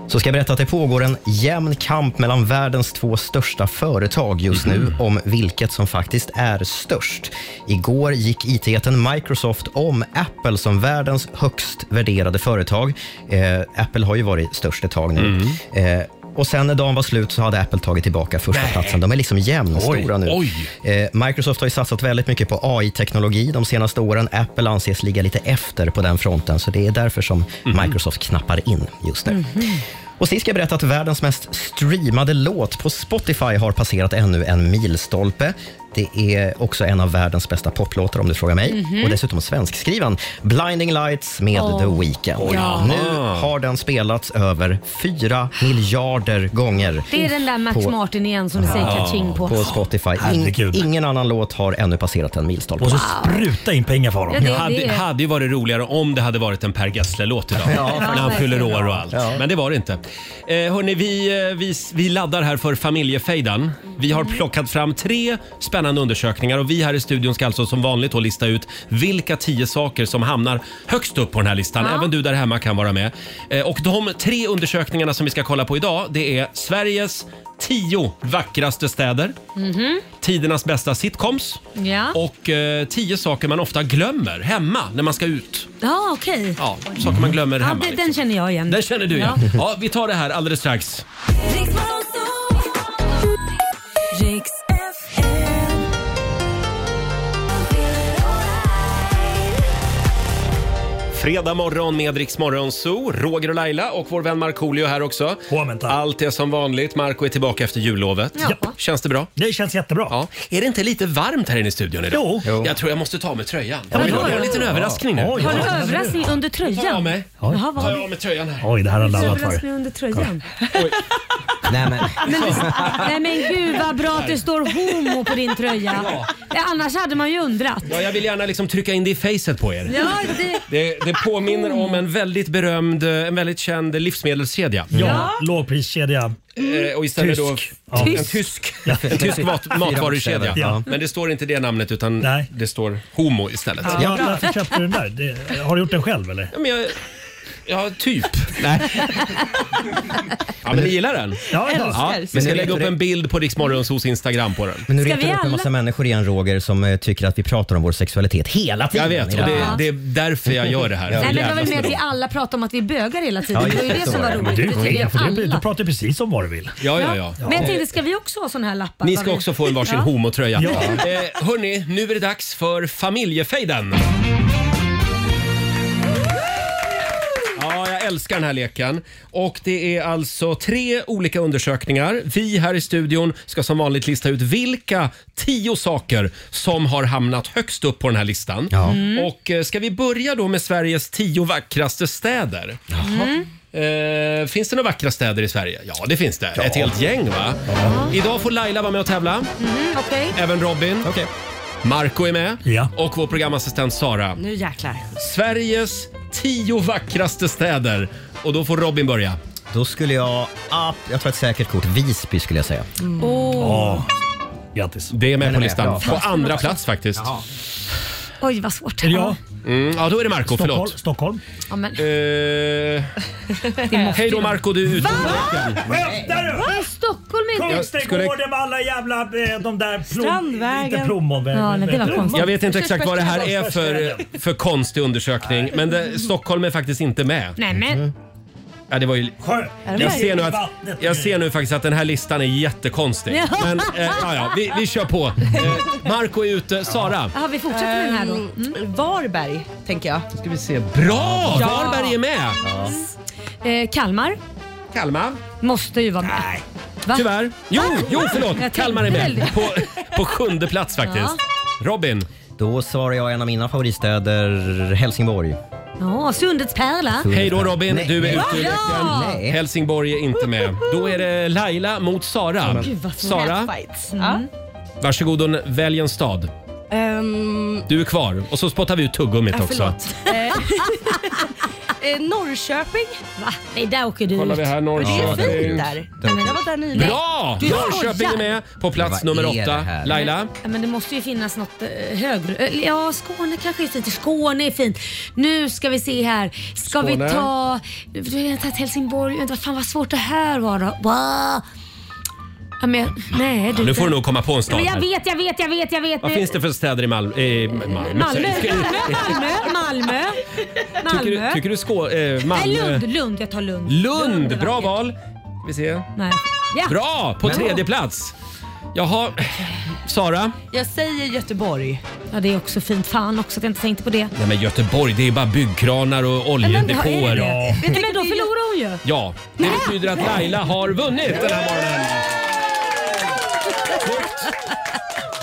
[SPEAKER 3] Så ska jag berätta att det pågår en jämn kamp mellan världens två största företag just nu om vilket som faktiskt är störst. Igår gick IT-jätten Microsoft om Apple som världens högst värderade företag. Eh, Apple har ju varit störst ett tag nu. Eh, och sen när dagen var slut så hade Apple tagit tillbaka första platsen. De är liksom jämnstora nu. Eh, Microsoft har ju satsat väldigt mycket på AI-teknologi de senaste åren. Apple anses ligga lite efter på den fronten, så det är därför som Microsoft knappar in just nu. Och sist ska jag berätta att världens mest streamade låt på Spotify har passerat ännu en milstolpe. Det är också en av världens bästa poplåtar om du frågar mig.
[SPEAKER 4] Mhm.
[SPEAKER 3] Och dessutom svenskskriven. Blinding Lights med
[SPEAKER 4] Åh.
[SPEAKER 3] The Weeknd.
[SPEAKER 4] Ja.
[SPEAKER 3] Nu har den spelats över fyra miljarder gånger.
[SPEAKER 2] Det är den där Max
[SPEAKER 3] på-
[SPEAKER 2] Martin igen som du säger kaching på.
[SPEAKER 3] på Spotify. In,
[SPEAKER 6] Herregud.
[SPEAKER 3] ingen annan låt har ännu passerat en milstolpe.
[SPEAKER 2] Och så
[SPEAKER 6] spruta in pengar för
[SPEAKER 2] honom. Ja, det är det.
[SPEAKER 1] hade, hade ju varit roligare om det hade varit en Per Gessle-låt idag.
[SPEAKER 3] Ja,
[SPEAKER 1] när han
[SPEAKER 3] verkligen.
[SPEAKER 1] fyller år och allt.
[SPEAKER 3] Ja.
[SPEAKER 1] Men det var det inte. Eh, hörni, vi, eh, vi, vi laddar här för familjefejden. Vi har plockat fram tre spännande undersökningar och vi här i studion ska alltså som vanligt då lista ut vilka tio saker som hamnar högst upp på den här listan.
[SPEAKER 4] Ja.
[SPEAKER 1] Även du där hemma kan vara med. Eh, och de tre undersökningarna som vi ska kolla på idag det är Sveriges tio vackraste städer,
[SPEAKER 2] Mhm.
[SPEAKER 1] tidernas bästa sitcoms
[SPEAKER 2] Ja.
[SPEAKER 1] och eh, tio saker man ofta glömmer hemma när man ska ut.
[SPEAKER 2] Ja, okej.
[SPEAKER 1] Ja, saker man glömmer
[SPEAKER 2] Ja,
[SPEAKER 1] hemma.
[SPEAKER 2] den,
[SPEAKER 1] liksom.
[SPEAKER 2] den känner jag igen.
[SPEAKER 1] Den känner du igen.
[SPEAKER 2] Ja.
[SPEAKER 1] Ja. vi tar det här alldeles strax. Fredag morgon med Rix Morgon Zoo. Roger och Laila och vår vän Markoolio här också. Allt är som vanligt. Marco är tillbaka efter jullovet.
[SPEAKER 6] Ja.
[SPEAKER 1] Känns det bra?
[SPEAKER 6] Det känns jättebra.
[SPEAKER 1] Ja. Är det inte lite varmt här inne i studion idag?
[SPEAKER 6] Jo. Jo.
[SPEAKER 1] Jag tror jag måste ta med tröjan.
[SPEAKER 6] Ja, men
[SPEAKER 1] jag
[SPEAKER 6] gör
[SPEAKER 1] har
[SPEAKER 6] det.
[SPEAKER 1] en liten
[SPEAKER 6] Ja.
[SPEAKER 1] överraskning nu.
[SPEAKER 6] Oj,
[SPEAKER 2] Har du överraskning under tröjan?
[SPEAKER 1] Tar jag med?
[SPEAKER 2] Jaha, vad
[SPEAKER 1] Tar
[SPEAKER 2] har
[SPEAKER 1] jag
[SPEAKER 2] du?
[SPEAKER 1] med tröjan här?
[SPEAKER 6] Oj, det här har laddat varit.
[SPEAKER 2] Överraskning under tröjan.
[SPEAKER 3] Nej, men.
[SPEAKER 2] Men det, nej men gud vad bra att det står homo på din tröja. Ja, Annars hade man ju undrat.
[SPEAKER 1] Ja, jag vill gärna liksom trycka in det i facet på er.
[SPEAKER 2] Ja, det,
[SPEAKER 1] Det, det påminner om en väldigt berömd, en väldigt känd livsmedelskedja.
[SPEAKER 6] Ja, lågpriskedja.
[SPEAKER 1] Eh, och istället
[SPEAKER 6] Tysk.
[SPEAKER 1] då
[SPEAKER 6] Ja.
[SPEAKER 1] en tysk,
[SPEAKER 6] Ja.
[SPEAKER 1] en tysk mat,
[SPEAKER 6] Fyra
[SPEAKER 1] matvarukedja.
[SPEAKER 6] bokstäver. Ja.
[SPEAKER 1] Men det står inte det namnet utan det står homo istället.
[SPEAKER 6] Ja, varför köpte du den där? Det, har du gjort den själv eller?
[SPEAKER 1] Ja, men jag, ja typ. Nej. *laughs* Ja, men ni gillar den?
[SPEAKER 6] Ja, ja. Älskar.
[SPEAKER 1] vi
[SPEAKER 3] Men
[SPEAKER 1] ska
[SPEAKER 3] det
[SPEAKER 1] lägga
[SPEAKER 3] vet
[SPEAKER 1] upp
[SPEAKER 3] du-
[SPEAKER 1] en bild på Rix Morgonzoos Instagram på den.
[SPEAKER 3] Men nu retar du upp en massa människor igen Roger som eh, tycker att vi pratar om vår sexualitet hela
[SPEAKER 1] Jag
[SPEAKER 3] tiden.
[SPEAKER 1] vet, och
[SPEAKER 3] idag.
[SPEAKER 1] det, det är därför jag gör det här.
[SPEAKER 2] nej, men det var
[SPEAKER 1] Jävlas
[SPEAKER 2] väl
[SPEAKER 1] med
[SPEAKER 2] mer
[SPEAKER 1] dem.
[SPEAKER 2] till alla pratar om att vi bögar hela tiden. det var ju det som var
[SPEAKER 6] Men
[SPEAKER 2] roligt.
[SPEAKER 6] du,
[SPEAKER 2] Det tycker
[SPEAKER 6] ja, för du, du
[SPEAKER 2] alla.
[SPEAKER 6] pratar precis om vad du vill.
[SPEAKER 1] Ja, ja, ja.
[SPEAKER 2] Men jag tänkte, ska vi också ha såna här lappar?
[SPEAKER 1] Ni
[SPEAKER 2] Vad
[SPEAKER 1] ska
[SPEAKER 2] vi-
[SPEAKER 1] också få en varsin
[SPEAKER 2] Ja.
[SPEAKER 1] homotröja.
[SPEAKER 6] Ja.
[SPEAKER 1] Eh, hörni, nu är det dags för familjefejden. Ja, jag älskar den här leken. Och det är alltså tre olika undersökningar. Vi här i studion ska som vanligt lista ut vilka tio saker som har hamnat högst upp på den här listan.
[SPEAKER 4] Mm.
[SPEAKER 1] Och eh, ska vi börja då med Sveriges tio vackraste städer? Mm. Eh, finns det några vackra städer i Sverige? Ja, det finns det. Ett helt gäng va? Idag får Laila vara med och tävla.
[SPEAKER 2] Mhm, Okej,
[SPEAKER 1] Även Robin. Marco är med.
[SPEAKER 6] Ja.
[SPEAKER 1] Och vår programassistent Sara.
[SPEAKER 2] nu jäklar.
[SPEAKER 1] Sveriges tio vackraste städer. Och då får Robin börja.
[SPEAKER 3] Då skulle jag, ah, jag tror ett säkert kort, Visby skulle jag säga.
[SPEAKER 1] Åh.
[SPEAKER 6] Grattis.
[SPEAKER 1] Det är med
[SPEAKER 3] Den
[SPEAKER 1] på
[SPEAKER 3] är med.
[SPEAKER 1] listan.
[SPEAKER 3] Bra.
[SPEAKER 1] På andra plats faktiskt.
[SPEAKER 2] Oj, vad svårt.
[SPEAKER 1] Mm, ja, då är det Marco.
[SPEAKER 6] Stockholm,
[SPEAKER 1] Förlåt.
[SPEAKER 6] Stockholm.
[SPEAKER 2] Ja, men.
[SPEAKER 1] Eh, hej då Marco, du är ute
[SPEAKER 6] Va?
[SPEAKER 1] och leker.
[SPEAKER 6] Skämtar du?
[SPEAKER 2] Va? Stockholm är inte...
[SPEAKER 6] Äh, Kungsträdgården med alla jävla eh, de där plom,
[SPEAKER 2] Strandvägen.
[SPEAKER 6] Inte plommon. men-
[SPEAKER 2] Ja, nej, det var
[SPEAKER 6] plommon.
[SPEAKER 2] konstigt.
[SPEAKER 1] Jag vet inte exakt vad det här är för, för konstig undersökning, men det, Stockholm är faktiskt inte med.
[SPEAKER 2] Nej men.
[SPEAKER 1] Ja, det var ju...
[SPEAKER 6] Sjö.
[SPEAKER 1] Jag ser, nu att, jag ser nu faktiskt att den här listan är jättekonstig.
[SPEAKER 2] Ja.
[SPEAKER 1] Men eh, ja, ja, vi, vi kör på. Eh, Marco är ute. Sara.
[SPEAKER 11] Har vi fortsatt med den här då?
[SPEAKER 2] Mm.
[SPEAKER 11] Varberg, tänker jag.
[SPEAKER 1] Ska vi se. Bra!
[SPEAKER 11] Ja.
[SPEAKER 1] Varberg är med.
[SPEAKER 2] Eh, Kalmar
[SPEAKER 1] Kalmar.
[SPEAKER 2] måste ju vara med. Nej. Va?
[SPEAKER 1] Tyvärr. Jo, jo förlåt.
[SPEAKER 2] Ah. Jag
[SPEAKER 1] Kalmar är
[SPEAKER 2] tänkte
[SPEAKER 1] med.
[SPEAKER 2] väl
[SPEAKER 1] På, på sjunde plats faktiskt. Robin.
[SPEAKER 3] Då svarar jag en av mina favoritstäder, Helsingborg.
[SPEAKER 2] Ja, Sundets pärla.
[SPEAKER 1] Hej då Robin,
[SPEAKER 3] Nej,
[SPEAKER 1] du är
[SPEAKER 3] nej.
[SPEAKER 1] ute i
[SPEAKER 2] Ja!
[SPEAKER 1] veckan. Helsingborg är inte med. Då är det Laila mot Sara.
[SPEAKER 11] Gud, vad svårt.
[SPEAKER 1] Sara,
[SPEAKER 11] Fights.
[SPEAKER 2] Mm.
[SPEAKER 11] Ja.
[SPEAKER 1] varsågod och välj en stad.
[SPEAKER 11] Ehm,
[SPEAKER 1] Du är kvar. Och så spottar vi ut tuggummit
[SPEAKER 11] ja,
[SPEAKER 1] också.
[SPEAKER 11] förlåt. Eh, eh, Norrköping.
[SPEAKER 2] Va? Nej, där åker du
[SPEAKER 1] Kollar vi här,
[SPEAKER 11] Ja, Det är
[SPEAKER 1] Norrköping.
[SPEAKER 11] fint där. Jag var där nyligen.
[SPEAKER 1] Bra!
[SPEAKER 2] Du
[SPEAKER 1] Norrköping
[SPEAKER 2] skojar.
[SPEAKER 1] är med på plats
[SPEAKER 3] Men vad
[SPEAKER 1] nummer
[SPEAKER 3] är det
[SPEAKER 1] åtta.
[SPEAKER 3] här?
[SPEAKER 1] Laila?
[SPEAKER 2] Ja, men det måste ju finnas något eh, högre. Eh, Ja, Skåne kanske är fint. Skåne är fint. Nu ska vi se här. Ska
[SPEAKER 1] Skåne.
[SPEAKER 2] vi ta... Nu har jag tagit Helsingborg. Vänta, fan vad svårt det här var då. Wow. Ja, men, jag- nej, du,
[SPEAKER 1] nu får du nog komma på en
[SPEAKER 2] Ja,
[SPEAKER 1] stad.
[SPEAKER 2] men jag
[SPEAKER 1] här.
[SPEAKER 2] vet, jag vet, jag vet, jag vet.
[SPEAKER 1] Vad
[SPEAKER 2] Nu-
[SPEAKER 1] finns det för städer i Malmö? Eh, Malmö.
[SPEAKER 2] Malmö,
[SPEAKER 1] Ska-
[SPEAKER 2] Malmö, Malmö, Malmö.
[SPEAKER 1] Tycker
[SPEAKER 2] Malmö.
[SPEAKER 1] du, tycker du Skå, eh, Malmö?
[SPEAKER 2] Nej, Lund, Lund. Jag tar Lund.
[SPEAKER 1] Lund,
[SPEAKER 2] är
[SPEAKER 1] bra
[SPEAKER 2] vackert.
[SPEAKER 1] val. Vi ser.
[SPEAKER 2] Nej. Ja.
[SPEAKER 1] Bra! På
[SPEAKER 2] Men-
[SPEAKER 1] tredje plats. Jaha, Sara?
[SPEAKER 2] Jag säger Göteborg. Ja, det är också fint. Fan också att jag inte tänkte på det.
[SPEAKER 1] Nej men Göteborg, det är bara byggkranar och
[SPEAKER 2] Men vad är
[SPEAKER 1] oljedepåer.
[SPEAKER 2] det?
[SPEAKER 1] Ja.
[SPEAKER 2] Vet du, men då förlorar hon ju.
[SPEAKER 1] Ja, det betyder att
[SPEAKER 2] *laughs*
[SPEAKER 1] Laila har vunnit den här morgonen.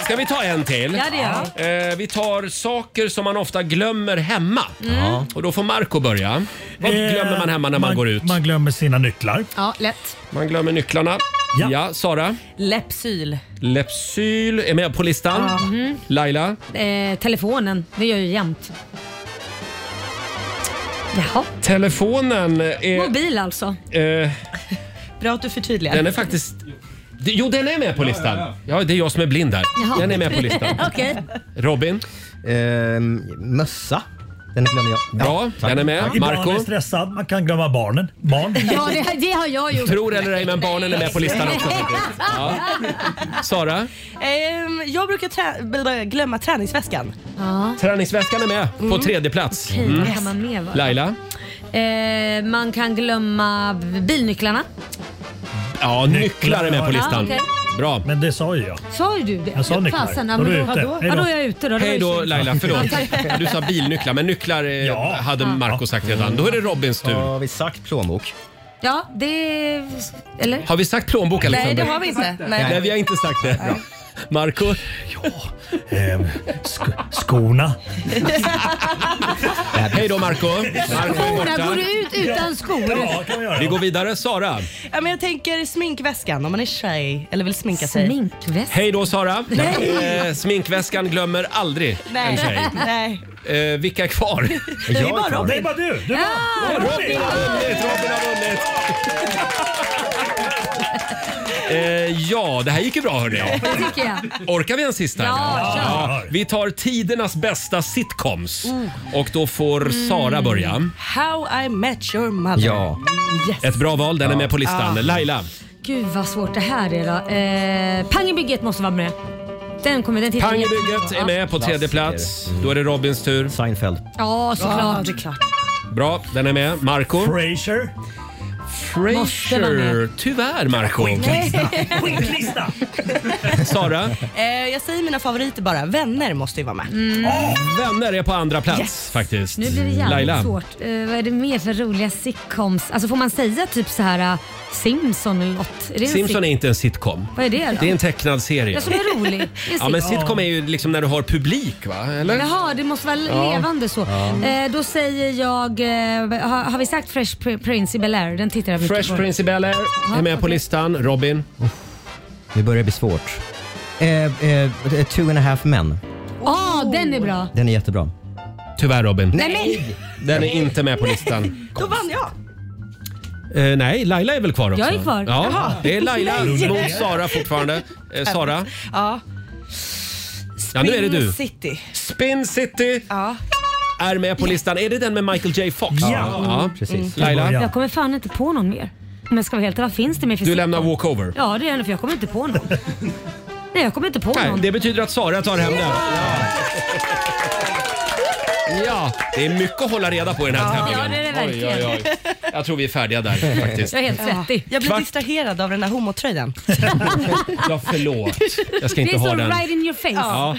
[SPEAKER 1] Ska vi ta en till?
[SPEAKER 2] Ja, det gör
[SPEAKER 1] Eh, vi tar saker som man ofta glömmer hemma.
[SPEAKER 2] Mm.
[SPEAKER 6] Ja.
[SPEAKER 1] Och då får Marco börja. Vad
[SPEAKER 6] Eh,
[SPEAKER 1] glömmer man hemma när man, går ut?
[SPEAKER 6] Man glömmer sina nycklar.
[SPEAKER 13] Ja, lätt.
[SPEAKER 1] Man glömmer nycklarna. Ja, Sara.
[SPEAKER 13] Läppsyl.
[SPEAKER 1] Lepsyl är med på listan.
[SPEAKER 2] Mhm.
[SPEAKER 1] Laila.
[SPEAKER 2] Eh, telefonen, det gör jag ju jämt. Jaha.
[SPEAKER 1] Telefonen är...
[SPEAKER 2] Mobil alltså.
[SPEAKER 1] Eh,
[SPEAKER 11] Bra att du förtydligar.
[SPEAKER 1] den är faktiskt... Det- Jo, den är med på listan. Ja, det är jag som är blind här.
[SPEAKER 11] Jaha.
[SPEAKER 1] Den är med på *laughs*
[SPEAKER 2] *laughs*
[SPEAKER 1] listan.
[SPEAKER 2] Okej.
[SPEAKER 1] Robin?
[SPEAKER 3] ehm, mössa. Den glömmer jag.
[SPEAKER 1] Bra, den är med.
[SPEAKER 6] Ibland är man
[SPEAKER 1] Marco?
[SPEAKER 6] stressad. Man kan glömma barnen. Barn.
[SPEAKER 2] Ja, det, det har jag gjort.
[SPEAKER 1] Tror eller ej, men barnen är med på listan också. Ja. Sara?
[SPEAKER 11] Ehm, jag brukar trä- bl- glömma träningsväskan.
[SPEAKER 1] Träningsväskan är med på
[SPEAKER 11] Mm.
[SPEAKER 1] tredje plats.
[SPEAKER 2] Okej,
[SPEAKER 1] Mm.
[SPEAKER 2] vad kan man mer vara?
[SPEAKER 1] Laila?
[SPEAKER 2] Eh, man kan glömma bilnycklarna.
[SPEAKER 1] Ja, nycklar är med på
[SPEAKER 2] Ja,
[SPEAKER 1] listan.
[SPEAKER 2] okej.
[SPEAKER 1] Bra.
[SPEAKER 6] Men det sa ju jag.
[SPEAKER 2] Sa ju du det?
[SPEAKER 1] Jag sa nycklar.
[SPEAKER 2] Fasen,
[SPEAKER 1] Då
[SPEAKER 2] men
[SPEAKER 1] är du
[SPEAKER 2] då,
[SPEAKER 1] ute.
[SPEAKER 2] vadå?
[SPEAKER 1] Hej då.
[SPEAKER 2] Ja, då är jag ute. Då, då
[SPEAKER 1] Hej då Laila, förlåt.
[SPEAKER 2] tack.
[SPEAKER 1] Du sa bilnycklar, men nycklar eh, hade Marco sagt redan. Då är det Robins tur. Har vi sagt plånbok?
[SPEAKER 2] Ja, det... Eller?
[SPEAKER 1] Har vi sagt plånbok Alexander?
[SPEAKER 2] det har vi inte.
[SPEAKER 1] Liksom Nej,
[SPEAKER 2] Nej.
[SPEAKER 1] vi har inte sagt det. Bra. Marco?
[SPEAKER 6] Ehm, sk skorna.
[SPEAKER 1] Hej då Marco. Marco är
[SPEAKER 11] Skorna,
[SPEAKER 1] borta.
[SPEAKER 11] går du ut utan skor? Ja,
[SPEAKER 6] kan man
[SPEAKER 1] Vi går vidare. Sara?
[SPEAKER 11] Ja, men jag tänker sminkväskan om man är tjej eller vill sminka sig.
[SPEAKER 2] Sminkväskan?
[SPEAKER 1] Hej då Sara.
[SPEAKER 11] Nej.
[SPEAKER 1] Eh, sminkväskan glömmer aldrig en
[SPEAKER 11] Nej.
[SPEAKER 1] tjej.
[SPEAKER 11] *laughs* Nej.
[SPEAKER 1] Eh, vilka är kvar?
[SPEAKER 11] Det är Jag är bara kvar. Robin.
[SPEAKER 6] Det är bara du. Du
[SPEAKER 11] Ja,
[SPEAKER 1] Robin har vunnit! Robin har vunnit! Eh, ja, det här gick ju bra hörni.
[SPEAKER 2] Det tycker jag.
[SPEAKER 1] Orkar vi en sista?
[SPEAKER 2] Ja,
[SPEAKER 1] eller?
[SPEAKER 2] kör.
[SPEAKER 1] Vi tar tidernas bästa sitcoms.
[SPEAKER 2] Mm.
[SPEAKER 11] Oh.
[SPEAKER 1] Och då får Sara
[SPEAKER 11] Mm.
[SPEAKER 1] börja.
[SPEAKER 11] How I met your mother. Yes.
[SPEAKER 1] Ett bra val, den är
[SPEAKER 11] Ja.
[SPEAKER 1] med på listan.
[SPEAKER 11] Ja.
[SPEAKER 1] Laila,
[SPEAKER 2] Gud vad svårt det här är då. Eh, Pang i bygget måste vara med. Den kommer den titeln
[SPEAKER 1] Pang i
[SPEAKER 2] jättemycket
[SPEAKER 1] bygget
[SPEAKER 2] på.
[SPEAKER 1] är med på tredje plats. Då är det Robins tur. Seinfeld.
[SPEAKER 2] Ja, såklart. det är klart.
[SPEAKER 1] Bra, den är med. Marco
[SPEAKER 6] Frasier.
[SPEAKER 11] Måste vara
[SPEAKER 1] Frasier.
[SPEAKER 11] med.
[SPEAKER 1] Tyvärr Marco
[SPEAKER 6] Skitlista!
[SPEAKER 1] Sara?
[SPEAKER 11] Eh, jag säger mina favoriter bara. Vänner måste ju vara med.
[SPEAKER 1] Vänner är på andra plats faktiskt.
[SPEAKER 2] Nu blir det jävligt
[SPEAKER 1] Laila.
[SPEAKER 2] svårt. Eh, vad är det mer för roliga sitcoms? Alltså får man säga typ så här eh, Simpson eller något? Är det en
[SPEAKER 1] Simpson
[SPEAKER 2] sit-
[SPEAKER 1] är inte en sitcom.
[SPEAKER 2] Vad är det då?
[SPEAKER 1] Det är en tecknad serie.
[SPEAKER 2] Ja, som är rolig. Det är
[SPEAKER 1] Ja, men
[SPEAKER 2] sitcom.
[SPEAKER 1] sitcom är ju liksom när du har publik va? Eller?
[SPEAKER 2] Jaha, det måste vara
[SPEAKER 1] Ja.
[SPEAKER 2] levande så.
[SPEAKER 1] Ja.
[SPEAKER 2] Eh, då säger jag, eh, har, har vi sagt Fresh Pr- Prince i Bel-Air? Den tittar jag mycket
[SPEAKER 1] Fresh
[SPEAKER 2] på.
[SPEAKER 1] Prince i Bel-Air
[SPEAKER 2] Ja,
[SPEAKER 1] är med på
[SPEAKER 2] okej.
[SPEAKER 1] listan. Robin?
[SPEAKER 3] Nu börjar det bli svårt. Eh, eh, two and a half men.
[SPEAKER 2] Ja, den är bra.
[SPEAKER 3] Den är jättebra.
[SPEAKER 1] Tyvärr Robin.
[SPEAKER 2] Nej,
[SPEAKER 1] Den är inte med på listan.
[SPEAKER 11] *laughs* Då vann jag.
[SPEAKER 1] Eh, nej, Laila är väl kvar också?
[SPEAKER 11] Jag är kvar.
[SPEAKER 1] Ja,
[SPEAKER 11] Jaha.
[SPEAKER 1] det är Laila
[SPEAKER 11] Nej.
[SPEAKER 1] mot Sara fortfarande. Eh, Sara?
[SPEAKER 11] Ja.
[SPEAKER 1] Ja, nu är det du.
[SPEAKER 11] Spin City.
[SPEAKER 1] Spin City
[SPEAKER 11] ja.
[SPEAKER 1] är med på listan. Är det den med Michael J Fox?
[SPEAKER 2] Ja.
[SPEAKER 1] precis.
[SPEAKER 2] Mm.
[SPEAKER 1] Laila?
[SPEAKER 2] Jag kommer fan inte på någon mer. Om jag ska vara helt ärlig, vad finns det mer för
[SPEAKER 1] Du
[SPEAKER 2] sitcom?
[SPEAKER 1] lämnar walkover?
[SPEAKER 2] Ja, det är det för jag kommer inte på någon. Nej, jag kommer inte på
[SPEAKER 1] Nej,
[SPEAKER 2] någon.
[SPEAKER 1] det betyder att Sara tar hem den. Ja. ja, det är mycket att hålla reda på i den här
[SPEAKER 11] Ja,
[SPEAKER 1] tävlingen.
[SPEAKER 11] det är det verkligen.
[SPEAKER 1] Oj, oj, oj. Jag tror vi är
[SPEAKER 11] *laughs*
[SPEAKER 1] färdiga där faktiskt.
[SPEAKER 11] Jag är helt svettig. Jag blir
[SPEAKER 1] Kvart-
[SPEAKER 11] distraherad av den här homotröjan.
[SPEAKER 1] Ja, förlåt. Jag ska inte
[SPEAKER 11] Det är
[SPEAKER 1] ha
[SPEAKER 11] så
[SPEAKER 1] den.
[SPEAKER 11] right
[SPEAKER 2] in your face.
[SPEAKER 1] Ja,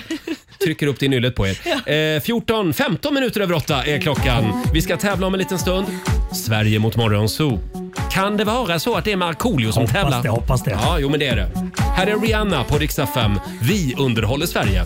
[SPEAKER 1] trycker upp det i nyllet på er. Eh, 14, 15 minuter över 8 är klockan. Vi ska tävla om en liten stund. Sverige mot Morgonzoo. Kan det vara så att det är Markoolio som
[SPEAKER 6] Hoppas
[SPEAKER 1] tävlar?
[SPEAKER 6] det, hoppas det.
[SPEAKER 1] Ja, jo men det är det. Här är Rihanna på riksdag 5. Vi underhåller Sverige.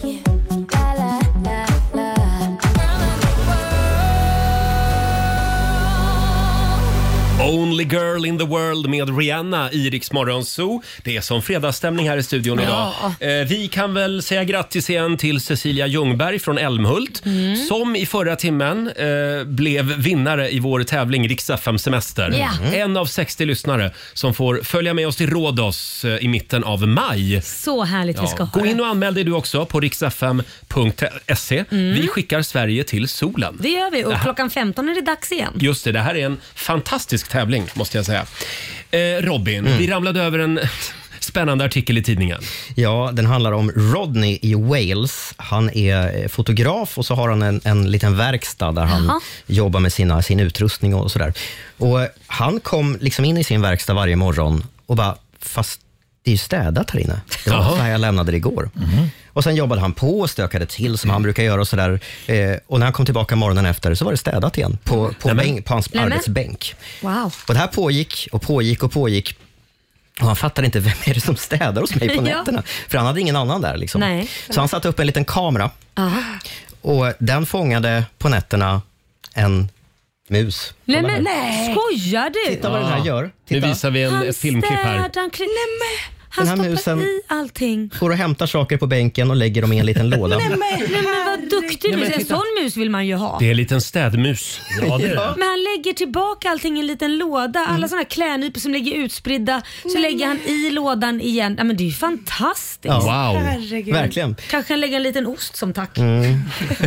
[SPEAKER 1] Only girl in the world med Rihanna i Rix Morgon Zoo. Det är som fredagsstämning här i studion
[SPEAKER 4] Ja.
[SPEAKER 1] idag. Eh, vi kan väl säga grattis igen till Cecilia Ljungberg från Älmhult
[SPEAKER 4] Mm.
[SPEAKER 1] som i förra timmen eh, blev vinnare i vår tävling Rix FM Semester.
[SPEAKER 4] Ja. Mm.
[SPEAKER 1] En av 60 lyssnare som får följa med oss till Rhodos eh, i mitten av maj.
[SPEAKER 2] Så härligt vi ska ha
[SPEAKER 1] Gå
[SPEAKER 2] det.
[SPEAKER 1] in och anmäl dig du också på riksfm.se.
[SPEAKER 2] Mm.
[SPEAKER 1] Vi skickar Sverige till solen.
[SPEAKER 2] Det gör vi och
[SPEAKER 1] Det här-
[SPEAKER 2] klockan 15 är det dags igen.
[SPEAKER 1] Just det, det här är en fantastisk tävling måste jag säga. Eh, Robin, vi ramlade över en spännande artikel i tidningen.
[SPEAKER 3] Ja, den handlar om Rodney i Wales. Han är eh, fotograf och så har han en, en liten verkstad där han
[SPEAKER 4] Jaha.
[SPEAKER 3] jobbar med sina, sin utrustning och sådär. Och eh, han kom liksom in i sin verkstad varje morgon och bara, fast det är ju städat här inne. Det var
[SPEAKER 4] Jaha.
[SPEAKER 3] så här jag lämnade det igår. Och sen jobbade han på och stökade till som han brukar göra och sådär. Eh, och när han kom tillbaka morgonen efter så var det städat igen på, på,
[SPEAKER 1] Nämen.
[SPEAKER 3] bänk, på hans
[SPEAKER 1] Nämen.
[SPEAKER 3] arbetsbänk.
[SPEAKER 2] Wow.
[SPEAKER 3] Och det här pågick och pågick och pågick Och han fattade inte, vem är det som städar hos mig på
[SPEAKER 2] *laughs*
[SPEAKER 4] Ja.
[SPEAKER 3] nätterna? För han hade ingen annan där. Liksom.
[SPEAKER 4] Nej.
[SPEAKER 3] Så han satte upp en liten kamera och den fångade på nätterna en mus.
[SPEAKER 2] Nej,
[SPEAKER 3] Kolla
[SPEAKER 2] men,
[SPEAKER 3] här.
[SPEAKER 2] nej. Skojar du?
[SPEAKER 3] Titta vad den här gör. Titta.
[SPEAKER 1] Ah. Nu visar vi
[SPEAKER 2] Han
[SPEAKER 1] en, ett filmklipp här.
[SPEAKER 2] städar, han kli- Nej, men, han
[SPEAKER 3] Den här
[SPEAKER 2] stoppar
[SPEAKER 3] musen-
[SPEAKER 2] i allting.
[SPEAKER 3] Går och hämtar saker på bänken och lägger dem i en
[SPEAKER 2] *laughs*
[SPEAKER 3] liten låda.
[SPEAKER 2] Nej, men, nej, men vad duktig
[SPEAKER 1] Nej,
[SPEAKER 2] du
[SPEAKER 1] men
[SPEAKER 2] är. En
[SPEAKER 1] titta.
[SPEAKER 2] sån mus vill man ju ha.
[SPEAKER 1] Det är en liten städmus.
[SPEAKER 3] Ja, det är det.
[SPEAKER 2] Men han lägger tillbaka allting i en liten låda. Alla såna här klädnypor som ligger utspridda, så lägger han i lådan igen. Ja, men det är ju fantastiskt.
[SPEAKER 3] Ja. Wow. Verkligen.
[SPEAKER 2] Kanske kan lägga en liten ost som tack.
[SPEAKER 3] Mm.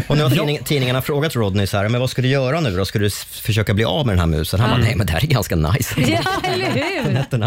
[SPEAKER 3] Och nu har tidning, tidningarna frågat Rodney så här, men vad ska du göra nu då? Ska du s- försöka bli av med den här musen? Han bara, nej men det här är ganska nice.
[SPEAKER 2] *laughs* Ah.
[SPEAKER 3] *laughs*
[SPEAKER 2] Ja, eller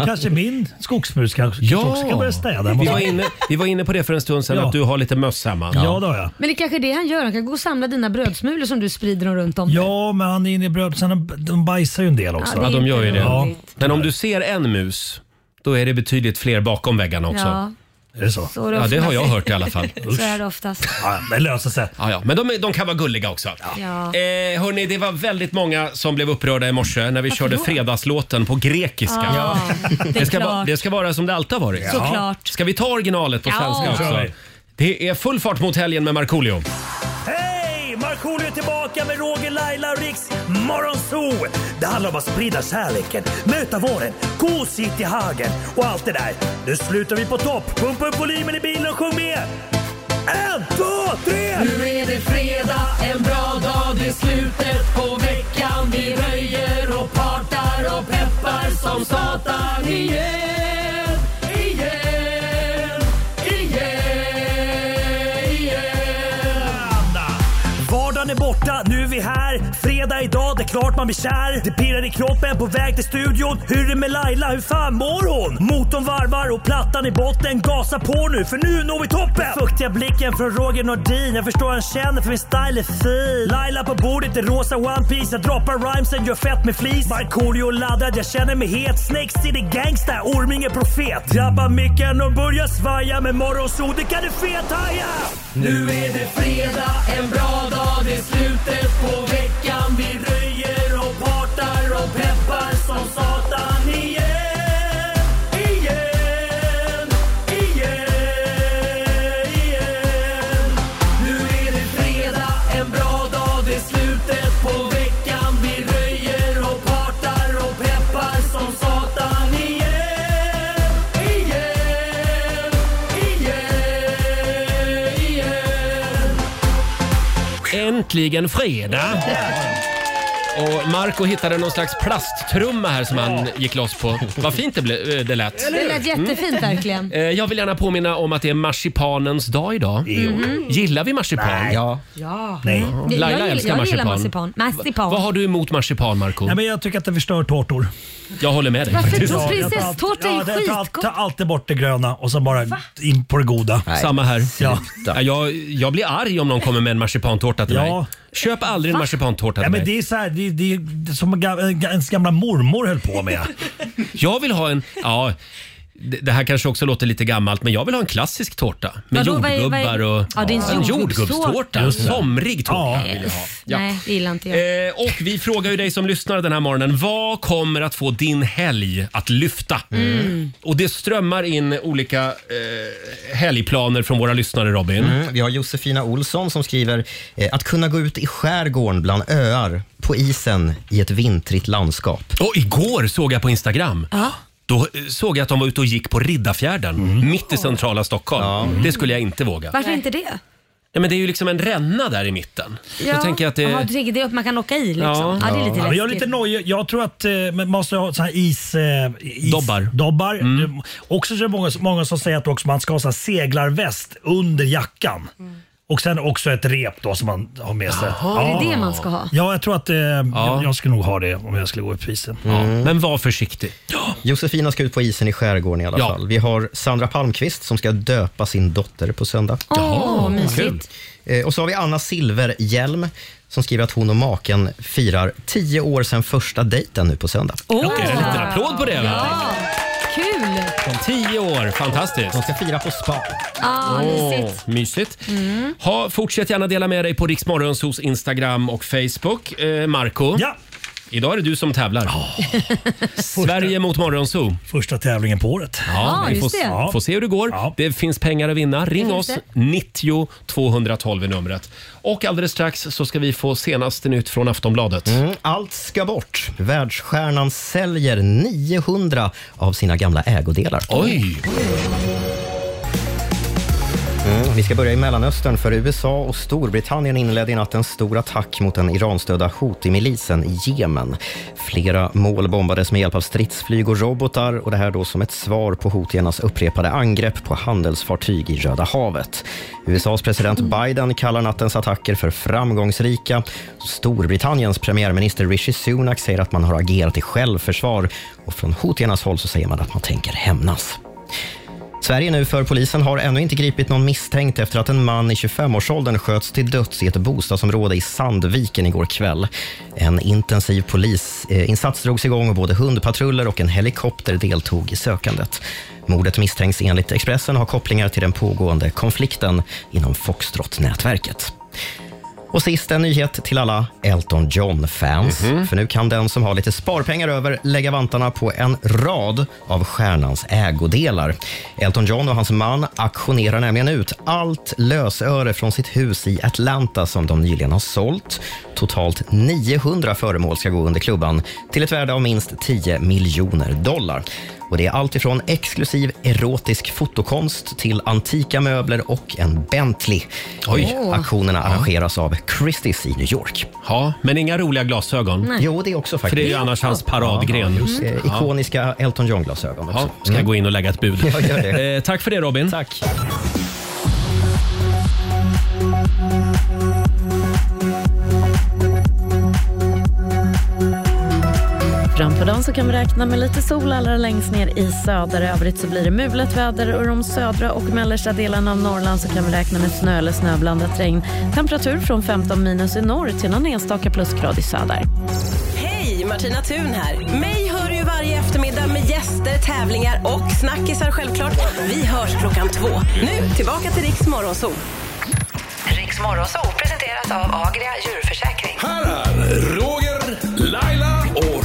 [SPEAKER 2] hur?
[SPEAKER 6] Kanske min skogsmus kanske
[SPEAKER 1] Ja.
[SPEAKER 6] också kan börja städa.
[SPEAKER 1] Vi var, inne, vi var inne på det för en stund sedan,
[SPEAKER 6] Ja.
[SPEAKER 1] att du har lite möss hemma.
[SPEAKER 6] Ja, det har jag.
[SPEAKER 2] Men det är kanske är det han gör. Han kan gå och samla dina brödsmulor som du sprider dem runt om.
[SPEAKER 6] Ja, men han är inne i brödbisarna. De bajsar ju en del också.
[SPEAKER 1] Ja, de gör ju det.
[SPEAKER 6] Ja.
[SPEAKER 1] Men om du ser en mus, då är det betydligt fler bakom väggarna också.
[SPEAKER 2] Ja.
[SPEAKER 6] Är det så?
[SPEAKER 2] Så är det
[SPEAKER 1] Ja, det
[SPEAKER 2] oftast.
[SPEAKER 1] har jag hört i alla fall.
[SPEAKER 2] Så är det oftast.
[SPEAKER 6] Ja, det löser sig.
[SPEAKER 1] Ja, ja. Men de, är- de kan vara gulliga också.
[SPEAKER 2] Ja.
[SPEAKER 1] Eh, hörni, det var väldigt många som blev upprörda i morse när vi körde fredagslåten på grekiska.
[SPEAKER 2] Ja, det är
[SPEAKER 1] ska
[SPEAKER 2] klart.
[SPEAKER 1] va, det ska vara som det alltid har varit.
[SPEAKER 2] Såklart.
[SPEAKER 1] Ska vi ta originalet på
[SPEAKER 2] Ja.
[SPEAKER 1] svenska
[SPEAKER 6] Kör
[SPEAKER 1] också?
[SPEAKER 6] vi.
[SPEAKER 1] Det är full fart mot helgen med Markoolio.
[SPEAKER 6] Hej! Markoolio är tillbaka med Roger, Laila och Riks Morgonzoo! Det handlar om att sprida kärleken, möta våren, gosigt i hagen och allt det där. Nu slutar vi på topp! Pumpa upp volymen i bilen och sjung med! En, två, tre!
[SPEAKER 4] Nu är det fredag, en bra dag, det är slutet på veckan. Vi röjer och partar och peppar som satan igen, igen, igen, igen.
[SPEAKER 6] Vardagen är borta, nu är vi här. Fredag idag, det är klart man blir kär. Det pirrar i kroppen på väg till studion. Hur är det med Laila, hur fan mår hon? Motorn varvar och plattan i botten. Gasa på nu, för nu når vi toppen! Fuktiga blicken från Roger Nordin. Jag förstår han känner, för min style är fin. Laila på bordet i rosa One Piece Jag droppar rhymesen, gör fett med flis. Markoolio laddad, jag känner mig het. Snakes city gangsta, Orminge profet. Drabbar micken och börjar svaja. Med morgonsol, det kan du fethaja!
[SPEAKER 4] Nu är det fredag, en bra dag, det är slutet på veckan. Vi röjer och partar och peppar som satan igen, igen, igen, igen. Nu är det fredag, en bra dag, det är slutet på veckan. Vi röjer och partar och peppar som satan igen, igen, igen, igen.
[SPEAKER 1] Äntligen fredag! Och Marco hittade någon slags plasttrumma här som han gick loss på. Vad fint det, blev, eh, det lät.
[SPEAKER 2] Det lät
[SPEAKER 1] *laughs*
[SPEAKER 2] jättefint verkligen.
[SPEAKER 1] Eh, Jag vill gärna påminna om att det är marsipanens dag idag.
[SPEAKER 2] Mhm.
[SPEAKER 1] Gillar vi marsipan?
[SPEAKER 6] Nej.
[SPEAKER 3] Ja.
[SPEAKER 2] Ja.
[SPEAKER 6] Nej.
[SPEAKER 2] Jag,
[SPEAKER 1] Laila
[SPEAKER 2] jag,
[SPEAKER 1] älskar
[SPEAKER 2] gillar, jag gillar
[SPEAKER 1] marsipan.
[SPEAKER 2] marsipan. Marsipan.
[SPEAKER 1] Vad har du emot marsipan, Marco?
[SPEAKER 6] Nej, men jag tycker att det förstör tårtor.
[SPEAKER 1] Jag håller med dig
[SPEAKER 2] Varför
[SPEAKER 1] faktiskt.
[SPEAKER 2] då?
[SPEAKER 6] Ja, jag tar
[SPEAKER 2] Prinsesstårta är
[SPEAKER 6] allt-
[SPEAKER 2] ju
[SPEAKER 6] ja, det- ta allt-
[SPEAKER 2] skitgott.
[SPEAKER 6] Ta alltid bort det gröna och så bara in på det goda.
[SPEAKER 1] Samma här.
[SPEAKER 6] Ja.
[SPEAKER 1] Ja, jag, jag blir arg om någon kommer med en marsipantårta till
[SPEAKER 6] Ja.
[SPEAKER 1] mig. Köp aldrig en marsipantårta
[SPEAKER 6] Ja,
[SPEAKER 1] till
[SPEAKER 6] men
[SPEAKER 1] mig.
[SPEAKER 6] det är så här, det, det, det är som ga- ens gamla mormor höll på
[SPEAKER 2] *laughs*
[SPEAKER 6] med.
[SPEAKER 1] Jag vill ha en... Ja, det det här kanske också låter lite gammalt, men jag vill ha en klassisk tårta. Med
[SPEAKER 2] Vadå, vad är- vad är-
[SPEAKER 1] jordgubbar och...
[SPEAKER 2] Ja, det är en jordgubbstårta.
[SPEAKER 1] jordgubbstårta.
[SPEAKER 2] Just det.
[SPEAKER 1] Somrig tårta
[SPEAKER 2] Nej,
[SPEAKER 1] vill jag ha.
[SPEAKER 2] uff, Nej, det gillar inte jag.
[SPEAKER 1] Eh, och vi frågar ju dig som lyssnar den här morgonen, vad kommer att få din helg att lyfta?
[SPEAKER 4] Mm.
[SPEAKER 1] Och det strömmar in olika eh, helgplaner från våra lyssnare Robin.
[SPEAKER 3] Mm. Vi har Josefina Olsson som skriver eh, att kunna gå ut i skärgården bland öar på isen i ett vintrigt landskap.
[SPEAKER 1] Och igår såg jag på Instagram Då eh, såg jag att de var ute och gick på Riddarfjärden, mitt i centrala Stockholm. Det skulle jag inte våga.
[SPEAKER 2] Varför inte det?
[SPEAKER 1] Nej, men det är ju liksom en ränna där i mitten. Jag tänker att det...
[SPEAKER 2] Jaha, du tänker det är upp man kan åka i liksom. Ja, det är lite
[SPEAKER 6] Ja, men
[SPEAKER 2] läskigt.
[SPEAKER 6] jag är lite nojig. Jag tror att eh, man måste ha så här is... Eh, is
[SPEAKER 1] Dobbar. Mm.
[SPEAKER 6] dobbar. Det- Också så är det många, många som säger att också man ska ha så här seglarväst under jackan. Och sen också ett rep då som man har med sig.
[SPEAKER 2] Mm. Jaha, är det
[SPEAKER 6] Ja.
[SPEAKER 2] det man ska ha?
[SPEAKER 6] Ja, jag tror att eh, jag, jag skulle nog ha det om jag skulle gå upp i isen.
[SPEAKER 1] Mm. Men var försiktig.
[SPEAKER 3] Josefina ska ut på isen i skärgården i alla
[SPEAKER 1] Ja.
[SPEAKER 3] fall. Vi har Sandra Palmqvist som ska döpa sin dotter på söndag.
[SPEAKER 2] Åh, Jaha, mysigt. kul.
[SPEAKER 3] Eh, Och så har vi Anna Silverhjelm som skriver att hon och maken firar tio år sedan första dejten nu på söndag.
[SPEAKER 2] Åh!
[SPEAKER 1] En liten applåd på det. va?
[SPEAKER 2] Ja, kul!
[SPEAKER 1] Om tio år, fantastiskt. De
[SPEAKER 3] ska fira på spa.
[SPEAKER 1] Åh,
[SPEAKER 2] Ja, mysigt. Mm.
[SPEAKER 1] mysigt. Ha, fortsätt gärna dela med dig på Riksmorgons hos Instagram och Facebook. Eh, Marco,
[SPEAKER 6] Ja.
[SPEAKER 1] Idag är det du som tävlar. *laughs* Sverige mot Morgonzoo.
[SPEAKER 6] Första tävlingen på året.
[SPEAKER 1] Ja,
[SPEAKER 6] Ja,
[SPEAKER 1] vi får,
[SPEAKER 6] just det.
[SPEAKER 1] får se hur det går. Det finns pengar att vinna. Ring
[SPEAKER 6] Det
[SPEAKER 1] oss,
[SPEAKER 6] finns
[SPEAKER 1] 90 212 är numret. Och alldeles strax så ska vi få senaste nytt från Aftonbladet.
[SPEAKER 3] Mm, allt ska bort. Världsstjärnan säljer 900 av sina gamla ägodelar.
[SPEAKER 1] Oj!
[SPEAKER 3] Mm, vi ska börja i Mellanöstern, för USA och Storbritannien inledde i natt en stor attack mot den Iranstödda Houthi-milisen i Jemen. Flera mål bombades med hjälp av stridsflyg och robotar och det här då som ett svar på houthiernas upprepade angrepp på handelsfartyg i Röda havet. USAs president Biden kallar nattens attacker för framgångsrika. Storbritanniens premiärminister Rishi Sunak säger att man har agerat i självförsvar och från houthiernas håll så säger man att man tänker hämnas. Sverige nu för polisen har ännu inte gripit någon misstänkt efter att en man i 25-årsåldern sköts till döds i ett bostadsområde i Sandviken igår kväll. En intensiv polisinsats drogs igång och både hundpatruller och en helikopter deltog i sökandet. Mordet misstänks enligt Expressen ha kopplingar till den pågående konflikten inom Foxtrot-nätverket. Och sist en nyhet till alla Elton John-fans. För nu kan den som har lite sparpengar över lägga vantarna på en rad av stjärnans ägodelar. Elton John och hans man auktionerar nämligen ut allt lösöre från sitt hus i Atlanta som de nyligen har sålt. Totalt 900 föremål ska gå under klubban till ett värde av minst 10 miljoner dollar. Och Det är allt ifrån exklusiv erotisk fotokonst till antika möbler och en Bentley.
[SPEAKER 1] Oj.
[SPEAKER 3] Och Auktionerna arrangeras av Christie's i New York.
[SPEAKER 1] Ja, men inga roliga glasögon.
[SPEAKER 3] Nej. Jo, det också
[SPEAKER 1] För det är
[SPEAKER 3] faktiskt.
[SPEAKER 1] ju annars hans paradgren.
[SPEAKER 3] Ja, just det. Ikoniska Elton John-glasögon också.
[SPEAKER 1] Ja, ska jag gå in och lägga ett bud.
[SPEAKER 3] Ja, gör det.
[SPEAKER 1] Eh, tack för det Robin. Tack.
[SPEAKER 13] Framför dagen så kan vi räkna med lite sol allra längst ner i söder. I övrigt så blir det mulet väder och i de södra och mellersta delarna av Norrland så kan vi räkna med snö eller snöblandat regn. Temperatur från 15 minus i norr till någon enstaka plusgrad i söder.
[SPEAKER 15] Hej, Martina Thun här. Mig hör du ju varje eftermiddag med gäster, tävlingar och snackisar självklart. Vi hörs klockan två. Nu tillbaka till Riks Morgonzoo.
[SPEAKER 7] Riks Morgonzoo presenteras av Agria djurförsäkring.
[SPEAKER 8] Roger, Laila och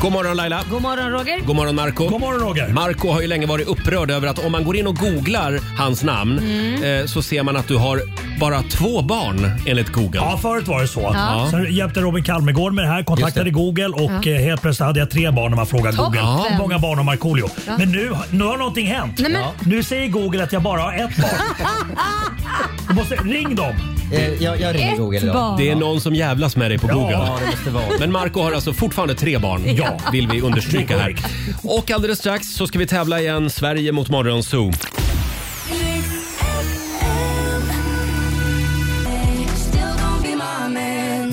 [SPEAKER 1] God morgon Laila.
[SPEAKER 2] God morgon Roger.
[SPEAKER 1] God morgon Marco. God
[SPEAKER 6] morgon Roger.
[SPEAKER 1] Marco har ju länge varit upprörd över att om man går in och googlar hans namn
[SPEAKER 6] Mm.
[SPEAKER 1] eh, så ser man att du har bara två barn enligt Google.
[SPEAKER 6] Ja, förut var det så.
[SPEAKER 1] Ja.
[SPEAKER 6] Sen hjälpte Robin Kalmegård med det här, kontaktade Google och
[SPEAKER 2] Ja.
[SPEAKER 6] eh, helt plötsligt hade jag tre barn när man frågade
[SPEAKER 2] Toppen.
[SPEAKER 6] Google.
[SPEAKER 2] Ja.
[SPEAKER 6] Hur många barn har Markoolio?
[SPEAKER 2] Ja.
[SPEAKER 6] Men nu, nu har någonting hänt.
[SPEAKER 2] Nej, men- Ja.
[SPEAKER 6] Nu säger Google att jag bara har ett barn.
[SPEAKER 2] *laughs*
[SPEAKER 6] Du måste, ring dem!
[SPEAKER 3] Eh, Jag, jag
[SPEAKER 6] ringer Ett Google idag. barn.
[SPEAKER 1] Det är någon som jävlas med dig på
[SPEAKER 6] Ja,
[SPEAKER 1] Google.
[SPEAKER 6] det måste vara.
[SPEAKER 1] Men Marco har alltså fortfarande tre barn,
[SPEAKER 6] Ja.
[SPEAKER 1] vill vi understryka
[SPEAKER 6] Det är
[SPEAKER 1] här. Och alldeles strax så ska vi tävla igen, Sverige mot Morgonzoo.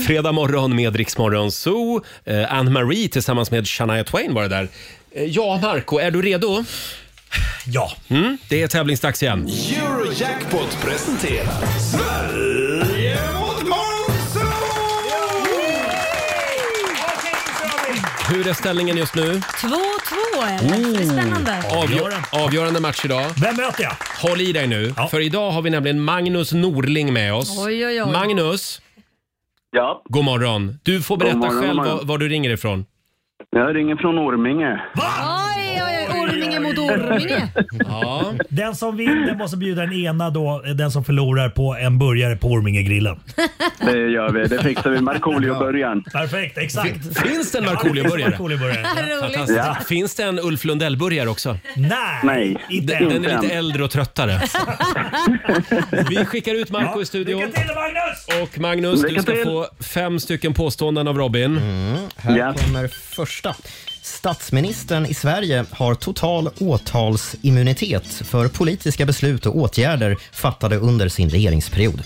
[SPEAKER 1] Fredag morgon med Rix Morgonzoo. Eh, Anne-Marie tillsammans med Shania Twain var det där. Eh, ja, Marco, är du redo?
[SPEAKER 6] Ja.
[SPEAKER 1] Mm, det är tävlingsdags igen.
[SPEAKER 8] Eurojackpot presenterar Sverige mot
[SPEAKER 1] Hur är ställningen just nu?
[SPEAKER 2] 2-2 är det. Oh. Det är spännande.
[SPEAKER 1] Avgör, avgörande match idag.
[SPEAKER 6] Vem möter jag?
[SPEAKER 1] Håll i dig nu, för idag har vi nämligen Magnus Norling med oss.
[SPEAKER 2] Oj, oj, oj.
[SPEAKER 1] Magnus,
[SPEAKER 16] Ja,
[SPEAKER 1] god morgon. Du får berätta
[SPEAKER 16] God morgon,
[SPEAKER 1] själv
[SPEAKER 16] god morgon.
[SPEAKER 1] var, var du ringer ifrån.
[SPEAKER 16] jag ringer från Orminge.
[SPEAKER 2] Oj, oj, oj. Orminge mot Orminge.
[SPEAKER 1] Ja.
[SPEAKER 6] Den som vinner måste bjuda den ena då, den som förlorar på en burgare på Ormingegrillen.
[SPEAKER 16] Det gör vi. Det fixar vi. Markoolio-början.
[SPEAKER 6] Perfekt, exakt.
[SPEAKER 1] *laughs* Finns det en
[SPEAKER 6] Ja,
[SPEAKER 1] Markoolio-burgare?
[SPEAKER 6] Markoolio-burgare?
[SPEAKER 1] Fantastiskt.
[SPEAKER 16] Ja.
[SPEAKER 1] Finns det en Ulf Lundell-burgare också?
[SPEAKER 6] Nej,
[SPEAKER 16] Nej,
[SPEAKER 1] Den,
[SPEAKER 16] inte
[SPEAKER 1] den är
[SPEAKER 16] än.
[SPEAKER 1] lite äldre
[SPEAKER 16] *laughs*
[SPEAKER 1] och tröttare. Vi skickar ut Marco i studion.
[SPEAKER 6] Lycka till Magnus!
[SPEAKER 1] Och Magnus, du
[SPEAKER 3] Lycka
[SPEAKER 1] ska
[SPEAKER 3] till.
[SPEAKER 1] få fem stycken påståenden av Robin.
[SPEAKER 3] Här kommer första. Statsministern i Sverige har total åtalsimmunitet för politiska beslut och åtgärder fattade under sin regeringsperiod.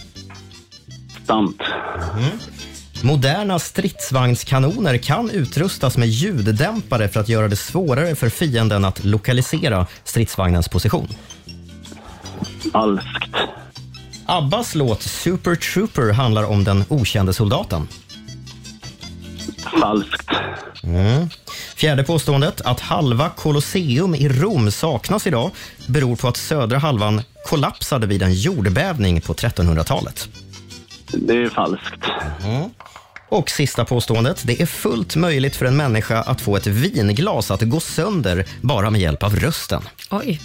[SPEAKER 16] Sant.
[SPEAKER 3] Moderna stridsvagnskanoner kan utrustas med ljuddämpare för att göra det svårare för fienden att lokalisera stridsvagnens position.
[SPEAKER 16] Falskt.
[SPEAKER 3] Abbas låt Super Trooper handlar om den okände soldaten.
[SPEAKER 16] Falskt.
[SPEAKER 3] Mm. Fjärde påståendet, att halva Colosseum i Rom saknas idag beror på att södra halvan kollapsade vid en jordbävning på 1300-talet.
[SPEAKER 16] Det är falskt.
[SPEAKER 3] Och sista påståendet. Det är fullt möjligt för en människa att få ett vinglas att gå sönder bara med hjälp av rösten.
[SPEAKER 2] *laughs* Oj.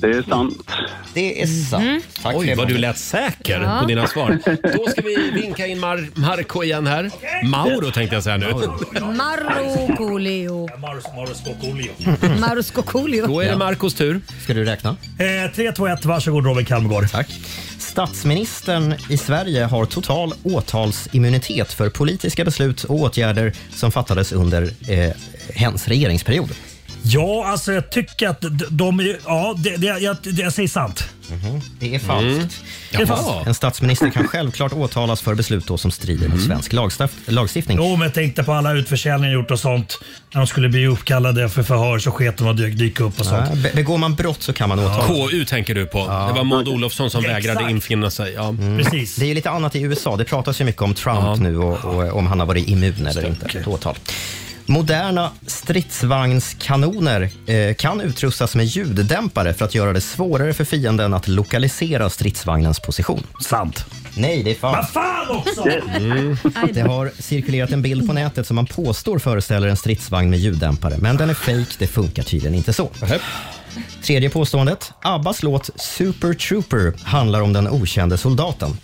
[SPEAKER 16] Det är sant.
[SPEAKER 3] Det är sant. Tack
[SPEAKER 1] Mm. Oj,
[SPEAKER 3] för det.
[SPEAKER 1] vad du lät säker
[SPEAKER 3] Ja.
[SPEAKER 1] på dina svar. Då ska vi vinka in Mar- Marco igen här. Mauro tänkte jag säga nu.
[SPEAKER 2] Markoolio. Mauro Scocolio.
[SPEAKER 1] Då är det Marcos tur.
[SPEAKER 3] Ska du räkna?
[SPEAKER 6] Eh, 3, 2, 1. Varsågod Robin Kalmegård.
[SPEAKER 3] Tack. Statsministern i Sverige har total åtalsimmunitet för politiska beslut och åtgärder som fattades under eh, hens regeringsperiod.
[SPEAKER 6] Ja, alltså jag tycker att de- de är ju- Ja, det, det, jag, det, jag säger sant.
[SPEAKER 3] Det är falskt.
[SPEAKER 6] Det är falskt.
[SPEAKER 3] En statsminister kan självklart åtalas för beslut då som strider mot svensk lagstaf- lagstiftning.
[SPEAKER 6] Jo, men jag tänkte på alla utförsäljningar gjort och sånt. När de skulle bli uppkallade för förhör så sket de och dök, dyka upp och sånt.
[SPEAKER 3] Nej, be- begår man brott så kan man åtalas.
[SPEAKER 1] KU tänker du på. Det var Maud Olofsson som
[SPEAKER 6] Exakt.
[SPEAKER 1] vägrade infinna sig. Ja.
[SPEAKER 6] Precis.
[SPEAKER 3] Det är ju lite annat i USA. Det pratas ju mycket om Trump nu och, och om han har varit immun eller inte till åtal. Moderna stridsvagnskanoner eh, kan utrustas med ljuddämpare för att göra det svårare för fienden att lokalisera stridsvagnens position.
[SPEAKER 6] Sant.
[SPEAKER 3] Nej, det är
[SPEAKER 6] Vad
[SPEAKER 3] falskt.
[SPEAKER 6] fan också!
[SPEAKER 3] Mm. Det har cirkulerat en bild på nätet som man påstår föreställer en stridsvagn med ljuddämpare, men den är fake. Det funkar tydligen inte så. Tredje påståendet. Abbas låt Super Trooper handlar om den okände soldaten.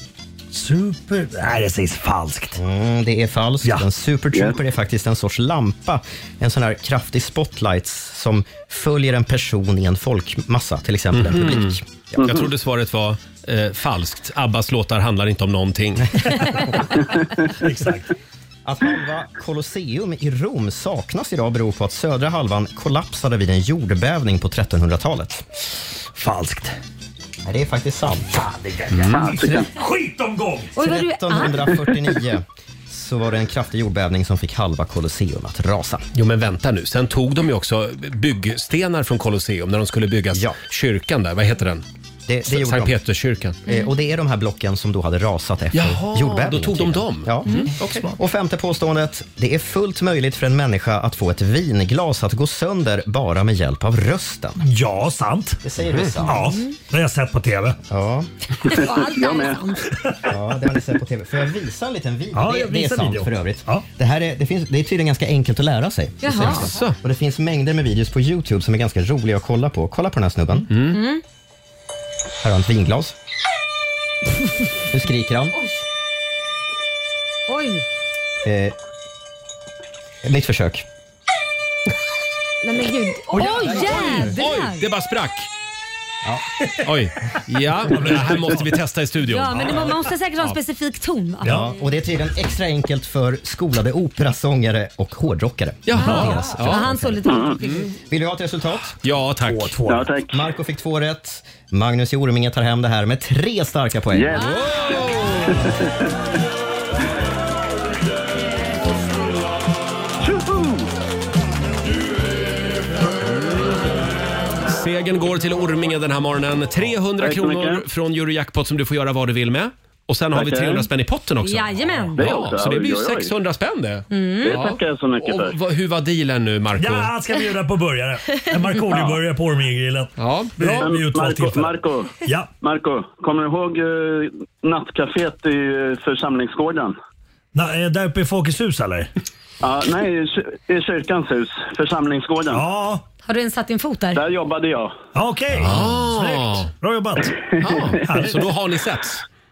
[SPEAKER 6] Super... Nej, det sägs falskt.
[SPEAKER 3] Mm, det är falskt. En Super Trooper är faktiskt en sorts lampa, en sån här kraftig spotlight som följer en person i en folkmassa, till exempel en publik.
[SPEAKER 1] Mhm. Jag trodde svaret var eh, falskt. Abbas låtar handlar inte
[SPEAKER 3] *laughs*
[SPEAKER 1] om någonting.
[SPEAKER 6] Exakt.
[SPEAKER 3] Att halva Colosseum i Rom saknas idag beror på att södra halvan kollapsade vid en jordbävning på 1300-talet.
[SPEAKER 6] Falskt.
[SPEAKER 3] Nej, det är faktiskt sant.
[SPEAKER 6] Mm. Skitomgång!
[SPEAKER 2] Oj, vad du Ah, är arg.
[SPEAKER 3] 1349 så var det en kraftig jordbävning som fick halva Colosseum att rasa.
[SPEAKER 1] Jo men vänta nu, sen tog de ju också byggstenar från Colosseum när de skulle bygga kyrkan där. Vad heter den?
[SPEAKER 3] Det, det gjorde
[SPEAKER 1] Sankt
[SPEAKER 3] de.
[SPEAKER 1] Peterskyrkan.
[SPEAKER 3] Eh, Och det är de här blocken som då hade rasat efter
[SPEAKER 1] Jaha,
[SPEAKER 3] jordbävningen.
[SPEAKER 1] då tog
[SPEAKER 3] tydligen.
[SPEAKER 1] de dem?
[SPEAKER 3] Ja. Mm. Och femte påståendet. Det är fullt möjligt för en människa att få ett vinglas att gå sönder bara med hjälp av rösten.
[SPEAKER 6] Ja, sant.
[SPEAKER 3] Det säger du sant.
[SPEAKER 6] Ja, det har jag sett på TV.
[SPEAKER 3] Ja.
[SPEAKER 4] Jag med.
[SPEAKER 3] Ja, det har ni sett på TV. Får jag visa en liten video?
[SPEAKER 6] Ja,
[SPEAKER 3] det,
[SPEAKER 6] jag
[SPEAKER 3] det är
[SPEAKER 6] visar
[SPEAKER 3] sant
[SPEAKER 6] video.
[SPEAKER 3] för övrigt. Det, här är, det, finns, det är tydligen ganska enkelt att lära sig. Det
[SPEAKER 4] Jaha.
[SPEAKER 3] sägs det. Och det finns mängder med videos på Youtube som är ganska roliga att kolla på. Kolla på den här snubben. Här har han ett vinglas. Nu skriker han.
[SPEAKER 2] Oj.
[SPEAKER 3] Eh, ett nytt försök.
[SPEAKER 2] Nej men gud. Oj jävlar.
[SPEAKER 1] Oj, det bara sprack.
[SPEAKER 3] Ja.
[SPEAKER 1] Oj. Ja, det här måste vi testa i studion.
[SPEAKER 2] Ja men det, man måste säkert ha en
[SPEAKER 1] Ja.
[SPEAKER 2] specifik ton va?
[SPEAKER 3] Ja, och det är tydligen extra enkelt för skolade operasångare och hårdrockare. Jaha. Deras
[SPEAKER 2] Ja, han såg lite mm.
[SPEAKER 3] Vill du ha ett resultat?
[SPEAKER 1] Ja, tack.
[SPEAKER 3] Ja, tack. Marco fick två rätt. Magnus Jorminge tar hem det här med tre starka poäng.
[SPEAKER 4] Yes.
[SPEAKER 1] Segern går till Orminge den här morgonen. 300
[SPEAKER 4] Tack så
[SPEAKER 1] kronor
[SPEAKER 4] mycket.
[SPEAKER 1] från Eurojackpot som du får göra vad du vill med. Och sen har vi
[SPEAKER 16] Tackar.
[SPEAKER 1] 300 spänn i potten också.
[SPEAKER 2] Jajamän.
[SPEAKER 1] Det ja, så det blir ju
[SPEAKER 16] Oj, oj, oj.
[SPEAKER 1] 600 spänn det.
[SPEAKER 16] Mm. Det tackar jag så mycket
[SPEAKER 1] Och
[SPEAKER 16] för.
[SPEAKER 1] vad- hur var dealen nu, Marco?
[SPEAKER 6] Ja, han ska bjuda på burgare.
[SPEAKER 1] *laughs*
[SPEAKER 6] En Markoolio-burgare på Ormingegrillen.
[SPEAKER 1] Ja,
[SPEAKER 6] bra. Det är ju två
[SPEAKER 16] Marco,
[SPEAKER 6] tillfällen.
[SPEAKER 16] Marco,
[SPEAKER 6] Ja.
[SPEAKER 16] Marco, kommer du ihåg eh, nattcaféet i eh, församlingsgården?
[SPEAKER 6] Na, eh, där uppe i Folkets hus eller?
[SPEAKER 16] Ja, nej, i kyr- i kyrkans hus, församlingsgården.
[SPEAKER 6] Ja.
[SPEAKER 2] Har du ens satt din fot där?
[SPEAKER 16] Där jobbade jag.
[SPEAKER 6] Ja, Okej,
[SPEAKER 1] Ah.
[SPEAKER 6] snyggt. Bra jobbat.
[SPEAKER 16] *laughs*
[SPEAKER 1] Ja, så då har ni sett?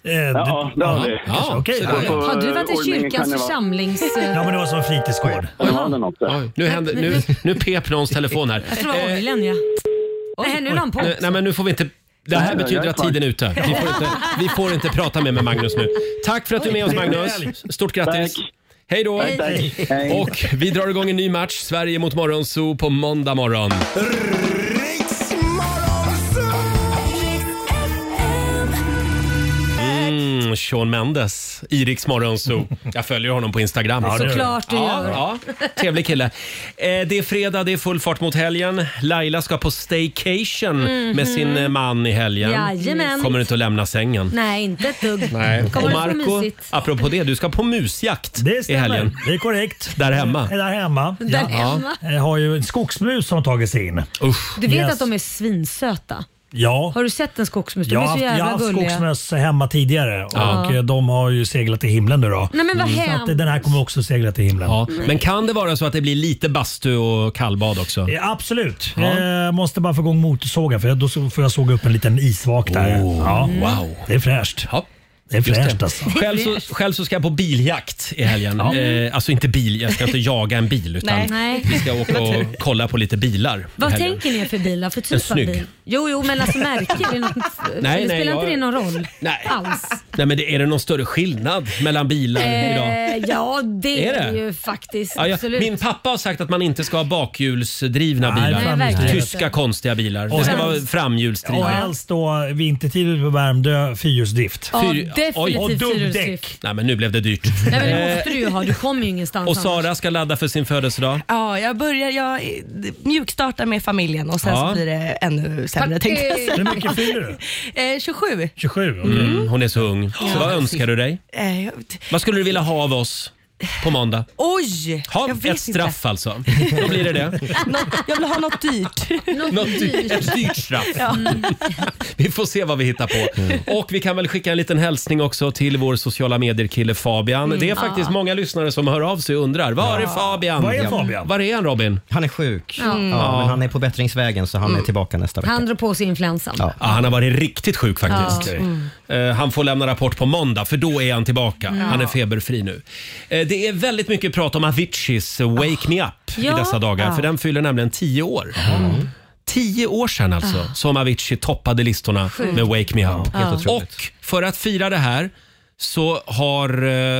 [SPEAKER 6] Eh, ja,
[SPEAKER 16] det har vi.
[SPEAKER 1] Ja,
[SPEAKER 6] Okej.
[SPEAKER 1] så det-
[SPEAKER 2] Har
[SPEAKER 16] eh,
[SPEAKER 2] du varit i kyrkans församlings...
[SPEAKER 6] Ja, men det var som en fritidsgård.
[SPEAKER 1] Oj, nu, händer, nu, nu pep någons telefon här.
[SPEAKER 2] Jag tror det var orgeln
[SPEAKER 1] Eh,
[SPEAKER 2] ja. Nej, nu är han på.
[SPEAKER 1] Nej, nej, men nu får vi inte... Det här
[SPEAKER 16] Nej, jag
[SPEAKER 1] betyder
[SPEAKER 16] är
[SPEAKER 1] att
[SPEAKER 16] kvar.
[SPEAKER 1] tiden är ute. Vi får inte, vi får inte prata mer med Magnus nu. Tack för att du är med oss Magnus. Stort grattis. Hej då!
[SPEAKER 16] Tack, tack. Hej.
[SPEAKER 1] Och vi drar igång en ny match. Sverige mot Morgonzoo på måndag morgon. Mm, Sean Mendes, Iriks Morgonzoo. Jag följer honom på Instagram.
[SPEAKER 6] Ja, det gör du.
[SPEAKER 2] Såklart du
[SPEAKER 1] ja,
[SPEAKER 2] gör.
[SPEAKER 1] ja, Trevlig kille. Eh, det är fredag, det är full fart mot helgen. Laila ska på staycation med sin eh, man i helgen.
[SPEAKER 2] Mhm. Jajamän.
[SPEAKER 1] Kommer inte att lämna sängen.
[SPEAKER 2] Nej, inte ett dugg.
[SPEAKER 1] Nej.
[SPEAKER 2] Kommer
[SPEAKER 1] Och
[SPEAKER 2] det vara
[SPEAKER 1] Marco,
[SPEAKER 2] mysigt?
[SPEAKER 1] apropå det, du ska på musjakt
[SPEAKER 6] Det
[SPEAKER 1] i helgen.
[SPEAKER 6] stämmer. Det är korrekt.
[SPEAKER 1] Där hemma.
[SPEAKER 6] Eh, Där hemma. Eh,
[SPEAKER 2] Där hemma.
[SPEAKER 6] Jag har ju en skogsmus som har tagit sig in.
[SPEAKER 1] Usch.
[SPEAKER 2] Du vet
[SPEAKER 6] Yes.
[SPEAKER 2] att de är svinsöta?
[SPEAKER 6] Ja.
[SPEAKER 2] Har du sett en skogsmus? De
[SPEAKER 6] Jag
[SPEAKER 2] är
[SPEAKER 6] har haft,
[SPEAKER 2] så
[SPEAKER 6] jag har
[SPEAKER 2] jävla
[SPEAKER 6] haft
[SPEAKER 2] gulliga.
[SPEAKER 6] skogsmöss hemma tidigare
[SPEAKER 1] Ja.
[SPEAKER 6] och eh, de har ju seglat till himlen nu då.
[SPEAKER 2] Nej, men vad
[SPEAKER 1] Mm,
[SPEAKER 6] Så
[SPEAKER 2] hemskt.
[SPEAKER 6] att eh, den här kommer också segla till himlen.
[SPEAKER 1] Ja. Men kan det vara så att det blir lite bastu och kallbad också?
[SPEAKER 6] Eh, Absolut.
[SPEAKER 1] Ja.
[SPEAKER 6] Eh, måste bara få igång motorsågen för jag, då så- får jag såga upp en liten isvak där.
[SPEAKER 1] Oh, wow.
[SPEAKER 6] Det är fräscht. Det är
[SPEAKER 1] Just
[SPEAKER 6] fräscht alltså.
[SPEAKER 1] *laughs* Själv så, själv så ska jag på biljakt i helgen. Eh, alltså inte bil, jag ska inte jaga en bil utan
[SPEAKER 2] Nej. Nej.
[SPEAKER 1] vi ska åka och kolla på lite bilar. i
[SPEAKER 2] Vad
[SPEAKER 1] helgen.
[SPEAKER 2] tänker ni er för bilar? För typ
[SPEAKER 1] En
[SPEAKER 2] av
[SPEAKER 1] snygg.
[SPEAKER 2] bil? Jo, jo, men alltså märker det något?
[SPEAKER 1] *laughs*
[SPEAKER 2] det
[SPEAKER 1] nej,
[SPEAKER 2] spelar inte
[SPEAKER 1] jag-
[SPEAKER 2] det någon roll?
[SPEAKER 1] Nej.
[SPEAKER 2] Alls?
[SPEAKER 1] Nej, men det, är det någon större skillnad mellan bilar idag?
[SPEAKER 2] Eh, ja, det
[SPEAKER 1] Är
[SPEAKER 2] är
[SPEAKER 1] det?
[SPEAKER 2] det, ju faktiskt.
[SPEAKER 1] Ja, ja,
[SPEAKER 2] absolut.
[SPEAKER 1] min pappa har sagt att man inte ska ha bakhjulsdrivna
[SPEAKER 6] Nej,
[SPEAKER 1] bilar.
[SPEAKER 6] fan, Nej, verkligen
[SPEAKER 1] Tyska konstiga bilar. Det ska vara
[SPEAKER 6] Och
[SPEAKER 1] framhjulsdrivna.
[SPEAKER 6] helst då vintertid på Värmdö, fyrhjulsdrift.
[SPEAKER 2] Ja, Fyr- definitivt oj.
[SPEAKER 6] och dubbdäck.
[SPEAKER 2] fyrhjulsdrift.
[SPEAKER 1] Nej, men nu blev det dyrt.
[SPEAKER 2] Nej, men det
[SPEAKER 1] Eh,
[SPEAKER 2] måste du ju ha. Du kommer ju ingenstans
[SPEAKER 1] *laughs* och
[SPEAKER 2] annars.
[SPEAKER 1] Sara ska ladda för sin födelsedag.
[SPEAKER 11] Ja, jag börjar, jag eh, mjukstartar med familjen och sen
[SPEAKER 1] Ja.
[SPEAKER 11] så blir det ännu sämre
[SPEAKER 2] Party!
[SPEAKER 11] tänkte jag säga.
[SPEAKER 2] Hur
[SPEAKER 1] *laughs*
[SPEAKER 2] mycket fyller
[SPEAKER 11] du? Eh, 27.
[SPEAKER 6] 27?
[SPEAKER 1] Mm, hon är så ung. Så
[SPEAKER 11] Ja.
[SPEAKER 1] vad önskar du dig?
[SPEAKER 11] Eh, jag-
[SPEAKER 1] Vad skulle du vilja ha av oss på måndag?
[SPEAKER 11] oj!
[SPEAKER 1] Ha
[SPEAKER 11] jag vet
[SPEAKER 1] ett straff
[SPEAKER 11] Inte.
[SPEAKER 1] alltså. Då blir det det.
[SPEAKER 11] Nå- jag vill ha något dyrt.
[SPEAKER 1] Något dyrt. Ett dyrt straff.
[SPEAKER 11] Ja.
[SPEAKER 1] *laughs* Vi får se vad vi hittar på.
[SPEAKER 3] Mm.
[SPEAKER 1] Och vi kan väl skicka en liten hälsning också till vår sociala medier-kille Fabian.
[SPEAKER 6] Mm.
[SPEAKER 1] Det är faktiskt
[SPEAKER 6] Ja.
[SPEAKER 1] många lyssnare som hör av sig och undrar. Var är
[SPEAKER 3] Ja.
[SPEAKER 1] Fabian?
[SPEAKER 3] Var är Fabian?
[SPEAKER 1] Var är han Robin?
[SPEAKER 3] Han är sjuk.
[SPEAKER 2] Ja.
[SPEAKER 3] Ja. men han är på bättringsvägen så han är tillbaka nästa vecka.
[SPEAKER 2] Han drar på sig influensan.
[SPEAKER 1] Ja. han har varit riktigt sjuk faktiskt.
[SPEAKER 2] Ja. Mm.
[SPEAKER 1] Eh, Han får lämna rapport på måndag för då är han tillbaka.
[SPEAKER 14] Mm.
[SPEAKER 2] Ja.
[SPEAKER 1] Han är feberfri nu. Eh, Det är väldigt mycket prat om Aviciis Wake Me Up
[SPEAKER 14] Ja.
[SPEAKER 1] i dessa dagar
[SPEAKER 14] Ja.
[SPEAKER 1] för den fyller nämligen 10 år. Tio år sedan alltså
[SPEAKER 14] Ja.
[SPEAKER 1] som Avicii toppade listorna
[SPEAKER 14] Sjukt.
[SPEAKER 1] med Wake Me Up.
[SPEAKER 14] Ja, helt Ja. otroligt.
[SPEAKER 1] Och för att fira det här så har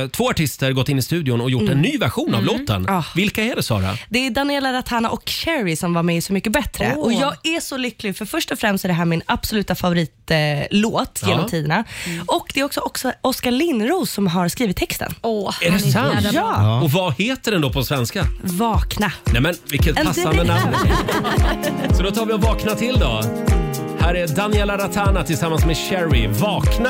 [SPEAKER 1] eh, två artister gått in i studion och gjort
[SPEAKER 11] Mm.
[SPEAKER 1] en ny version av
[SPEAKER 11] Mm.
[SPEAKER 1] låten.
[SPEAKER 11] Ja.
[SPEAKER 1] Vilka är det Sara?
[SPEAKER 11] Det är Daniela Ratana och Cherry som var med i Så mycket bättre.
[SPEAKER 13] Åh.
[SPEAKER 11] Och Jag är så lycklig för först och främst är det här min absoluta favoritlåt eh, låt
[SPEAKER 1] Ja.
[SPEAKER 11] genom tiderna.
[SPEAKER 2] Mm.
[SPEAKER 11] Och Det är också, också Oskar Lindros som har skrivit texten.
[SPEAKER 2] Åh,
[SPEAKER 1] Är det sant?
[SPEAKER 11] Ja.
[SPEAKER 1] Och vad heter den då på svenska?
[SPEAKER 11] Vakna.
[SPEAKER 1] Nej men vilket
[SPEAKER 11] En
[SPEAKER 1] passande
[SPEAKER 11] direkt-
[SPEAKER 1] namn. Så då tar vi och vakna till då. Här är Daniela Ratana tillsammans med Sherry. Vakna!